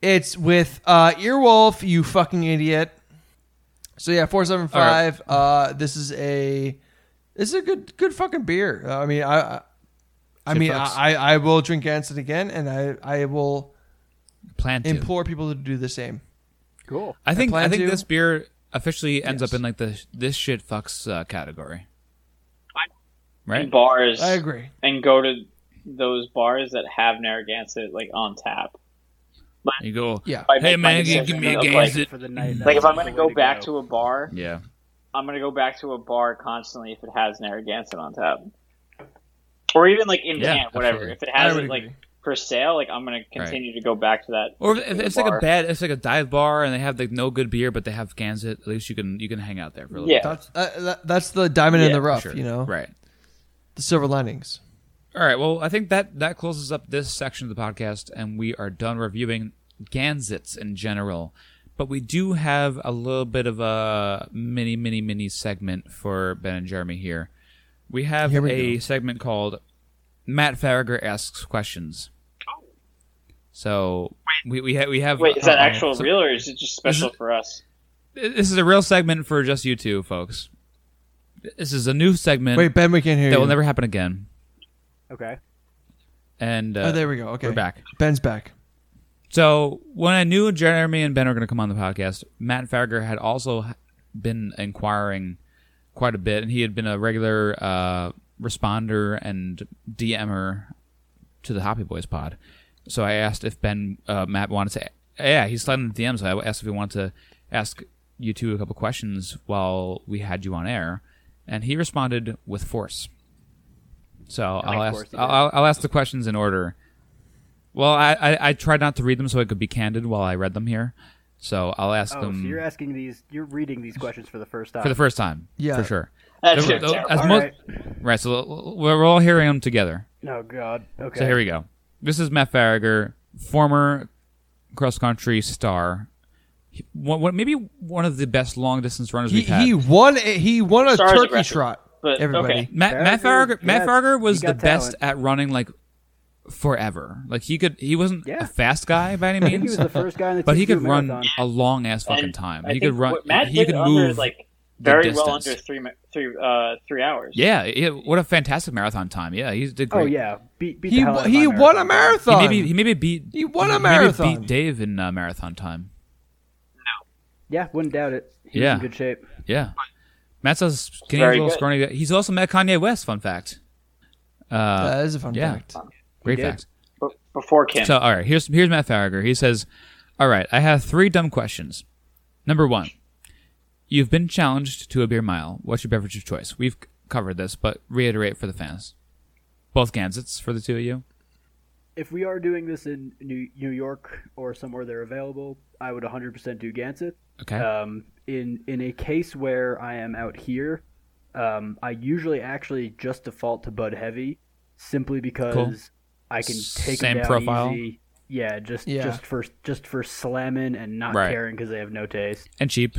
S1: it's with uh, Earwolf, you fucking idiot. So yeah, four seven five. Uh, this is a this is a good good fucking beer. Uh, I mean, I I, I
S2: Good
S1: mean,
S2: fucks.
S1: I, I will drink Anson again, and I I will
S2: Plan to.
S1: implore people to do the same.
S3: cool.
S2: I think I,
S1: plan
S2: think
S1: to.
S2: this beer officially ends up in like the this shit fucks uh, category.
S5: And
S2: Right?
S5: bars
S1: I agree.
S5: and go to those bars that have Narragansett like on tap.
S2: You go.
S1: Yeah.
S5: I
S2: Hey
S5: make my
S2: man, can you give
S5: decision
S2: me a
S5: of,
S2: game.
S5: like-
S2: Is it-
S3: For the night,
S5: Like if
S3: that's
S5: I'm gonna
S3: the
S5: go
S3: way
S5: back to a bar,
S2: Yeah.
S5: I'm gonna go back to a bar constantly if it has Narragansett on tap, or even like in
S2: Yeah,
S5: can, whatever.
S2: absolutely.
S5: If it
S1: I
S5: has
S1: would
S5: it like
S1: agree.
S5: for sale, like I'm gonna continue to go back to that.
S2: Or if, if
S5: to
S2: it's
S5: the
S2: like a
S5: bar.
S2: bad, it's like a dive bar, and they have like no good beer, but they have cans. At least you can you can hang out there for a little
S5: Yeah.
S1: That's uh, that, that's the diamond in
S5: Yeah,
S1: the
S5: for
S2: bit,
S1: rough.
S2: for sure.
S1: You know,
S2: right?
S1: the silver linings.
S2: All right. Well, I think that that closes up this section of the podcast, and we are done reviewing Gansets in general. But we do have a little bit of a mini, mini, mini segment for Ben and Jeremy here. We have
S1: Here we
S2: a
S1: go.
S2: segment called Matt Farragher asks questions. So we we, ha- we have
S5: Wait, is that
S2: uh,
S5: actual
S2: so-
S5: real or is it just special for us?
S2: This is a real segment for just you two folks. This is a new segment
S1: Wait, Ben, we can't hear
S2: that
S1: you.
S2: will never happen again.
S3: Okay.
S2: And uh,
S1: oh, there we go. Okay,
S2: we're back.
S1: Ben's back.
S2: So when I knew Jeremy and Ben were going to come on the podcast, Matt Farger had also h- been inquiring quite a bit, and he had been a regular uh, responder and DMer to the Hoppy Boys pod. So I asked if Ben uh, Matt wanted to. Yeah, he's sliding the DMs. I asked if he wanted to ask you two a couple questions while we had you on air, and he responded with force. So I'll
S3: of
S2: ask.
S3: course he did.
S2: I'll, I'll, I'll ask the questions in order. Well, I, I I tried not to read them so I could be candid while I read them here. So I'll ask
S3: Oh, so
S2: them
S3: you're asking these, you're reading these questions for the first time.
S2: for the first time.
S1: Yeah.
S2: for sure.
S5: That's
S2: The-
S5: so
S2: the-
S5: terrible.
S2: as
S3: All
S2: mo-
S3: right.
S2: Right, so l- l- we're all hearing them together.
S3: Oh God. Okay.
S2: So here we go. This is Matt Farragher, former cross country star, He- one, one- maybe one of the best long distance runners
S1: He,
S2: we've had.
S1: he won. A, he won a
S5: Stars
S1: turkey
S5: aggressive,
S1: trot.
S5: but-
S1: everybody.
S5: okay.
S2: Matt, Matt
S3: Farragher-
S2: Farragher, Matt
S3: yes,
S2: Farragher was
S3: he
S2: the
S3: got
S2: best
S3: talent.
S2: at running like forever. Like he could, he wasn't
S3: Yeah.
S2: a fast guy by any
S3: I think [laughs] he
S2: means,
S3: was the first guy in the
S2: but he
S3: 2Q
S2: could run
S3: marathon.
S2: a long ass fucking
S5: And
S2: time.
S5: I
S2: he
S5: think
S2: could run.
S5: what Matt
S2: he
S5: did
S2: could
S5: under,
S2: move
S5: like very well
S2: distance.
S5: under three mi- three uh, three hours.
S2: Yeah, yeah, what a fantastic marathon time. Yeah, he did great.
S3: Oh yeah. Beat, beat the
S1: He
S3: hell out
S1: w- he
S3: of my
S1: won a
S2: He
S1: marathon.
S2: maybe he maybe beat
S1: He won a
S2: maybe
S1: marathon.
S2: beat Dave in uh, marathon time.
S3: Yeah. Wouldn't doubt it. He was
S2: Yeah.
S3: in good shape.
S2: Yeah. Matt's a skinny
S5: Very
S2: little
S5: good.
S2: scrawny guy. He's also met Kanye West, fun fact. Uh,
S1: that is a fun
S2: yeah.
S1: fact.
S2: great
S3: did.
S2: fact.
S5: B- before Kim.
S2: So all right, here's here's Matt Farragher. He says, All right, I have three dumb questions. Number one. You've been challenged to a beer mile. What's your beverage of choice? We've c- covered this, but reiterate for the fans. Both Gansets for the two of you.
S3: If we are doing this in New, New York or somewhere they're available, I would 100% do Gansett.
S2: Okay.
S3: Um, in in a case where I am out here, um, I usually actually just default to Bud Heavy, simply because
S2: Cool.
S3: I can take
S2: Same
S3: 'em down
S2: profile?
S3: easy. Yeah, just
S1: Yeah.
S3: just for just for slamming and not
S2: Right.
S3: caring because they have no taste.
S2: and cheap.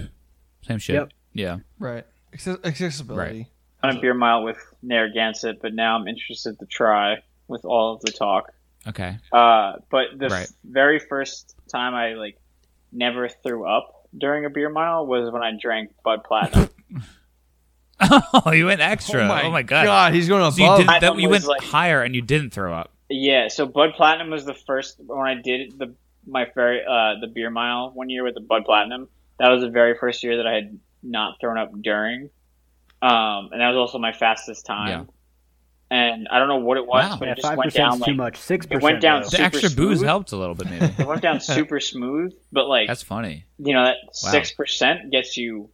S2: Same shit.
S3: Yep.
S2: Yeah.
S1: Right. Acce- Accessibility.
S2: Right.
S5: on a beer mile with Narragansett, but now I'm interested to try with all of the talk.
S2: Okay.
S5: Uh, but the f-
S2: Right.
S5: very first time I like never threw up during a beer mile was when I drank Bud Platinum.
S2: [laughs] Oh, you went extra. Oh my, god.
S1: he's going
S2: So you,
S1: above.
S2: did, that,
S5: Platinum
S2: you went
S5: was like-
S2: higher and you didn't throw up.
S5: yeah, so Bud Platinum was the first when I did the my very uh, the beer mile one year with the Bud Platinum. That was the very first year that I had not thrown up during, um, and that was also my fastest time. And I don't know what it was,
S2: Wow.
S5: but
S3: Yeah,
S5: it just
S3: five
S5: went down
S3: percent is
S5: like
S3: too much. Six
S5: it
S3: percent.
S5: went down
S2: The
S5: Super
S2: extra booze
S5: smooth?
S2: helped a little bit,
S3: [laughs]
S2: maybe.
S5: it
S2: [laughs]
S5: went down super smooth. But like
S2: That's funny.
S5: you know that
S2: Wow.
S5: six percent gets you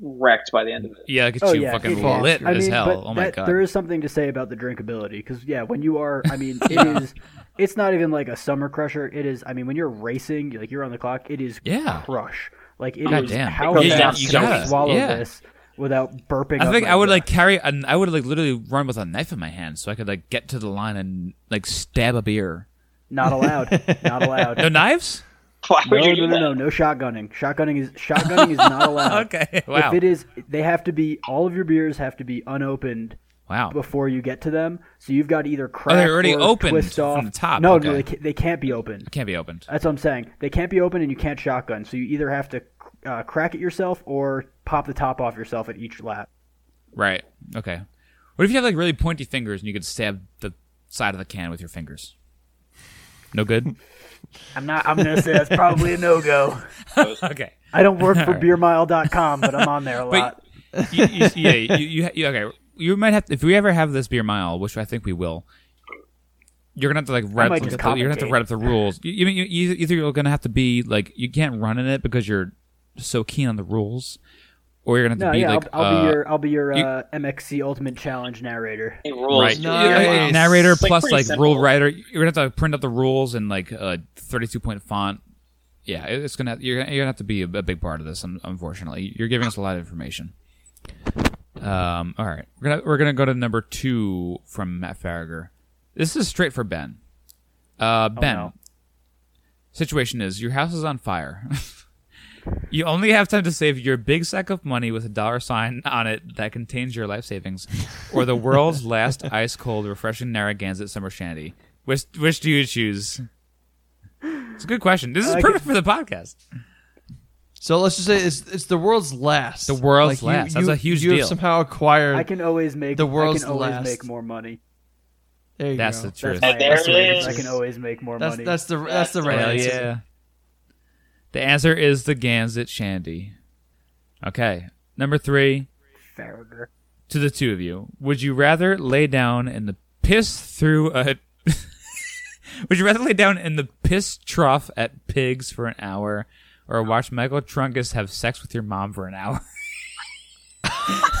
S5: wrecked by the end of it. [laughs]
S2: Yeah, it gets
S3: Oh,
S2: you
S3: yeah,
S2: fucking
S3: it
S1: is.
S2: lit
S3: I
S2: as
S3: mean,
S2: hell.
S3: but
S2: Oh my
S3: that-
S2: god.
S3: there is something to say about the drinkability because yeah, when you are, I
S2: [laughs]
S3: mean, it is. It's not even like a summer crusher. It is. I mean, when you're racing, like you're on the clock, it is
S2: Yeah.
S3: crush. Like it
S2: God
S3: is
S2: damn.
S3: how
S5: It goes down
S3: fast
S5: you
S3: can I
S5: gotta-
S3: swallow
S2: yeah.
S3: this without burping?
S2: I
S3: up
S2: think
S3: my
S2: I would
S3: breath?
S2: like carry, an, I would like literally run with a knife in my hand so I could like get to the line and like stab a beer. [laughs]
S3: Not allowed. Not allowed.
S2: No knives?
S5: Why
S3: no,
S5: would you
S3: no,
S5: do
S3: no,
S5: that?
S3: no, no shotgunning. Shotgunning is shotgunning is not
S2: [laughs]
S3: allowed.
S2: Okay. Wow.
S3: If it is, they have to be all of your beers have to be unopened
S2: Wow.
S3: before you get to them. So you've got to either crack
S2: Oh, already
S3: or
S2: opened
S3: twist
S2: from
S3: off.
S2: the top?
S3: No,
S2: Okay.
S3: no, they, ca- they can't be opened.
S2: Can't be opened.
S3: That's what I'm saying. They can't be open, and you can't shotgun. So you either have to uh, crack it yourself or pop the top off yourself at each lap.
S2: Right. Okay. What if you have like really pointy fingers and you could stab the side of the can with your fingers? No good.
S3: I'm not. I'm gonna say that's probably a no go.
S2: [laughs] okay.
S3: [laughs] I don't
S2: [laughs]
S3: work for BeerMile.com, but I'm on there a
S2: Wait.
S3: lot.
S2: you, you, yeah. You, you, you. Okay. You might have if we ever have this beer mile, which I think we will. You're gonna have to like write.
S3: might
S2: Up the,
S3: just
S2: you're gonna have to
S3: commentate.
S2: write up the rules. You, you, you either- either you're gonna have to be like you can't run in it because you're so keen on the rules, or you're gonna have
S3: No,
S2: to be
S3: yeah,
S2: like
S3: I'll, I'll
S2: uh,
S3: be your I'll be your
S2: you-
S3: uh, MXC Ultimate Challenge narrator.
S5: Any rules?
S2: Right.
S1: Nice.
S2: Uh, narrator
S5: It's, like,
S2: plus
S5: pretty
S2: like
S5: simple.
S2: rule writer. You're gonna have to print out the rules in like uh, 32 point font. Yeah, it- it's gonna you're gonna, you're gonna have to be a, a big part of this. un- Unfortunately, you're giving us a lot of information. Um, all right, we're gonna we're gonna go to number two from Matt Farragher. This is straight for Ben. Uh, ben,
S3: no.
S2: situation is your house is on fire. [laughs] You only have time to save your big sack of money with a dollar sign on it that contains your life savings, or the [laughs] world's last ice cold, refreshing Narragansett summer shandy. Which which do you choose? It's a good question. This is
S3: like
S2: perfect for the podcast.
S1: So let's just say it's, it's the world's last.
S2: The world's last. That's
S1: you,
S2: a huge
S1: you
S2: deal.
S1: Have somehow acquired.
S3: I can always make
S1: The
S3: I
S1: world's
S3: can always
S1: last.
S3: make more money.
S1: there you
S2: That's
S1: go.
S2: the truth.
S3: my
S5: And there
S3: answer.
S5: it is.
S3: I can always make more
S1: that's
S3: money.
S1: that's the that's the right
S2: Hell
S1: answer.
S2: yeah. The answer is the Gansett shandy. Okay, number three.
S3: Farragher.
S2: to the two of you. Would you rather lay down in the piss through a [laughs] Would you rather lay down in the piss trough at pigs for an hour or watch Michael Trunkus have sex with your mom for an hour?
S5: [laughs]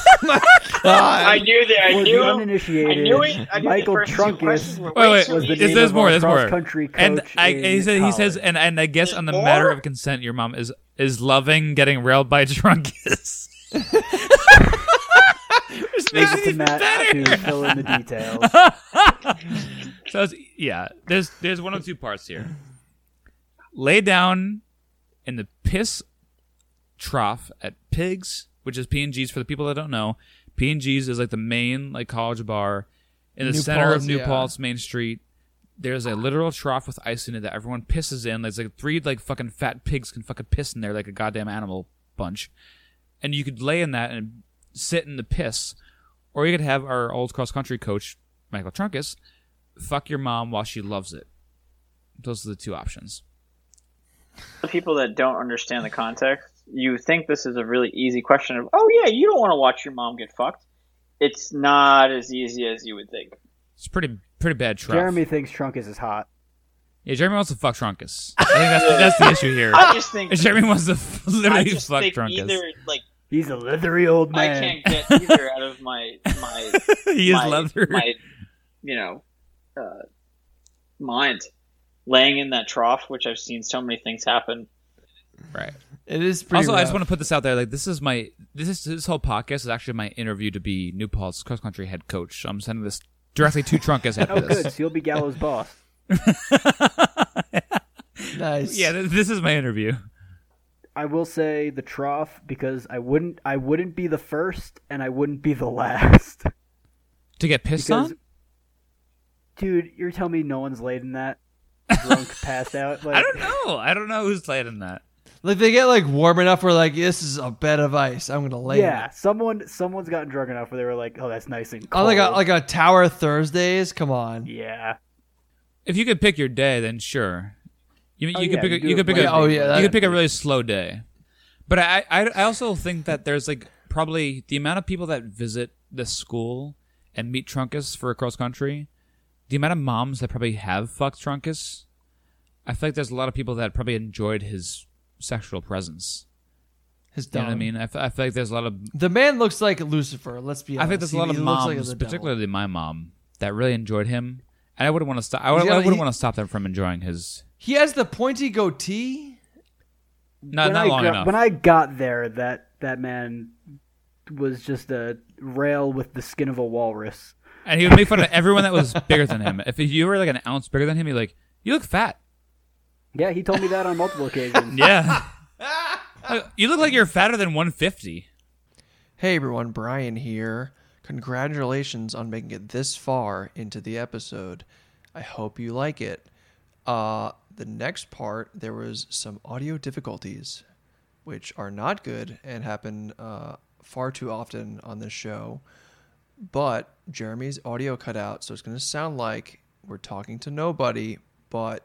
S2: [laughs]
S1: [laughs] Ah,
S5: I knew that. I
S3: For
S5: knew.
S3: the
S5: I
S3: uninitiated,
S5: knew it. I knew
S3: Michael
S5: the first two questions were
S3: Trunkus.
S5: way
S2: Wait, wait,
S5: too
S3: was the
S2: is-
S5: easy.
S3: name
S2: there's
S3: of
S2: more,
S3: our
S2: there's more.
S3: cross-country coach
S2: and I, he
S3: in
S2: said he says
S3: college.
S2: and, and I guess on the
S5: There's
S2: matter
S5: more?
S2: of consent your mom is is loving getting railed by [laughs] Trunkus. Which
S3: Leave
S2: makes
S3: it
S2: it
S3: to
S2: even
S3: Matt
S2: better.
S3: to fill in the details.
S2: [laughs] So it's, yeah, there's there's one of two parts
S1: [clears throat]
S2: here. Lay down in the piss trough at Pigs, which is P&G's for the people that don't know. P&G's is like the main like college bar in the
S1: New
S2: center
S1: Paltz,
S2: of New
S1: yeah.
S2: Paltz Main Street. There's a literal trough with ice in it that everyone pisses in. There's like three like fucking fat pigs can fucking piss in there like a goddamn animal bunch. And you could lay in that and sit in the piss or you could have our old cross country coach Michael Trunkus fuck your mom while she loves it. Those are the two options.
S5: the people that don't understand the context, you think this is a really easy question of, oh yeah, you don't want to watch your mom get fucked. It's not as easy as you would think.
S2: It's pretty pretty bad trough.
S3: Jeremy thinks Trunkus is hot.
S2: yeah, Jeremy wants to fuck Trunkus. I think that's, that's the issue here.
S5: [laughs] I just
S2: [laughs]
S5: think,
S2: Is Jeremy wants to f-
S5: I
S2: literally
S5: just
S2: fuck
S5: think
S2: Trunkus.
S5: either like
S3: He's a leathery old
S5: I
S3: man.
S5: can't get
S3: [laughs]
S5: either out of my my
S2: [laughs] [laughs] he is
S5: my,
S2: leather.
S5: my you know uh, mind laying in that trough, which I've seen so many things happen.
S2: right.
S1: It is pretty.
S2: Also, I
S1: rough.
S2: just want to put this out there. Like, this is my this is this whole podcast is actually my interview to be New Paul's cross country head coach. So I'm sending this directly to Trunkus after
S3: [laughs] Oh,
S2: this.
S3: good. So you'll be Gallows' boss.
S1: nice.
S2: [laughs] Yeah, th- this is my interview.
S3: I will say the trough because I wouldn't. I wouldn't be the first, and I wouldn't be the last. [laughs]
S2: To get pissed
S3: Because,
S2: on?
S3: dude, you're telling me no one's laid in that
S2: [laughs]
S3: drunk, passed out. Like,
S2: I don't know. I don't know who's playing in that.
S1: like they get like warm enough. We're like, this is a bed of ice. I'm gonna lay. in
S3: Yeah,
S1: it.
S3: someone someone's gotten drunk enough where they were like, "Oh, that's nice and
S1: On
S3: cold."
S1: like a like a Tower Thursdays. Come on.
S3: yeah,
S2: if you could pick your day, then sure. You, you
S3: Oh,
S2: could
S3: yeah,
S2: pick
S3: you
S2: a,
S3: do
S2: you
S3: it
S2: could pick
S1: Monday
S2: a,
S1: through Oh, yeah, Friday.
S2: you could pick a really slow day. But I, I I also think that there's like probably the amount of people that visit this school and meet Trunkus for cross country, the amount of moms that probably have fucked Trunkus. I feel like there's a lot of people that probably enjoyed his sexual presence.
S1: His
S2: You know
S1: dumb.
S2: what I mean? I, f- I feel like there's a lot of
S1: The man looks like Lucifer. Let's be
S2: I
S1: honest.
S2: think there's a
S1: He-
S2: lot of
S1: he looks like
S2: moms,
S1: the devil.
S2: particularly my mom, that really enjoyed him, and I wouldn't want to stop. I, would,
S1: got-
S2: I wouldn't
S1: he-
S2: want to stop them from enjoying his
S1: He has the pointy goatee.
S2: Not,
S3: when
S2: Uh, not
S3: I
S2: long
S3: got,
S2: enough.
S3: When I got there, that that man was just a rail with the skin of a walrus.
S2: and he would make fun of everyone that was bigger than him. If you were like an ounce bigger than him, he'd be like, "You look fat."
S3: Yeah, he told me that on
S2: [laughs]
S3: multiple occasions.
S2: Yeah. you look like you're fatter than 150.
S1: Hey everyone, Brian here. Congratulations on making it this far into the episode. I hope you like it. Uh, the next part, there was some audio difficulties, which are not good and happen uh, far too often on this show. But Jeremy's audio cut out, so it's going to sound like we're talking to nobody. But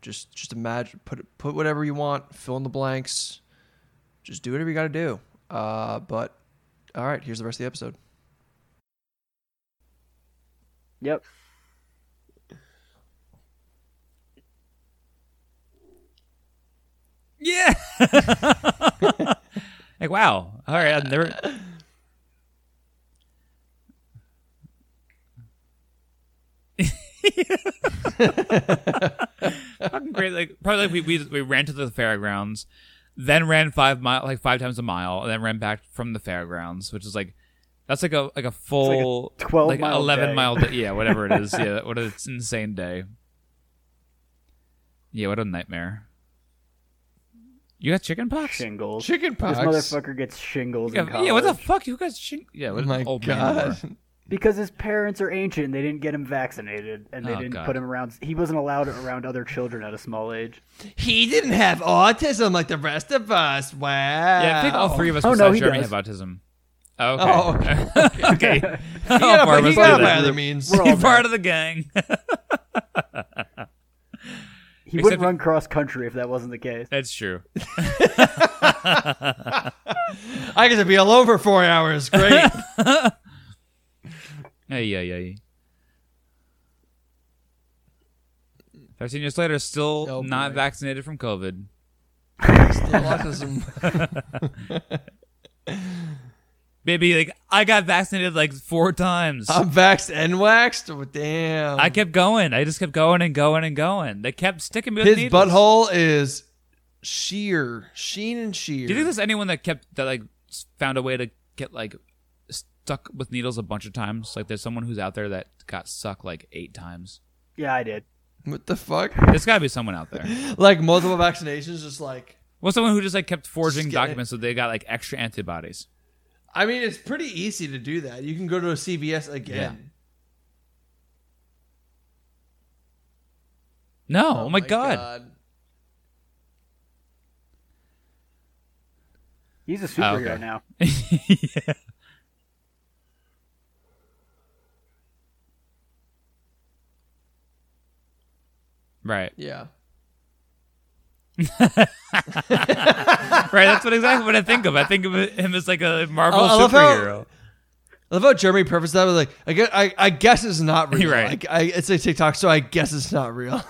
S1: just just imagine, put put whatever you want, fill in the blanks just do whatever you got to do. Uh, but all right, here's the rest of the episode.
S3: yep.
S2: Yeah. [laughs] like wow. All right. I've never. [laughs] Fucking great. Like probably like we, we we ran to the fairgrounds, then ran five mile like five times a mile, and then ran back from the fairgrounds, which is like that's like a like a full
S3: 12
S2: like
S3: mile
S2: eleven
S3: day.
S2: mile day. Yeah, whatever it is. Yeah, what an insane day. Yeah, what a nightmare. You got chicken pox?
S3: Shingles.
S1: Chicken
S3: This
S1: pox.
S3: motherfucker gets shingles in
S2: Yeah,
S3: college.
S2: yeah, what the fuck? You got shing? Yeah, what
S1: Oh
S2: an
S1: my
S2: old man you are.
S1: god.
S3: because his parents are ancient. They didn't get him vaccinated, and they
S2: Oh,
S3: didn't
S2: God.
S3: put him around. He wasn't allowed around other children at a small age.
S1: He didn't have autism like the rest of us. Wow.
S2: Yeah, I think all three of us
S3: Oh, no,
S2: besides
S3: he
S2: Jeremy
S3: does.
S2: have autism. Oh,
S1: Oh, [laughs]
S2: okay. [laughs] okay. How
S1: Yeah,
S2: far
S1: but
S2: was
S1: he got
S2: that?
S1: by other means.
S3: We're all
S2: You're part
S3: bad.
S2: of the gang. [laughs]
S3: He
S2: Except
S3: wouldn't
S2: he-
S3: run cross country if that wasn't the case.
S2: That's true.
S1: I get to be alone for four hours. Great.
S2: Hey, yeah, yeah, yeah. Thirteen years later, still
S1: Oh,
S2: not
S1: boy.
S2: vaccinated
S1: [laughs]
S2: from COVID.
S1: [laughs] Still autism.
S2: Baby, like I got vaccinated like four times.
S1: I'm vaxxed and waxed. Oh, damn.
S2: I kept going. I just kept going and going and going. They kept sticking me with
S1: His
S2: needles.
S1: butthole is sheer, sheen and sheer.
S2: Do you think there's anyone that kept that like s- found a way to get like stuck with needles a bunch of times? Like there's someone who's out there that got sucked like eight times.
S3: Yeah, I did.
S1: what the fuck?
S2: There's got to be someone out there.
S1: Like multiple vaccinations, just like
S2: Well, someone who just like kept forging
S1: Just get it.
S2: documents so they got like extra antibodies.
S1: I mean, it's pretty easy to do that. You can go to a CVS again.
S2: No, oh, my, god.
S3: He's a
S2: Oh,
S3: superhero
S2: okay.
S3: now.
S2: yeah. Right,
S1: Yeah.
S2: right. That's what exactly what I think of. I think of him as like a Marvel
S1: I- I love how-
S2: superhero.
S1: I love how Jeremy prefaced that with like, I guess, I, I guess it's
S2: [laughs]
S1: not real.
S2: You're right.
S1: I, I, it's a TikTok, so I guess it's not
S2: [laughs]
S1: real.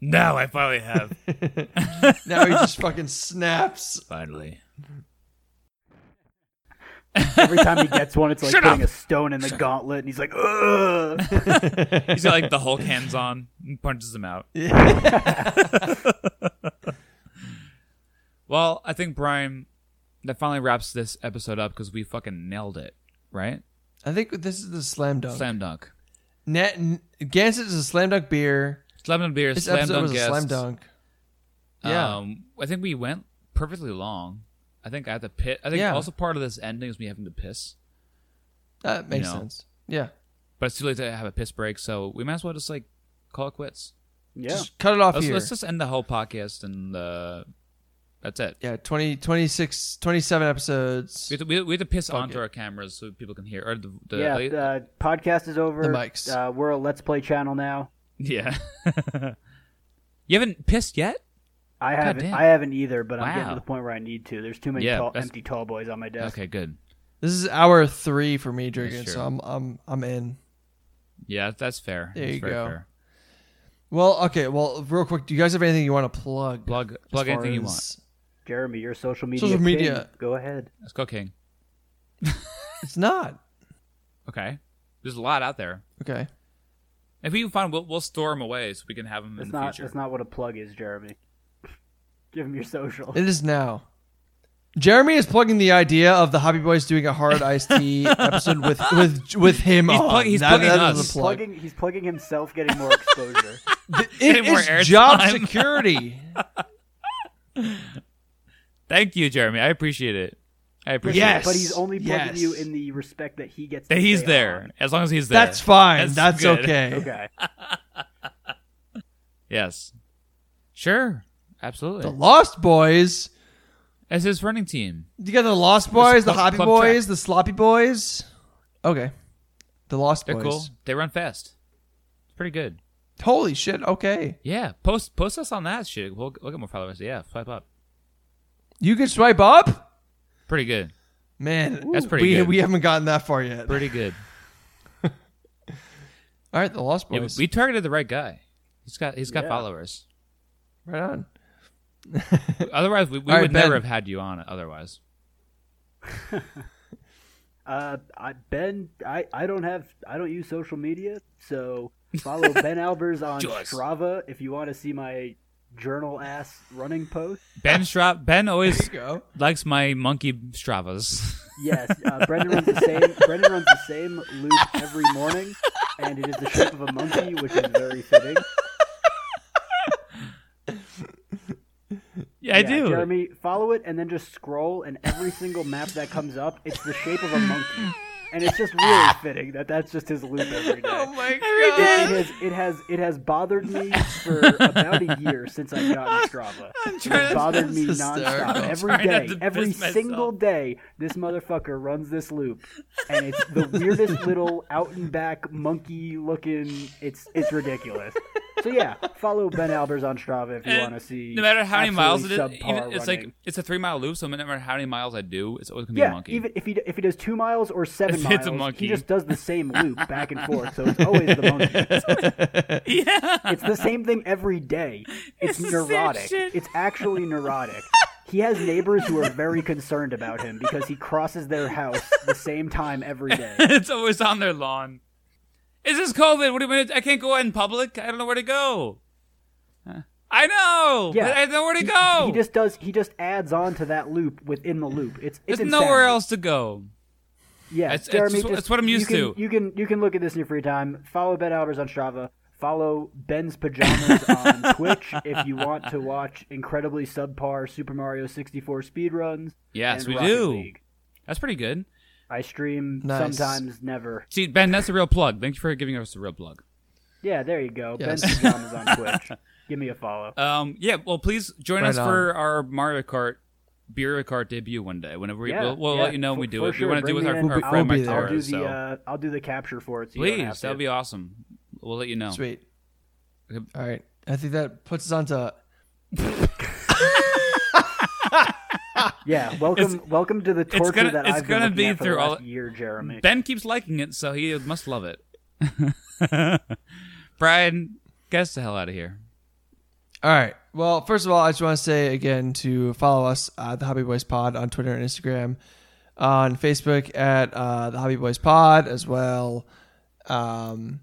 S2: Now I finally have.
S1: now he just fucking snaps.
S2: finally.
S3: Every time he gets one, it's
S2: [laughs]
S3: like
S2: Shut
S3: putting
S2: up.
S3: a stone in the gauntlet, and he's
S2: [laughs]
S3: like, ugh.
S2: He's got like the Hulk hands on and punches him out. [laughs] well, I think Brian, that finally wraps this episode up because we fucking nailed it, right?
S1: I think this is the slam dunk.
S2: Slam dunk.
S1: Net, Gansett is a slam dunk beer.
S2: Slam dunk beer,
S1: This
S2: slam
S1: episode
S2: dunk
S1: was a
S2: guests.
S1: slam dunk. Yeah.
S2: Um, I think we went perfectly long. I think I had to pit. I think
S1: Yeah.
S2: also part of this ending is me having to piss,
S1: that makes
S2: you know.
S1: sense. Yeah.
S2: but it's too late to have a piss break, so we might as well just like call it quits.
S3: yeah.
S1: Just cut it off
S2: Let's,
S1: here.
S2: let's just end the whole podcast and uh, that's it.
S1: yeah, 20, 26, 27 episodes.
S2: We have to, we have- we have to piss onto
S1: it.
S2: our cameras so people can hear. Or the, the,
S3: yeah,
S2: uh, like-
S3: the podcast is over.
S1: The mics.
S3: Uh, we're a Let's Play channel now.
S2: yeah. [laughs] you haven't pissed yet?
S3: I haven't.
S2: damn.
S3: I haven't either, but I'm getting
S2: Wow.
S3: to the point where I need to. There's too many
S2: Yeah,
S3: tall,
S2: that's-
S3: empty tall boys on my desk.
S2: Okay, good.
S1: This is hour three for me drinking,
S2: true.
S1: so I'm I'm I'm in.
S2: Yeah, that's fair.
S1: There
S2: That's
S1: you
S2: very
S1: go.
S2: fair.
S1: Well, okay. Well, real quick, do you guys have anything you want to plug?
S2: Plug
S1: as
S2: plug
S1: far
S2: anything you
S1: as-
S2: want.
S3: Jeremy, your social media.
S1: Social
S3: king.
S1: media.
S3: Go ahead.
S2: Let's go, King.
S1: It's not
S2: Okay. There's a lot out there.
S1: okay.
S2: If we can find, 'em, we'll, we'll store them away so we can have them in
S3: That's
S2: the
S3: not
S2: future.
S3: that's not what a plug is, Jeremy. [laughs] Give him your social.
S1: It is now. Jeremy is plugging the idea of the Hobby Boys doing a hard iced
S2: [laughs]
S1: tea episode with with with him
S2: He's
S1: on.
S2: plug- he's
S1: That-
S2: plugging
S1: that
S2: us.
S1: is a
S3: He's
S1: plug.
S3: plugging he's plugging himself, getting more exposure.
S1: It
S2: Getting more
S1: is job
S2: airtime. [laughs]
S1: security.
S2: Thank you, Jeremy. I appreciate it. I
S1: [laughs]
S2: appreciate
S1: Yes.
S2: it.
S3: but he's only plugging
S1: Yes.
S3: you in the respect that he gets.
S2: that
S3: to
S2: he's
S3: stay
S2: there
S3: on.
S2: as long as he's there.
S1: That's fine.
S2: That's
S1: That's,
S2: good.
S1: okay.
S3: Okay.
S2: Yes, sure, absolutely.
S1: The Lost Boys.
S2: as his running team.
S1: You got the Lost Boys, the
S2: Club-
S1: Hobby
S2: Club
S1: Boys,
S2: Track.
S1: the Sloppy Boys. Okay. The Lost
S2: They're
S1: Boys.
S2: cool. They run fast. It's pretty good.
S1: Holy shit. Okay.
S2: Yeah, post post us on that shit. We'll, we'll get more followers. Yeah, swipe up.
S1: You can swipe up?
S2: Pretty good.
S1: Man,
S2: That's pretty
S1: we,
S2: good.
S1: we haven't gotten that far yet.
S2: Pretty
S3: [laughs]
S2: good.
S1: All right, the Lost
S2: Yeah,
S1: Boys.
S2: we targeted the right guy. He's got he's got
S3: Yeah.
S2: followers.
S1: right on.
S2: Otherwise, we, we
S1: All right,
S2: would
S1: Ben.
S2: never have had you on. Otherwise,
S3: Uh, I, Ben, I, I don't have I don't use social media, so
S1: [laughs]
S3: follow Ben Albers on
S2: Jealous.
S3: Strava if you want to see my journal ass running post.
S2: Ben Strava. Ben always [laughs]
S1: There you go.
S2: likes my monkey Stravas. [laughs]
S3: Yes, uh, Brendan runs the same. Brendan runs the same loop every morning, and it is the shape of a monkey, which is very fitting.
S2: yeah, I
S3: Yeah,
S2: do.
S3: Jeremy, follow it and then just scroll, and every single map that comes up, it's the shape of a monkey, and it's just really fitting that that's just his loop every day.
S1: Oh my
S3: it has it has it has bothered me for about a year since I've gotten Strava.
S1: [laughs]
S3: [laughs] It has bothered me
S1: That's hysterical.
S3: nonstop
S1: I'm
S3: every
S2: trying not
S3: day,
S2: to
S3: every
S2: piss myself.
S3: single day. This motherfucker runs this loop, and it's
S2: [laughs]
S3: the weirdest little out and back monkey looking. It's it's ridiculous. So yeah, follow Ben Albers on Strava if you
S2: And
S3: want to see.
S2: no matter how many miles it is,
S3: absolutely subpar
S2: even, it's like
S3: running.
S2: it's a three mile loop. So no matter how many miles I do, it's always gonna be a
S3: Yeah,
S2: monkey.
S3: even if he if he does two miles or seven
S2: If
S3: miles,
S2: it's a monkey.
S3: he just does
S2: [laughs]
S3: the same loop back and forth. So it's always the monkey. [laughs]
S2: yeah,
S3: It's the same thing every day. It's,
S2: the same
S3: neurotic.
S2: shit.
S3: It's actually neurotic. He has neighbors who are very concerned about him because he crosses their house the same time every
S2: [laughs]
S3: day.
S2: it's always on their lawn. It's just COVID. What do you mean? I can't go out in public. I don't know where to go. I know.
S3: Yeah.
S2: but I don't know where to
S3: He-
S2: go.
S3: He just does. He just adds on to that loop within the loop. It's it's
S2: There's nowhere
S3: insanity.
S2: else to go.
S3: Yeah,
S2: It's- it's
S3: Jeremy,
S2: just-
S3: just-
S2: it's what I'm
S3: you
S2: used
S3: can-
S2: to.
S3: You can you can look at this in your free time. Follow Ben Albers on Strava. Follow Ben's Pajamas
S2: [laughs]
S3: on Twitch if you want to watch incredibly subpar Super Mario 64 speedruns.
S2: Yes,
S3: and
S2: we
S3: Rocket
S2: do.
S3: League.
S2: That's pretty good.
S3: I stream
S1: Nice.
S3: sometimes, never.
S2: See, Ben, that's a real plug. Thank you for giving us a real plug.
S3: Yeah, there you go.
S1: Yes.
S3: Ben's Pajamas
S1: [laughs]
S3: on Twitch. Give me a follow.
S2: Um, yeah. Well, please join
S1: Right
S2: us for our Mario Kart Beer Kart debut one day. Whenever we,
S3: Yeah,
S2: we'll, we'll
S3: yeah,
S2: let you know when
S3: for-
S2: we do
S3: for
S2: it.
S3: sure.
S2: We want to do it
S3: Bring
S2: with our,
S3: me
S1: in.
S2: our
S1: I'll
S2: friend
S1: be
S2: Mike
S1: there.
S3: I'll do
S2: Torres.
S3: the
S2: So
S3: uh, I'll do the capture for it. So you don't
S2: please,
S3: have
S2: that'll
S3: to.
S2: be awesome. We'll let you know.
S1: Sweet.
S2: Okay.
S1: All right. I think that puts us on to.
S3: yeah. Welcome, welcome to the torture
S2: gonna-
S3: that
S2: it's
S3: I've
S2: gonna
S3: been
S2: be
S3: looking at for
S2: through
S3: the
S2: all-
S3: last year, Jeremy.
S2: Ben keeps liking it, so he must love it. [laughs] Brian, get us the hell out of here.
S1: All right. Well, first of all, I just want to say again to follow us at the Hobby Boys Pod on Twitter and Instagram, on Facebook at uh, the Hobby Boys Pod as well. Um,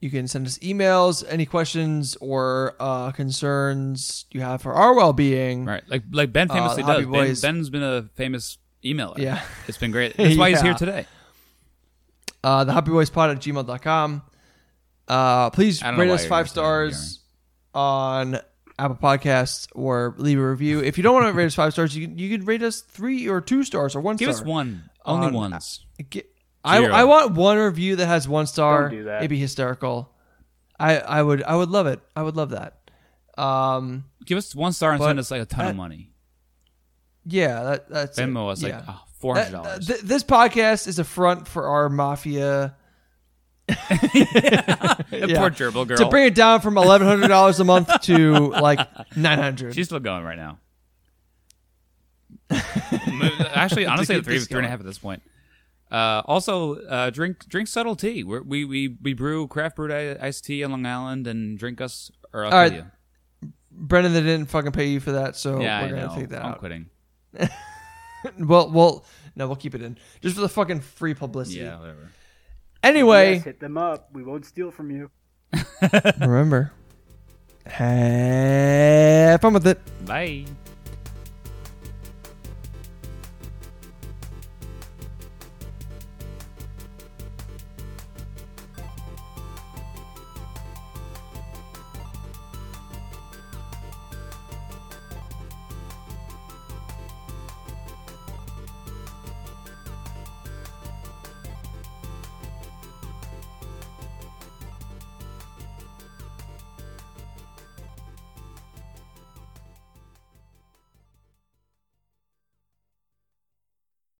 S1: you can send us emails, any questions or uh, concerns you have for our well being.
S2: All right, like like Ben famously
S1: Uh, the
S2: does.
S1: Hobby
S2: Ben,
S1: Boys-
S2: Ben's been a famous emailer.
S1: Yeah.
S2: it's
S1: [laughs]
S2: been great. That's why he's
S1: Yeah.
S2: here today.
S1: uh, the happy boys pod at gmail.com uh, please
S2: I don't know
S1: rate
S2: why
S1: us
S2: you're
S1: five
S2: using that,
S1: stars on apple podcasts or leave a review if you don't want to rate us five stars you can, you can rate us three or two stars or one
S2: Give us
S1: star
S2: one, only
S1: On-
S2: ones.
S1: Gi- I,
S2: Zero.
S1: I want one review that has one star
S3: Don't do that.
S1: it'd be hysterical I, I would I would love it I would love that um
S2: Give us one star and
S1: But-
S2: send us like a ton
S1: uh,
S2: of money.
S1: yeah that, that's it.
S2: Venmo us
S1: Yeah.
S2: like oh, four
S1: That-
S2: hundred dollars.
S1: th- this podcast is a front for our mafia yeah.
S2: [laughs] Poor gerbil girl.
S1: to bring it down from eleven hundred dollars a month to like nine hundred.
S2: She's still going
S1: [laughs]
S2: right now. Actually, honestly,
S1: keep
S2: three
S1: this
S2: three and a
S1: going.
S2: half at this point. Uh, also, uh, drink drink subtle tea. We're, we we we brew craft brewed i- iced tea on Long Island and drink us or I'll
S1: All
S2: kill
S1: right, Brendan, they didn't fucking pay you for that, so
S2: you. Yeah,
S1: we're
S2: I
S1: gonna
S2: know.
S1: take that
S2: I'm
S1: out.
S2: quitting.
S1: Well, well, no, we'll keep it in just for the fucking free publicity.
S2: Yeah, whatever.
S1: Anyway,
S3: Yes, hit them up. We won't steal from you.
S1: Remember, have fun with it.
S2: Bye.